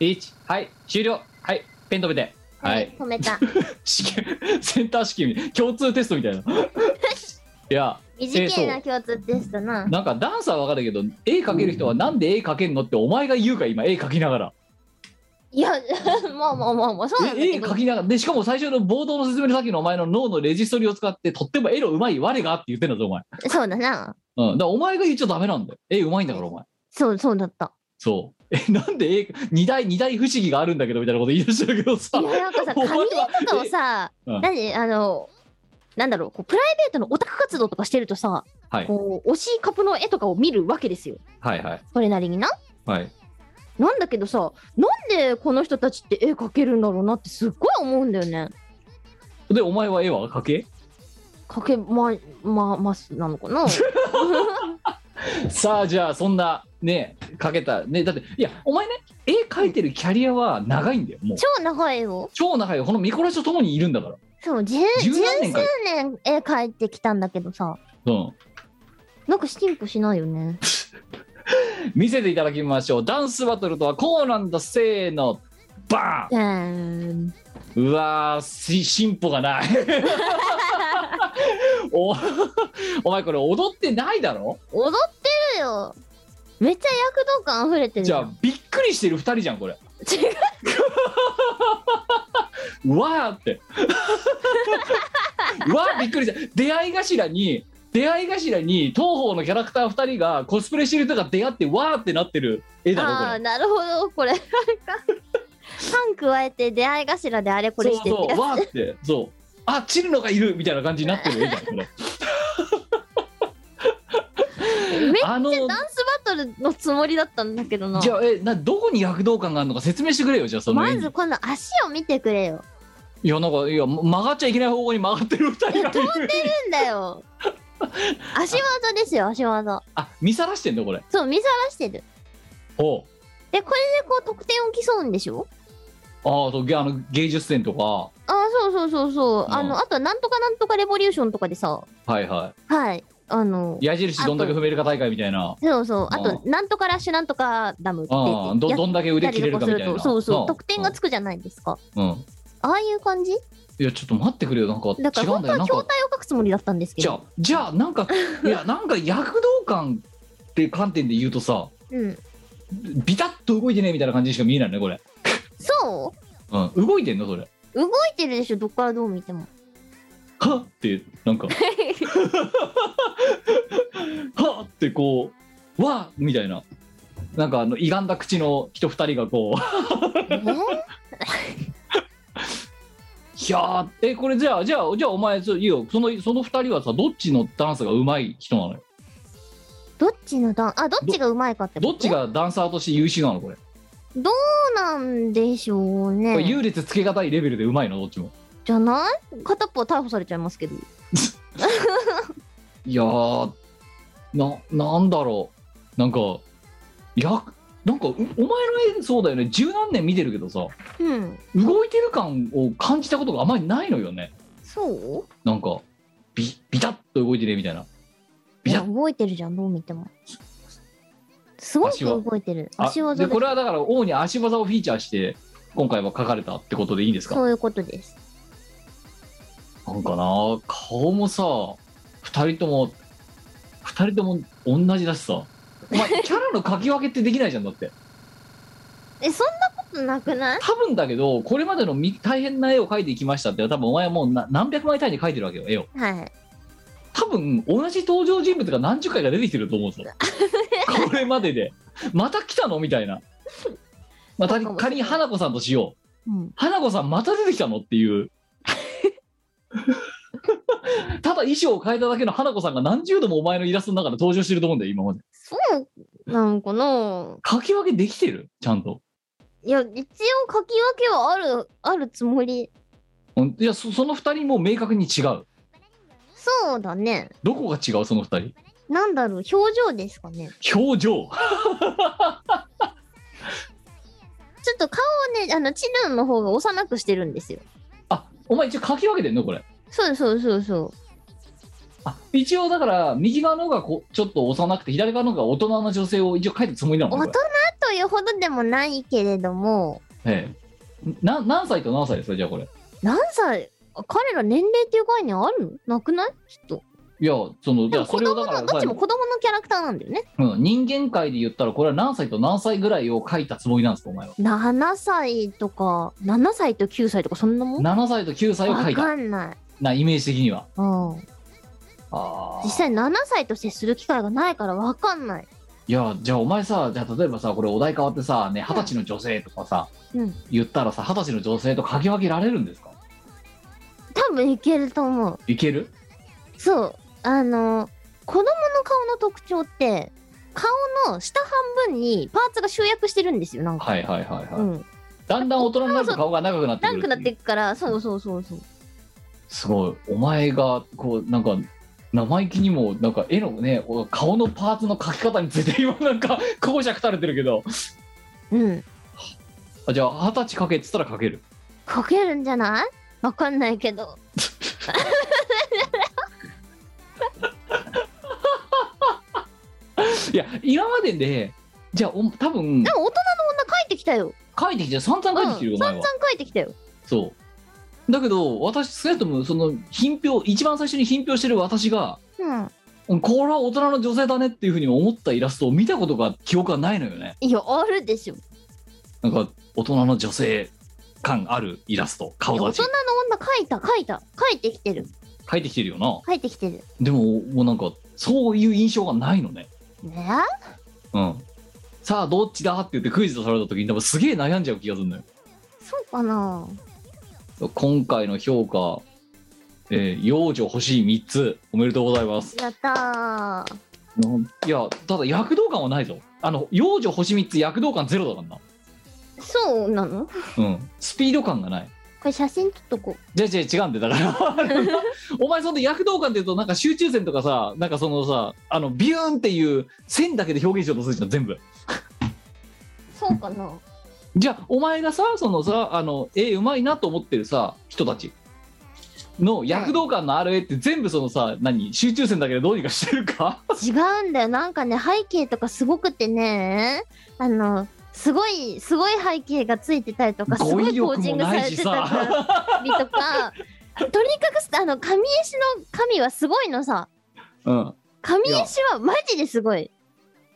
Speaker 3: 1はい終了はいペン止めてはい
Speaker 1: 止めた
Speaker 3: 試験 センター試験みたい共通テストみたいないやえー
Speaker 1: 短
Speaker 3: そう
Speaker 1: いな共通テストな
Speaker 3: なんかダンスは分かるけど絵描ける人はなんで絵描けんのってお前が言うから今絵描きながら
Speaker 1: いや まあまあまあまあそうなんだ
Speaker 3: え絵
Speaker 1: けど
Speaker 3: 描きながらでしかも最初の冒頭の説明のさっきのお前の脳のレジストリを使ってとっても絵のうまい我がって言ってんだぞお前
Speaker 1: そうだな
Speaker 3: うんだからお前が言っちゃダメなんだよ絵うまいんだからお前
Speaker 1: そうそうだった
Speaker 3: そうえなんで絵二大二大不思議があるんだけどみたいなこと言い出したけどさ
Speaker 1: いやなんかさ
Speaker 3: お前
Speaker 1: 髪
Speaker 3: は
Speaker 1: とかをさ
Speaker 3: うん
Speaker 1: 何あのなんだろうこうプライベートのオタク活動とかしてるとさ、
Speaker 3: はい
Speaker 1: こう推しカップの絵とかを見るわけですよ
Speaker 3: はいはい
Speaker 1: それなりにな
Speaker 3: はい
Speaker 1: なんだけどさなんでこの人たちって絵描けるんだろうなってすっごい思うんだよね
Speaker 3: でお前は絵は描け
Speaker 1: 描けままますなのか な
Speaker 3: さあじゃあそんなねかけたねだっていやお前ね絵描いてるキャリアは長いんだよもう
Speaker 1: 超長いよ
Speaker 3: 超長いよこのミコラジと共にいるんだから
Speaker 1: そう十
Speaker 3: 十
Speaker 1: 十数
Speaker 3: 何年か
Speaker 1: 年絵描いてきたんだけどさ
Speaker 3: うん
Speaker 1: なんか進歩しないよね
Speaker 3: 見せていただきましょうダンスバトルとはこうなんだせーのバ
Speaker 1: うーん
Speaker 3: ーンうわーし進歩がない おお前これ踊ってないだろ
Speaker 1: 踊ってるよめっちゃ躍動感溢れてる
Speaker 3: じゃ
Speaker 1: よ
Speaker 3: あびっくりしてる2人じゃんこれ
Speaker 1: 違う
Speaker 3: うわーって うわーびっくりした出会い頭に出会い頭に東方のキャラクター2人がコスプレしてる人が出会ってわーってなってる絵だろこ
Speaker 1: ああ
Speaker 3: れ
Speaker 1: ーなるほどこれなんか缶加えて出会い頭であれこれ
Speaker 3: そう
Speaker 1: してって
Speaker 3: そうわーってそうあチルノがいるみたいな感じになってる絵だろこれ
Speaker 1: めっちゃ
Speaker 3: あの
Speaker 1: ダンスバトルのつもりだったんだけどな
Speaker 3: じゃあえなどこに躍動感があるのか説明してくれよじゃあその
Speaker 1: ま
Speaker 3: 絵に
Speaker 1: ずこの足を見てくれよ
Speaker 3: いやなんかいやま曲がっちゃいけない方向に曲がってる2人がいる
Speaker 1: なんだ よ足技ですよ足技
Speaker 3: あ見さらしてんのこれ
Speaker 1: そう見さらしてる
Speaker 3: おう
Speaker 1: でこれでこう得点を競うんでしょ
Speaker 3: ああそうげあの芸術展とか
Speaker 1: ああそうそうそうそう、
Speaker 3: うん
Speaker 1: あのあとはなんとかなんとかレボリューションとかでさ
Speaker 3: はいは
Speaker 1: はいあの
Speaker 3: い矢印どんだけ踏めるか大会みたいな
Speaker 1: そうそうあと
Speaker 3: う
Speaker 1: なんとかラッシュなんとかダムって
Speaker 3: あ
Speaker 1: 言
Speaker 3: あ
Speaker 1: って
Speaker 3: ど
Speaker 1: やっ
Speaker 3: どんだけ腕
Speaker 1: たり
Speaker 3: 切
Speaker 1: と
Speaker 3: れるか
Speaker 1: する
Speaker 3: みたい
Speaker 1: と
Speaker 3: な
Speaker 1: そうそ
Speaker 3: ん
Speaker 1: う得点がつくじゃないですか
Speaker 3: うん
Speaker 1: ああいう感じ
Speaker 3: いやちょっと待ってくれよなんか
Speaker 1: だか
Speaker 3: 違
Speaker 1: ら
Speaker 3: う
Speaker 1: 本
Speaker 3: んだ
Speaker 1: 当
Speaker 3: よ
Speaker 1: は
Speaker 3: なん
Speaker 1: 筐
Speaker 3: か
Speaker 1: 体を書くつもりだったんですけ
Speaker 3: じゃ
Speaker 1: ど
Speaker 3: あじゃあなんかい やなんか躍動感って観点で言うとさ
Speaker 1: うん
Speaker 3: ビタッと動いてねえみたいな感じにしか見えないねこれ、
Speaker 1: そう
Speaker 3: うん、動いてんのそれ
Speaker 1: 動いてるでしょどっからどう見て も
Speaker 3: はっってな んかはっってこうわっみたいななんかあの歪んだ口の人二人がこう
Speaker 1: えー
Speaker 3: ひゃーってこれじゃあじゃあじゃあお前そういいよそのその二人はさどっちのダンスが上手い人なのよ
Speaker 1: どっちのダンあどっちがうまいかってこと
Speaker 3: どっちがダンサーとして優秀なのこれ
Speaker 1: そうなんでしょう
Speaker 3: これ
Speaker 1: ね
Speaker 3: 優劣つけがたいレベルでうまいのどっちも
Speaker 1: じゃない片っぽは逮捕されちゃいますけど
Speaker 3: いやーななんだろうなんかいやなんかうお前の絵そうだよね十何年見てるけどさ
Speaker 1: うん
Speaker 3: 動いてる感を感じたことがあまりないのよね
Speaker 1: そう
Speaker 3: なんかビビタッと動いてねみたいないビタ
Speaker 1: や
Speaker 3: ッ
Speaker 1: 動いてるじゃんどう見てもすごく
Speaker 3: 足は
Speaker 1: 動いてる
Speaker 3: あ
Speaker 1: 足技
Speaker 3: で
Speaker 1: です
Speaker 3: これはだから主に足技をフィーチャーして今回は書かれたってことでいいんですか
Speaker 1: そういうことです
Speaker 3: なんかな顔もさ2人とも2人とも同じだしさお前キャラの書き分けってできないじゃんだって
Speaker 1: えそんなことなくない
Speaker 3: 多分だけどこれまでのみ大変な絵を描いていきましたって多分お前はもうな何百枚単位で描いてるわけよ絵を
Speaker 1: はい
Speaker 3: 多分同じ登場人物が何十回か出てきてると思うん ですよこれまででまた来たのみたいな、まあ、た仮に花子さんとしよう
Speaker 1: うん
Speaker 3: 花子さんまた出てきたのっていう ただ衣装を変えただけの花子さんが何十度もお前のイラストの中で登場してると思うんだよ今まで
Speaker 1: そうなんかな
Speaker 3: 書き分けできてるちゃんと
Speaker 1: いや一応書き分けはあるあるつもり
Speaker 3: うんいやそその2人も明確に違う
Speaker 1: そうだね
Speaker 3: どこが違うその2
Speaker 1: なんだろう表情ですかね
Speaker 3: 人表情
Speaker 1: ちょっと顔をね、あの、チヌンの方が幼くしてるんですよ。
Speaker 3: あお前一応書き分けてんのこれ
Speaker 1: そうそうそうそ
Speaker 3: あ一応だから右側の方がこうちょっと幼くて左側の方が大人の女性を一応書いたつもりな
Speaker 1: う。
Speaker 3: の
Speaker 1: 大
Speaker 3: こ
Speaker 1: 人
Speaker 3: れ
Speaker 1: というほどでもないけれども、
Speaker 3: ええな何歳と何歳ですかじゃあこれ
Speaker 1: 何歳彼ら年齢っていう概念あるのなくないちょっと。
Speaker 3: いやその
Speaker 1: で
Speaker 3: じゃ
Speaker 1: も
Speaker 3: あそ
Speaker 1: 子
Speaker 3: れを
Speaker 1: 供
Speaker 3: だから
Speaker 1: の、どっちも子供のキャラクターなんだよね。
Speaker 3: うん、人間界で言ったらこれは何歳と何歳ぐらいを書いたつもりなんですかお前は
Speaker 1: 7歳とか、7歳と9歳とかそんなもん
Speaker 3: 7歳と9歳を書
Speaker 1: わ
Speaker 3: いた
Speaker 1: かんない。
Speaker 3: なイメージ的には
Speaker 1: うん。
Speaker 3: あ
Speaker 1: 実
Speaker 3: あ
Speaker 1: 際7歳と接する機会がないからわかんない。
Speaker 3: いやじゃあお前さじゃあ例えばさこれお題変わってさね二十歳の女性とかさ、
Speaker 1: うん
Speaker 3: 言ったらさ二十歳の女性と書き分けられるんですか
Speaker 1: 多分いけると思う。
Speaker 3: いける
Speaker 1: そう。あの、子供の顔の特徴って、顔の下半分にパーツが集約してるんですよ、なんか。
Speaker 3: はいはいはいは
Speaker 1: う
Speaker 3: い、
Speaker 1: ん。
Speaker 3: だんだん大人になると顔が長くなってくる
Speaker 1: 長くなっていくから、そうそうそうそう。
Speaker 3: すごいお前がこうなんか生意気にもなんか絵のねお顔のパーツの描き方について今なんか 講釈垂れてるけど
Speaker 1: うん。
Speaker 3: あじゃあ二十歳かけっつったら描ける
Speaker 1: かけるんじゃないわかんないけど。
Speaker 3: いや今まででじゃあお多分
Speaker 1: でも大人の女書いてきたよ。
Speaker 3: 書いてきて散々書いてきてるよ、
Speaker 1: うん
Speaker 3: お
Speaker 1: 散
Speaker 3: 前は
Speaker 1: 々書いてきたよ。
Speaker 3: そうだけど私少なくともその品評一番最初に品評してる私が
Speaker 1: うん。
Speaker 3: うんこれは大人の女性だねっていうふうに思ったイラストを見たことが記憶がないのよね
Speaker 1: いや、あるでしょ。
Speaker 3: なんか大人の女性感あるイラスト
Speaker 1: 大人
Speaker 3: 顔
Speaker 1: の
Speaker 3: 立ち
Speaker 1: 女書いた、書いた。書いてきてる。
Speaker 3: 書いてきてるよな
Speaker 1: 書いてきてる。
Speaker 3: でももうなんかそういう印象がないのね
Speaker 1: ね
Speaker 3: うんさあどっちだって言ってクイズ出された時に多分すげえ悩んじゃう気がするのよ
Speaker 1: そうかな
Speaker 3: 今回の評価えー、幼女欲しい3つおめでとうございます
Speaker 1: やったー。
Speaker 3: なんいやただ躍動感はないぞあの幼女星3つ躍動感ゼロだか
Speaker 1: そうなのこ
Speaker 3: らなうんスピード感がない
Speaker 1: れ写真撮っとこ
Speaker 3: じゃあじゃあ違うんでだから お前そんな躍動感って言うとなんか集中線とかさなんかそのさあのビューンっていう線だけで表現しようとするじゃん全部
Speaker 1: う。そうかな
Speaker 3: じゃあお前がさそのさあの絵うまいなと思ってるさ人たちの躍動感のある絵って全部そのさ何集中線だけでどうにかしてるか
Speaker 1: 違うんだよ。なんかね、背景とかすごくてね、あの、すごい、すごい背景がついてたりと か、す
Speaker 3: 語
Speaker 1: ご
Speaker 3: 彙
Speaker 1: いポ
Speaker 3: 力
Speaker 1: ージ
Speaker 3: も
Speaker 1: ングさ
Speaker 3: ない
Speaker 1: れ
Speaker 3: して
Speaker 1: たり
Speaker 3: さ
Speaker 1: とか、とにかく、あの、神絵師の神はすごいのさ。
Speaker 3: うん
Speaker 1: 神絵師はマジですごい。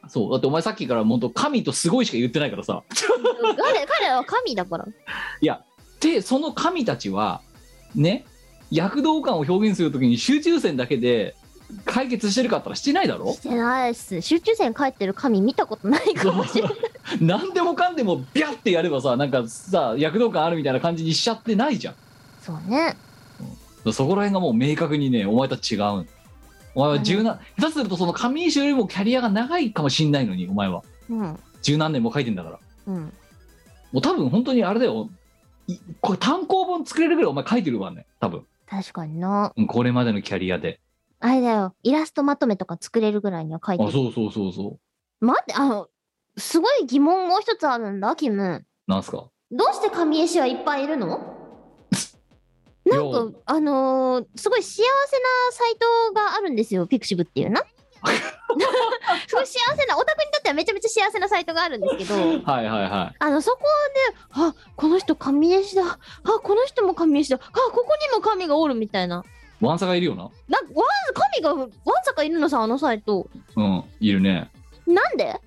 Speaker 3: そうだってお前さっきから本当神とすごいしか言ってないからさ
Speaker 1: 彼彼は神だから。
Speaker 3: でその神たちはね躍動感を表現するときに集中線だけで解決してるかったらしてないだろ
Speaker 1: してないっす。集中線帰ってる神見たことないかもし れない。
Speaker 3: 何でもかんでもビャってやればさなんかさ躍動感あるみたいな感じにしちゃってないじゃ
Speaker 1: そうね。
Speaker 3: んそこら辺がもう明確にねお前とは違うんお前は十何下手するとその神石よりもキャリアが長いかもしんないのにお前は
Speaker 1: うん。
Speaker 3: 十何年も書いてんだから
Speaker 1: うん。
Speaker 3: もう多分本当にあれだよいこれ単行本作れるぐらいお前書いてるわね多分、
Speaker 1: 確かにな。
Speaker 3: うんこれまでのキャリアで
Speaker 1: あれだよ。イラストまとめとか作れるぐらいには書い
Speaker 3: あ
Speaker 1: てる。
Speaker 3: そうそうそうそう
Speaker 1: 待って、あの、すごい疑問もう一つあるんだ、キム。
Speaker 3: なんすか
Speaker 1: どうして神絵師はいっぱいいるのなん
Speaker 3: いや
Speaker 1: か、あのーすごい幸せなサイトがあるんですよ、ピクシブっていう な。 すごい幸せな、オタクにとってはめちゃめちゃ幸せなサイトがあるんですけど。
Speaker 3: はいはいは
Speaker 1: あのそこで、あこの人神絵師だ、あこの人も神絵師だ、あここにも神がおるみたいな。
Speaker 3: い。ワンサがいるよな。
Speaker 1: なんかわん神がわんさかいるのさ、あのサイト。
Speaker 3: うん、いるね。
Speaker 1: なんで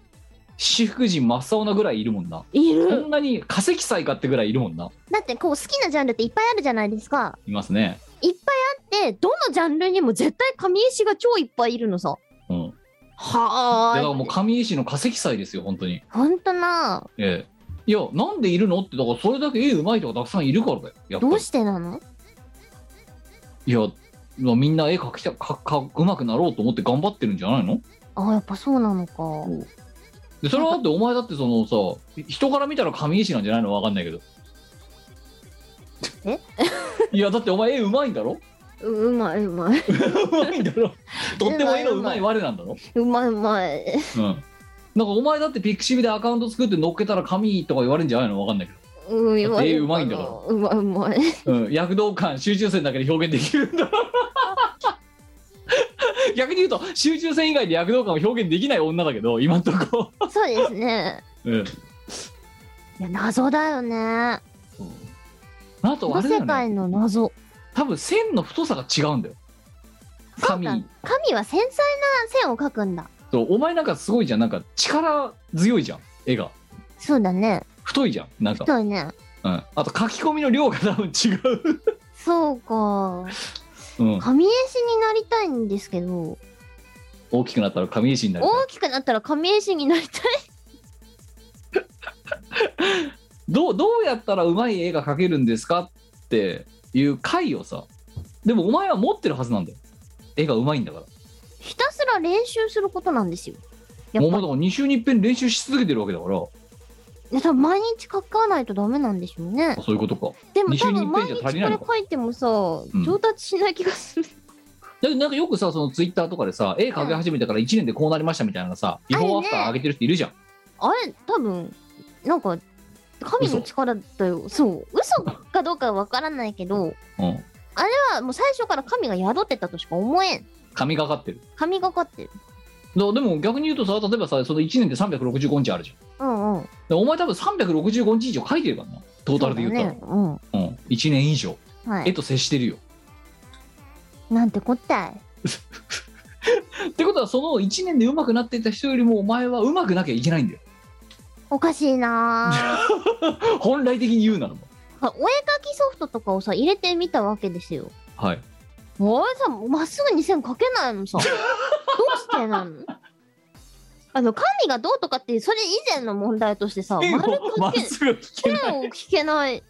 Speaker 3: 私服人真っ青なぐらいいるもんな。
Speaker 1: い
Speaker 3: こ
Speaker 1: る。
Speaker 3: んなに化石祭かってぐらいいるもんな。
Speaker 1: だってこう好きなジャンルっていっぱいあるじゃないですか。
Speaker 3: いますね。
Speaker 1: いっぱいあって、どのジャンルにも絶対神絵師が超いっぱいいるのさ。
Speaker 3: うん。いや
Speaker 1: は
Speaker 3: だからもう
Speaker 1: あ。
Speaker 3: 神絵師の化石祭ですよ、本当に。
Speaker 1: ほんとな。
Speaker 3: ええ。いや、なんでいるのって、だからそれだけ絵うまい人がたくさんいるからだよ。やっぱ
Speaker 1: どう
Speaker 3: り。
Speaker 1: してなの
Speaker 3: いや、まあみんな絵描きたかかうまくなろうと思って頑張ってるんじゃないの
Speaker 1: あやっぱそうなのか。
Speaker 3: でそれはだってお前だってそのさ人から見たら神絵師なんじゃないのわかんないけど
Speaker 1: え
Speaker 3: いやだってお前絵うまいんだろ
Speaker 1: ううまいうまい。
Speaker 3: うまいんだろとっても色うまい我なんだろ
Speaker 1: うまいうまい。
Speaker 3: うんなんかお前だってピクシブでアカウント作って乗っけたら紙とか言われるんじゃないのわかんないけ
Speaker 1: うん、
Speaker 3: だって絵うまいんだから
Speaker 1: うまいうまい。
Speaker 3: ど、うん、躍動感集中線だけで表現できるんだ 逆に言うと集中線以外で躍動感を表現できない女だけど今んとこ、
Speaker 1: そうですね。
Speaker 3: うん、
Speaker 1: いや、謎だよね。
Speaker 3: あと
Speaker 1: こ
Speaker 3: あ
Speaker 1: の
Speaker 3: れだ
Speaker 1: 世
Speaker 3: よね
Speaker 1: 界の謎。
Speaker 3: 多分線の太さが違うんだよ紙
Speaker 1: そうか神は繊細な線を描くんだ。
Speaker 3: そうお前なんかすごいじゃんなんか力強いじゃん絵が
Speaker 1: そうだね。
Speaker 3: 太いじゃんなんか、
Speaker 1: 太いね。
Speaker 3: うん、あと書き込みの量が多分違う、
Speaker 1: そうか。
Speaker 3: うん、
Speaker 1: 神絵師になりたいんですけど、
Speaker 3: 大きくなったら紙石になる
Speaker 1: 大きくなったら神絵師になりたい。
Speaker 3: どうどうやったらうまい絵が描けるんですかっていう回をさでもお前は持ってるはずなんだよ絵がうまいんだから
Speaker 1: ひたすら練習することなんですよ。や
Speaker 3: も
Speaker 1: っ
Speaker 3: うだ
Speaker 1: ぱ
Speaker 3: か
Speaker 1: り
Speaker 3: ら2週に一遍練習し続けてるわけだから
Speaker 1: いや多分毎日書かないとダメなんでしょうね
Speaker 3: あ。そういうことか
Speaker 1: でも
Speaker 3: 二週
Speaker 1: 多
Speaker 3: に
Speaker 1: 分毎
Speaker 3: 一遍じゃ
Speaker 1: 日こ
Speaker 3: 足りないの
Speaker 1: れ
Speaker 3: か
Speaker 1: 書いてもさ、
Speaker 3: ん
Speaker 1: 上達しない気がする。
Speaker 3: だけどなんかよくさそのツイッターとかでさ絵描き始めたから1年でこうなりましたみたいなさ違法アフター上げてる人いるじゃん
Speaker 1: あれ多分なんか神の力だよ。そう嘘かどうかわからないけど、
Speaker 3: うん
Speaker 1: まあもう最初から神が宿ってたとしか思えん。
Speaker 3: 神がかってる
Speaker 1: 神がかってる。
Speaker 3: だでも逆に言うとさ例えばさその1年で365日あるじゃん
Speaker 1: うんうん。
Speaker 3: でお前多分365日以上描いてるからなトータルで言ったら
Speaker 1: そうだね。
Speaker 3: う、ん、1年以上
Speaker 1: うん。は
Speaker 3: 絵
Speaker 1: い。
Speaker 3: と接してるよ
Speaker 1: なんてこったい。
Speaker 3: ってことはその1年で上手くなっていった人よりもお前は上手くなきゃいけないんだよ
Speaker 1: おかしいなぁ。
Speaker 3: 本来的に言うならば
Speaker 1: お絵描きソフトとかをさ入れてみたわけですよ。
Speaker 3: はい
Speaker 1: おいさまっすぐに線描けない のさどうしてなのあの神がどうとかっていうそれ以前の問題としてさ丸
Speaker 3: 剣を
Speaker 1: 描
Speaker 3: まっ
Speaker 1: け
Speaker 3: すぐ引けない
Speaker 1: 線を引けない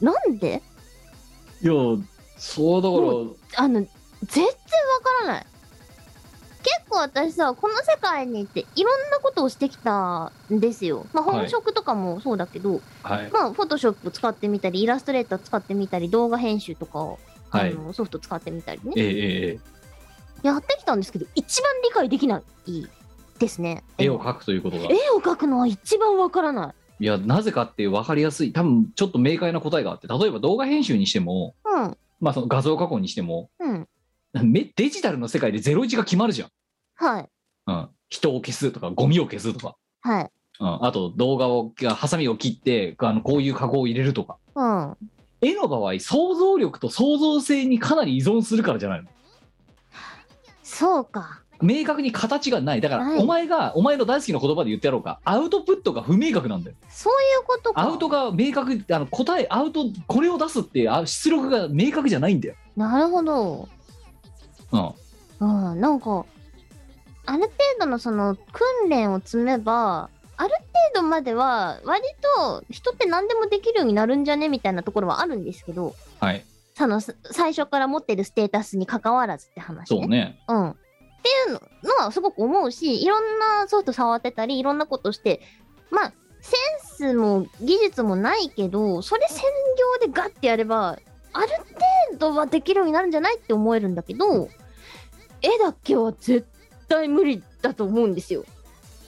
Speaker 1: なんで
Speaker 3: いやそうだか
Speaker 1: あの全然わからない結構私さこの世界に行っていろんなことをしてきたんですよまあ
Speaker 3: はい
Speaker 1: 本職とかもそうだけど、
Speaker 3: らはい
Speaker 1: まあフォトショップ使ってみたりイラストレーター使ってみたり動画編集とかを
Speaker 3: はい
Speaker 1: あのソフト使ってみたりね
Speaker 3: えええ
Speaker 1: やってきたんですけど一番理解できないですね
Speaker 3: え絵を描くということが
Speaker 1: 絵を描くのは一番わからない
Speaker 3: いやなぜかって分かりやすい多分ちょっと明快な答えがあって例えば動画編集にしても、
Speaker 1: うん
Speaker 3: まあ、その画像加工にしても
Speaker 1: うん
Speaker 3: めデジタルの世界で01が決まるじゃん、
Speaker 1: はい
Speaker 3: うん、人を消すとかゴミを消すとか、
Speaker 1: はい
Speaker 3: うん、あと動画をハサミを切ってあのこういう加工を入れるとか
Speaker 1: うん
Speaker 3: 絵の場合想像力と創造性にかなり依存するからじゃないの
Speaker 1: そうか
Speaker 3: 明確に形がないだから、
Speaker 1: はい
Speaker 3: お前がお前の大好きな言葉で言ってやろうかアウトプットが不明確なんだよ
Speaker 1: そういうことか
Speaker 3: アウトが明確あの答えアウトこれを出すってあ出力が明確じゃないんだよ、
Speaker 1: なるほど
Speaker 3: うん、
Speaker 1: うんなんかある程度のその訓練を積めばある程度までは割と人って何でもできるようになるんじゃねみたいなところはあるんですけど
Speaker 3: はい
Speaker 1: そのす最初から持ってるステータスに関わらずって話ね
Speaker 3: そうね
Speaker 1: うん。っていうのはすごく思うし、いろんなソフト触ってたり、いろんなことして、まあ、センスも技術もないけど、それ専業でガッてやれば、ある程度はできるようになるんじゃないって思えるんだけど、絵だけは絶対無理だと思うんですよ。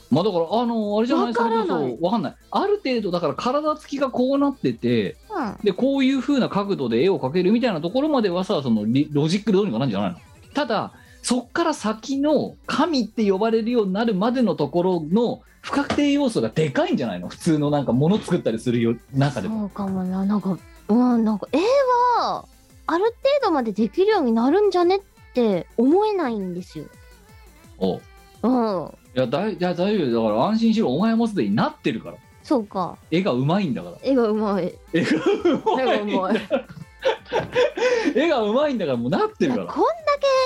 Speaker 3: まあだからあのあれじゃない
Speaker 1: わからない
Speaker 3: それこそわかんないある程度だから体つきがこうなってて
Speaker 1: うん。
Speaker 3: でこういう風な角度で絵を描けるみたいなところまではさそのリロジックでどうにかなんじゃないのただそっから先の神って呼ばれるようになるまでのところの不確定要素がでかいんじゃないの普通のなんか物作ったりするよ中でも
Speaker 1: そうかもな。なんか、うん、なんか絵は、ある程度までできるようになるんじゃねって思えないんですよ。
Speaker 3: おう
Speaker 1: うん。
Speaker 3: いやだいいや大丈夫だから安心しろお前はもうすでになってるから
Speaker 1: そうか。
Speaker 3: 絵がうまいんだから
Speaker 1: 絵がうまい。
Speaker 3: 絵が
Speaker 1: 絵がう
Speaker 3: うま
Speaker 1: ま
Speaker 3: い
Speaker 1: い。
Speaker 3: 絵がうまいんだからもうなってる
Speaker 1: い
Speaker 3: か
Speaker 1: やこんだ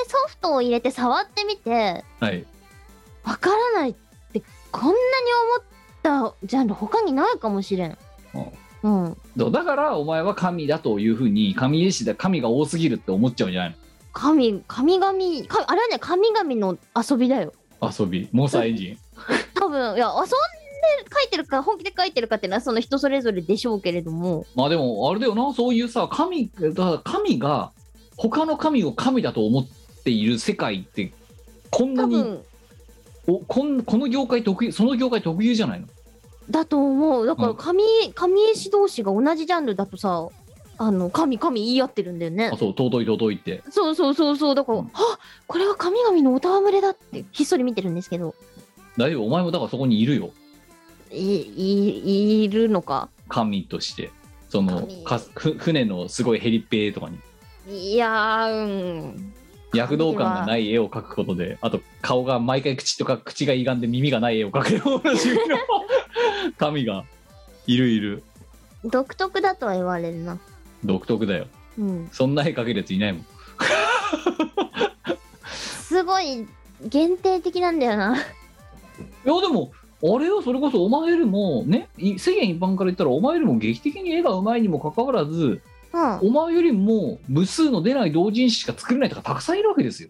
Speaker 1: けソフトを入れて触ってみて
Speaker 3: らはい
Speaker 1: わからないってこんなに思ったジャンル他にないかもしれんうん
Speaker 3: だだからお前は神だというふうに神絵師だ神が多すぎるって思っちゃうんじゃない
Speaker 1: 神神々かあれはね神々の遊びだよ
Speaker 3: の遊びモーサーエンジン
Speaker 1: 多分いや遊んで書いてるか本気で書いてるかっていうのはその人それぞれでしょうけれども
Speaker 3: まあでもあれだよなそういうさ神だから神が他の神を神だと思っている世界ってこんな
Speaker 1: 多
Speaker 3: に
Speaker 1: 分
Speaker 3: おこんこの業界特有その業界特有じゃないの
Speaker 1: だと思うだか
Speaker 3: う
Speaker 1: ら
Speaker 3: ん
Speaker 1: 神,、神絵師同士が同じジャンルだとさあの神神言い合ってるんだよね
Speaker 3: あそう尊い尊いって
Speaker 1: そうそうそうそうだから、
Speaker 3: うん
Speaker 1: あこれは神々のおたわむれだってひっそり見てるんですけど
Speaker 3: 大丈夫お前もだからそこにいるよ
Speaker 1: いいいるのか
Speaker 3: 神としてその
Speaker 1: 神
Speaker 3: かふ船のすごいヘリペーとかに
Speaker 1: いやーうん
Speaker 3: 躍動感がない絵を描くことであと顔が毎回口とか口が歪んで耳がない絵を描くような趣味の神がいるいる
Speaker 1: 独特だとは言われるな
Speaker 3: 独特だよ
Speaker 1: うん
Speaker 3: そんな絵描けるやついないもん
Speaker 1: すごい限定的なんだよない
Speaker 3: やでもあれよそれこそお前よりもねい世間一般から言ったらお前よりも劇的に絵がうまいにもかかわらず
Speaker 1: うん
Speaker 3: お前よりも無数の出ない同人誌しか作れないとかたくさんいるわけですよ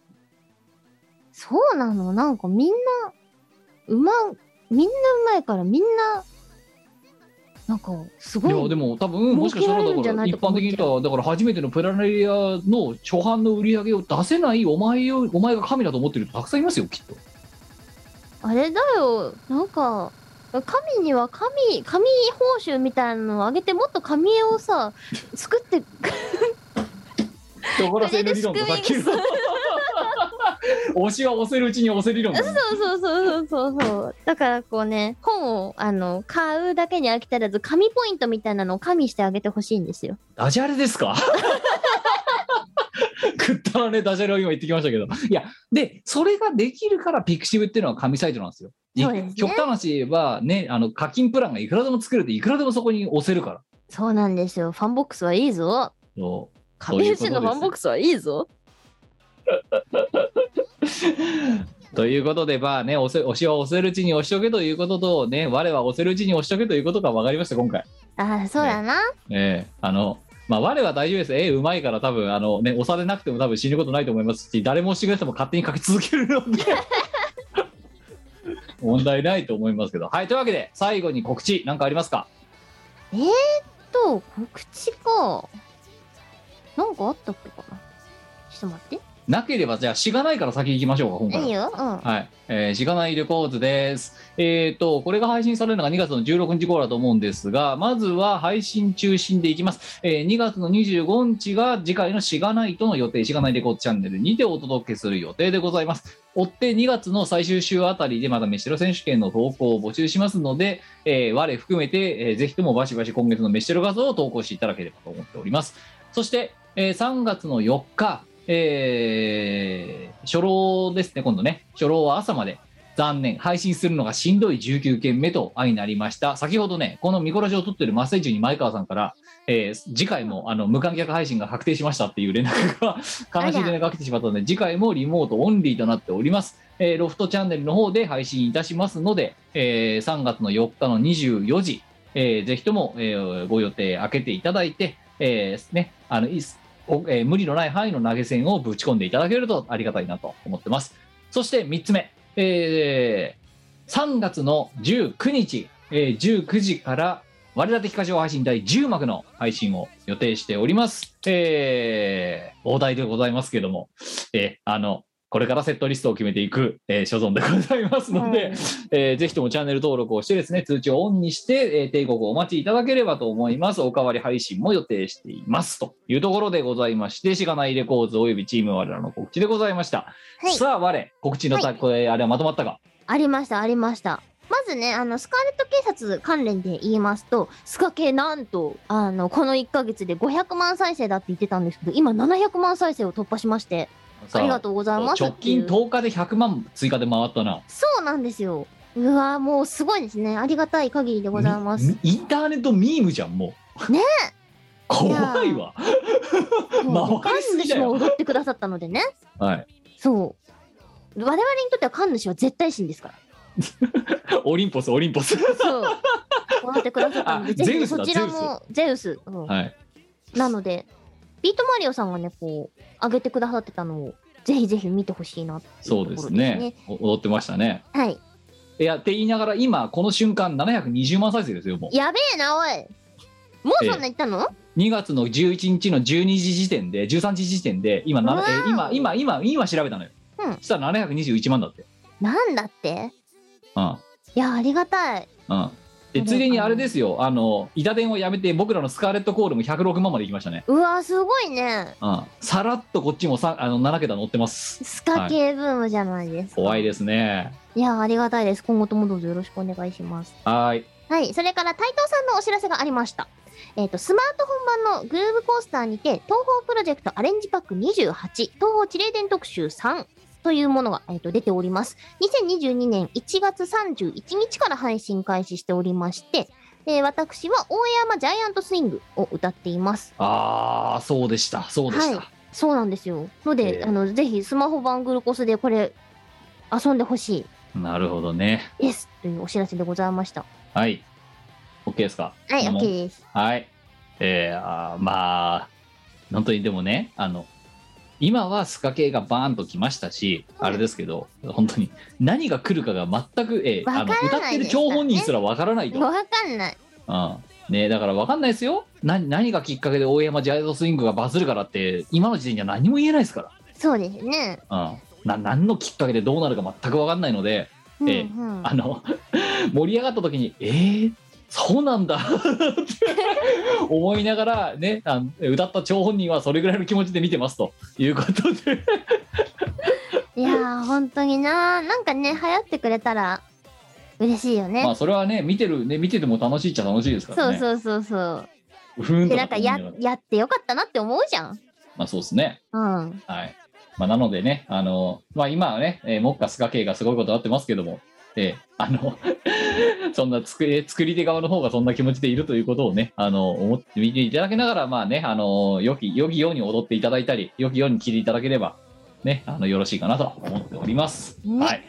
Speaker 1: そうなのなんかみんなうまみんなうまいからみんななんかすご
Speaker 3: い
Speaker 1: い
Speaker 3: やでも多分もしかしたら
Speaker 1: 儲けられるんじ
Speaker 3: だか
Speaker 1: ゃ
Speaker 3: ら
Speaker 1: ない
Speaker 3: 一
Speaker 1: とか
Speaker 3: 般
Speaker 1: 思っ
Speaker 3: 的
Speaker 1: ちゃう
Speaker 3: に言ったらだから初めてのプラネリアの初版の売り上げを出せないお前をお前が神だと思ってる人たくさんいますよきっと
Speaker 1: あれだよなんか神には神神報酬みたいなのをあげてもっと神絵をさ作って
Speaker 3: 怒らせる理論とさっきの 押しは押せるうちに押せる理論だね
Speaker 1: そうそうそうそうそうそうだからこうね本をあの買うだけに飽き足らず神ポイントみたいなのを加味してあげてほしいんですよ
Speaker 3: ダジャレで すかくったらねダジャレを今言ってきましたけどいやでそれができるからピクシブっていうのは神サイトなんですよい
Speaker 1: そうですね
Speaker 3: 極端な話言えばねあの課金プランがいくらでも作れていくらでもそこに押せるから
Speaker 1: そうなんですよファンボックスはいいぞ
Speaker 3: そう
Speaker 1: 神絵師のファンボックスはいいぞ
Speaker 3: ということで、まあね、押せ押しは押せるうちに押しとけということと、ね、我は押せるうちに押しとけということが分かりました、今回。
Speaker 1: ああそうだな、
Speaker 3: ええあの、まあ、我は大丈夫です。ええうまいから多分、あのね、押されなくても多分死ぬことないと思いますし、誰も押してくれても勝手に書き続けるので、問題ないと思いますけど。はい、というわけで、最後に告知、なんかありますか
Speaker 1: と告知かなんかあったっけかなちょっと待って
Speaker 3: なければ、じゃあ、しがないから先行きましょうか、今回は。
Speaker 1: いいようん
Speaker 3: はい。えー、しがないレコーズです。えっ、と、これが配信されるのが2月の16日頃だと思うんですが、まずは配信中心でいきます。えー、2月の25日が次回のしがないとの予定、しがないレコーズチャンネルにてお届けする予定でございます。追って2月の最終週あたりでまた飯テロ選手権の投稿を募集しますので、えー我含めて、えーぜひともバシバシ今月の飯テロ画像を投稿していただければと思っております。そして、えー3月の4日、えー初老ですね、今度ね、初老は朝まで、残念、配信するのがしんどい19件目と相なりました。先ほどね、この見殺しを撮ってる真っ最中に前川さんから、えー次回もあの無観客配信が確定しましたっていう連絡が、悲しい連絡が来てしまったので、次回もリモートオンリーとなっております。えーロフトチャンネルの方で配信いたしますので、えー3月の4日の24時、えーぜひとも、えーご予定開けていただいて、えーね、あのいいっすおえー無理のない範囲の投げ銭をぶち込んでいただけるとありがたいなと思ってます。そして3つ目、えー3月の19日、えー19時から、我立て非課上配信第10幕の配信を予定しております。えー、大台でございますけども、えーあの、これからセットリストを決めていく、えー所存でございますので、
Speaker 1: うん
Speaker 3: えーぜひともチャンネル登録をしてですね、通知をオンにして、えー、帝国をお待ちいただければと思います。おかわり配信も予定しています。というところでございまして、しがないレコーズおよびチーム我らの告知でございました。
Speaker 1: はい
Speaker 3: さあ、我、告知のた、これ、あれはまとまったか。
Speaker 1: ありましたありましたまずねあのスカーレット警察関連で言いますとスカ系なんとあのこの1ヶ月で500万再生だって言ってたんですけど今700万再生を突破しましてありが
Speaker 3: と
Speaker 1: とうございます
Speaker 3: 直
Speaker 1: ってい
Speaker 3: 近
Speaker 1: う
Speaker 3: 10日で100万追加で回ったな。
Speaker 1: そうなんですようわーもうすごいですねありがたい限りでございます
Speaker 3: みインターネットミームじゃん、もう。
Speaker 1: ね
Speaker 3: え。 怖いわ。
Speaker 1: もう
Speaker 3: 回りす
Speaker 1: 神
Speaker 3: ぎだ
Speaker 1: 主も
Speaker 3: よ
Speaker 1: 踊ってくださったのでね
Speaker 3: はい。
Speaker 1: そう我々にとっては神主は絶対神ですから
Speaker 3: オリンポス、オリ ンポス。
Speaker 1: そう踊ってくださったので
Speaker 3: あ
Speaker 1: ぜひ
Speaker 3: ゼウスだ
Speaker 1: そちらもゼウス、うん
Speaker 3: はい。
Speaker 1: なので、ビートマリオさんがね、こう、上げてくださってたのを、ぜひぜひ見てほしいなっていうとこ
Speaker 3: そう
Speaker 1: ろ
Speaker 3: で
Speaker 1: です
Speaker 3: す
Speaker 1: ね。
Speaker 3: ね。お踊ってましたね。
Speaker 1: はい。
Speaker 3: いや、って言いながら、今、この瞬間、720万再生ですよ、もう。
Speaker 1: やべえな、おいもうそんな言ったの、
Speaker 3: 2月の11日の12時時点で、13時時点で、今、な
Speaker 1: うわ
Speaker 3: え
Speaker 1: ー
Speaker 3: 今、今、今、今調べたのよ。
Speaker 1: ううん
Speaker 3: そしたら721万だって
Speaker 1: なんだって
Speaker 3: うん
Speaker 1: いやありがたい
Speaker 3: うんでついでにあれですよあの板電をやめて僕らのスカーレットコールも106万までいきましたね
Speaker 1: うわすごいね
Speaker 3: うんさらっとこっちもさあの7桁乗ってます
Speaker 1: スカ系ブームじゃないですか、
Speaker 3: 怖いですね
Speaker 1: いやありがたいです今後ともどうぞよろしくお願いします
Speaker 3: はーい
Speaker 1: はい、それから台東さんのお知らせがありました。えっ、と、スマートフォン版のグルーブコースターにて、東方プロジェクトアレンジパック28、東方地霊伝特集3というものが、えー、と出ております。2022年1月31日から配信開始しておりまして、えー私は大山ジャイアントスイングを歌っています。
Speaker 3: ああそうでしたそうでした、
Speaker 1: はいそうなんですよ。ので、
Speaker 3: えー
Speaker 1: あのぜひスマホ版グルコスでこれ遊んでほし
Speaker 3: なるほどね
Speaker 1: いですというお知らせでございました。
Speaker 3: はい OK ですか
Speaker 1: はい、
Speaker 3: こんなもん
Speaker 1: OK です。
Speaker 3: はい。えー、あーまあ、本当にでもね、あの、今はスカ系がバーンと来ましたし、あれですけど、本当に何が来るかが全く、えーあの
Speaker 1: わから
Speaker 3: 歌っ
Speaker 1: な
Speaker 3: て
Speaker 1: い
Speaker 3: る
Speaker 1: ですからね
Speaker 3: 張本人すらわからないと。
Speaker 1: わかんない。
Speaker 3: うんね、だからわかんないですよ何。何がきっかけで大山ジャイアントスイングがバズるからって、今の時点じゃ何も言えないですか
Speaker 1: そうですね。
Speaker 3: ら。うん、な何のきっかけでどうなるか全くわかんないので、
Speaker 1: うん
Speaker 3: えー
Speaker 1: うん
Speaker 3: あの 盛り上がった時に「えー、そうなんだ」 って思いながらねあの歌った張本人はそれぐらいの気持ちで見てますということで
Speaker 1: いやー、本当にななんかね、流行ってくれたら嬉しいよね。
Speaker 3: まあそれはね見てるね見てても楽しいっちゃ楽しいですから
Speaker 1: そう
Speaker 3: ねう
Speaker 1: そうそうそう。
Speaker 3: ふーん
Speaker 1: で、
Speaker 3: と
Speaker 1: なんかや
Speaker 3: 思いながら
Speaker 1: やってよかったなって思うじゃん。
Speaker 3: まあそうですね
Speaker 1: うん。
Speaker 3: はい、まあ、なのでねあの、まあ、今はね、えー、目下スカ系がすごいことになってますけどもえーあの そんな作り作り手側の方がそんな気持ちでいるということをねあの思って見ていただきながらまあねあの良き良きように踊っていただいたり良きように聴いていただければねあのよろしいかなと思っております、
Speaker 1: ね
Speaker 3: はい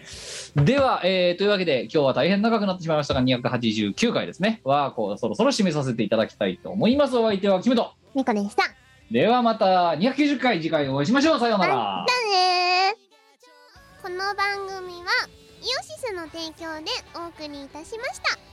Speaker 3: では、えーというわけで今日は大変長くなってしまいましたが289回ですねはこうそろそろ締めさせていただきたいと思いますお相手はキムト
Speaker 1: みこでした。じ
Speaker 3: ではまた290回次回お会いしましょうさようなら、
Speaker 1: ゃあねー。
Speaker 5: この番組はイオシスの提供でお送りいたしました。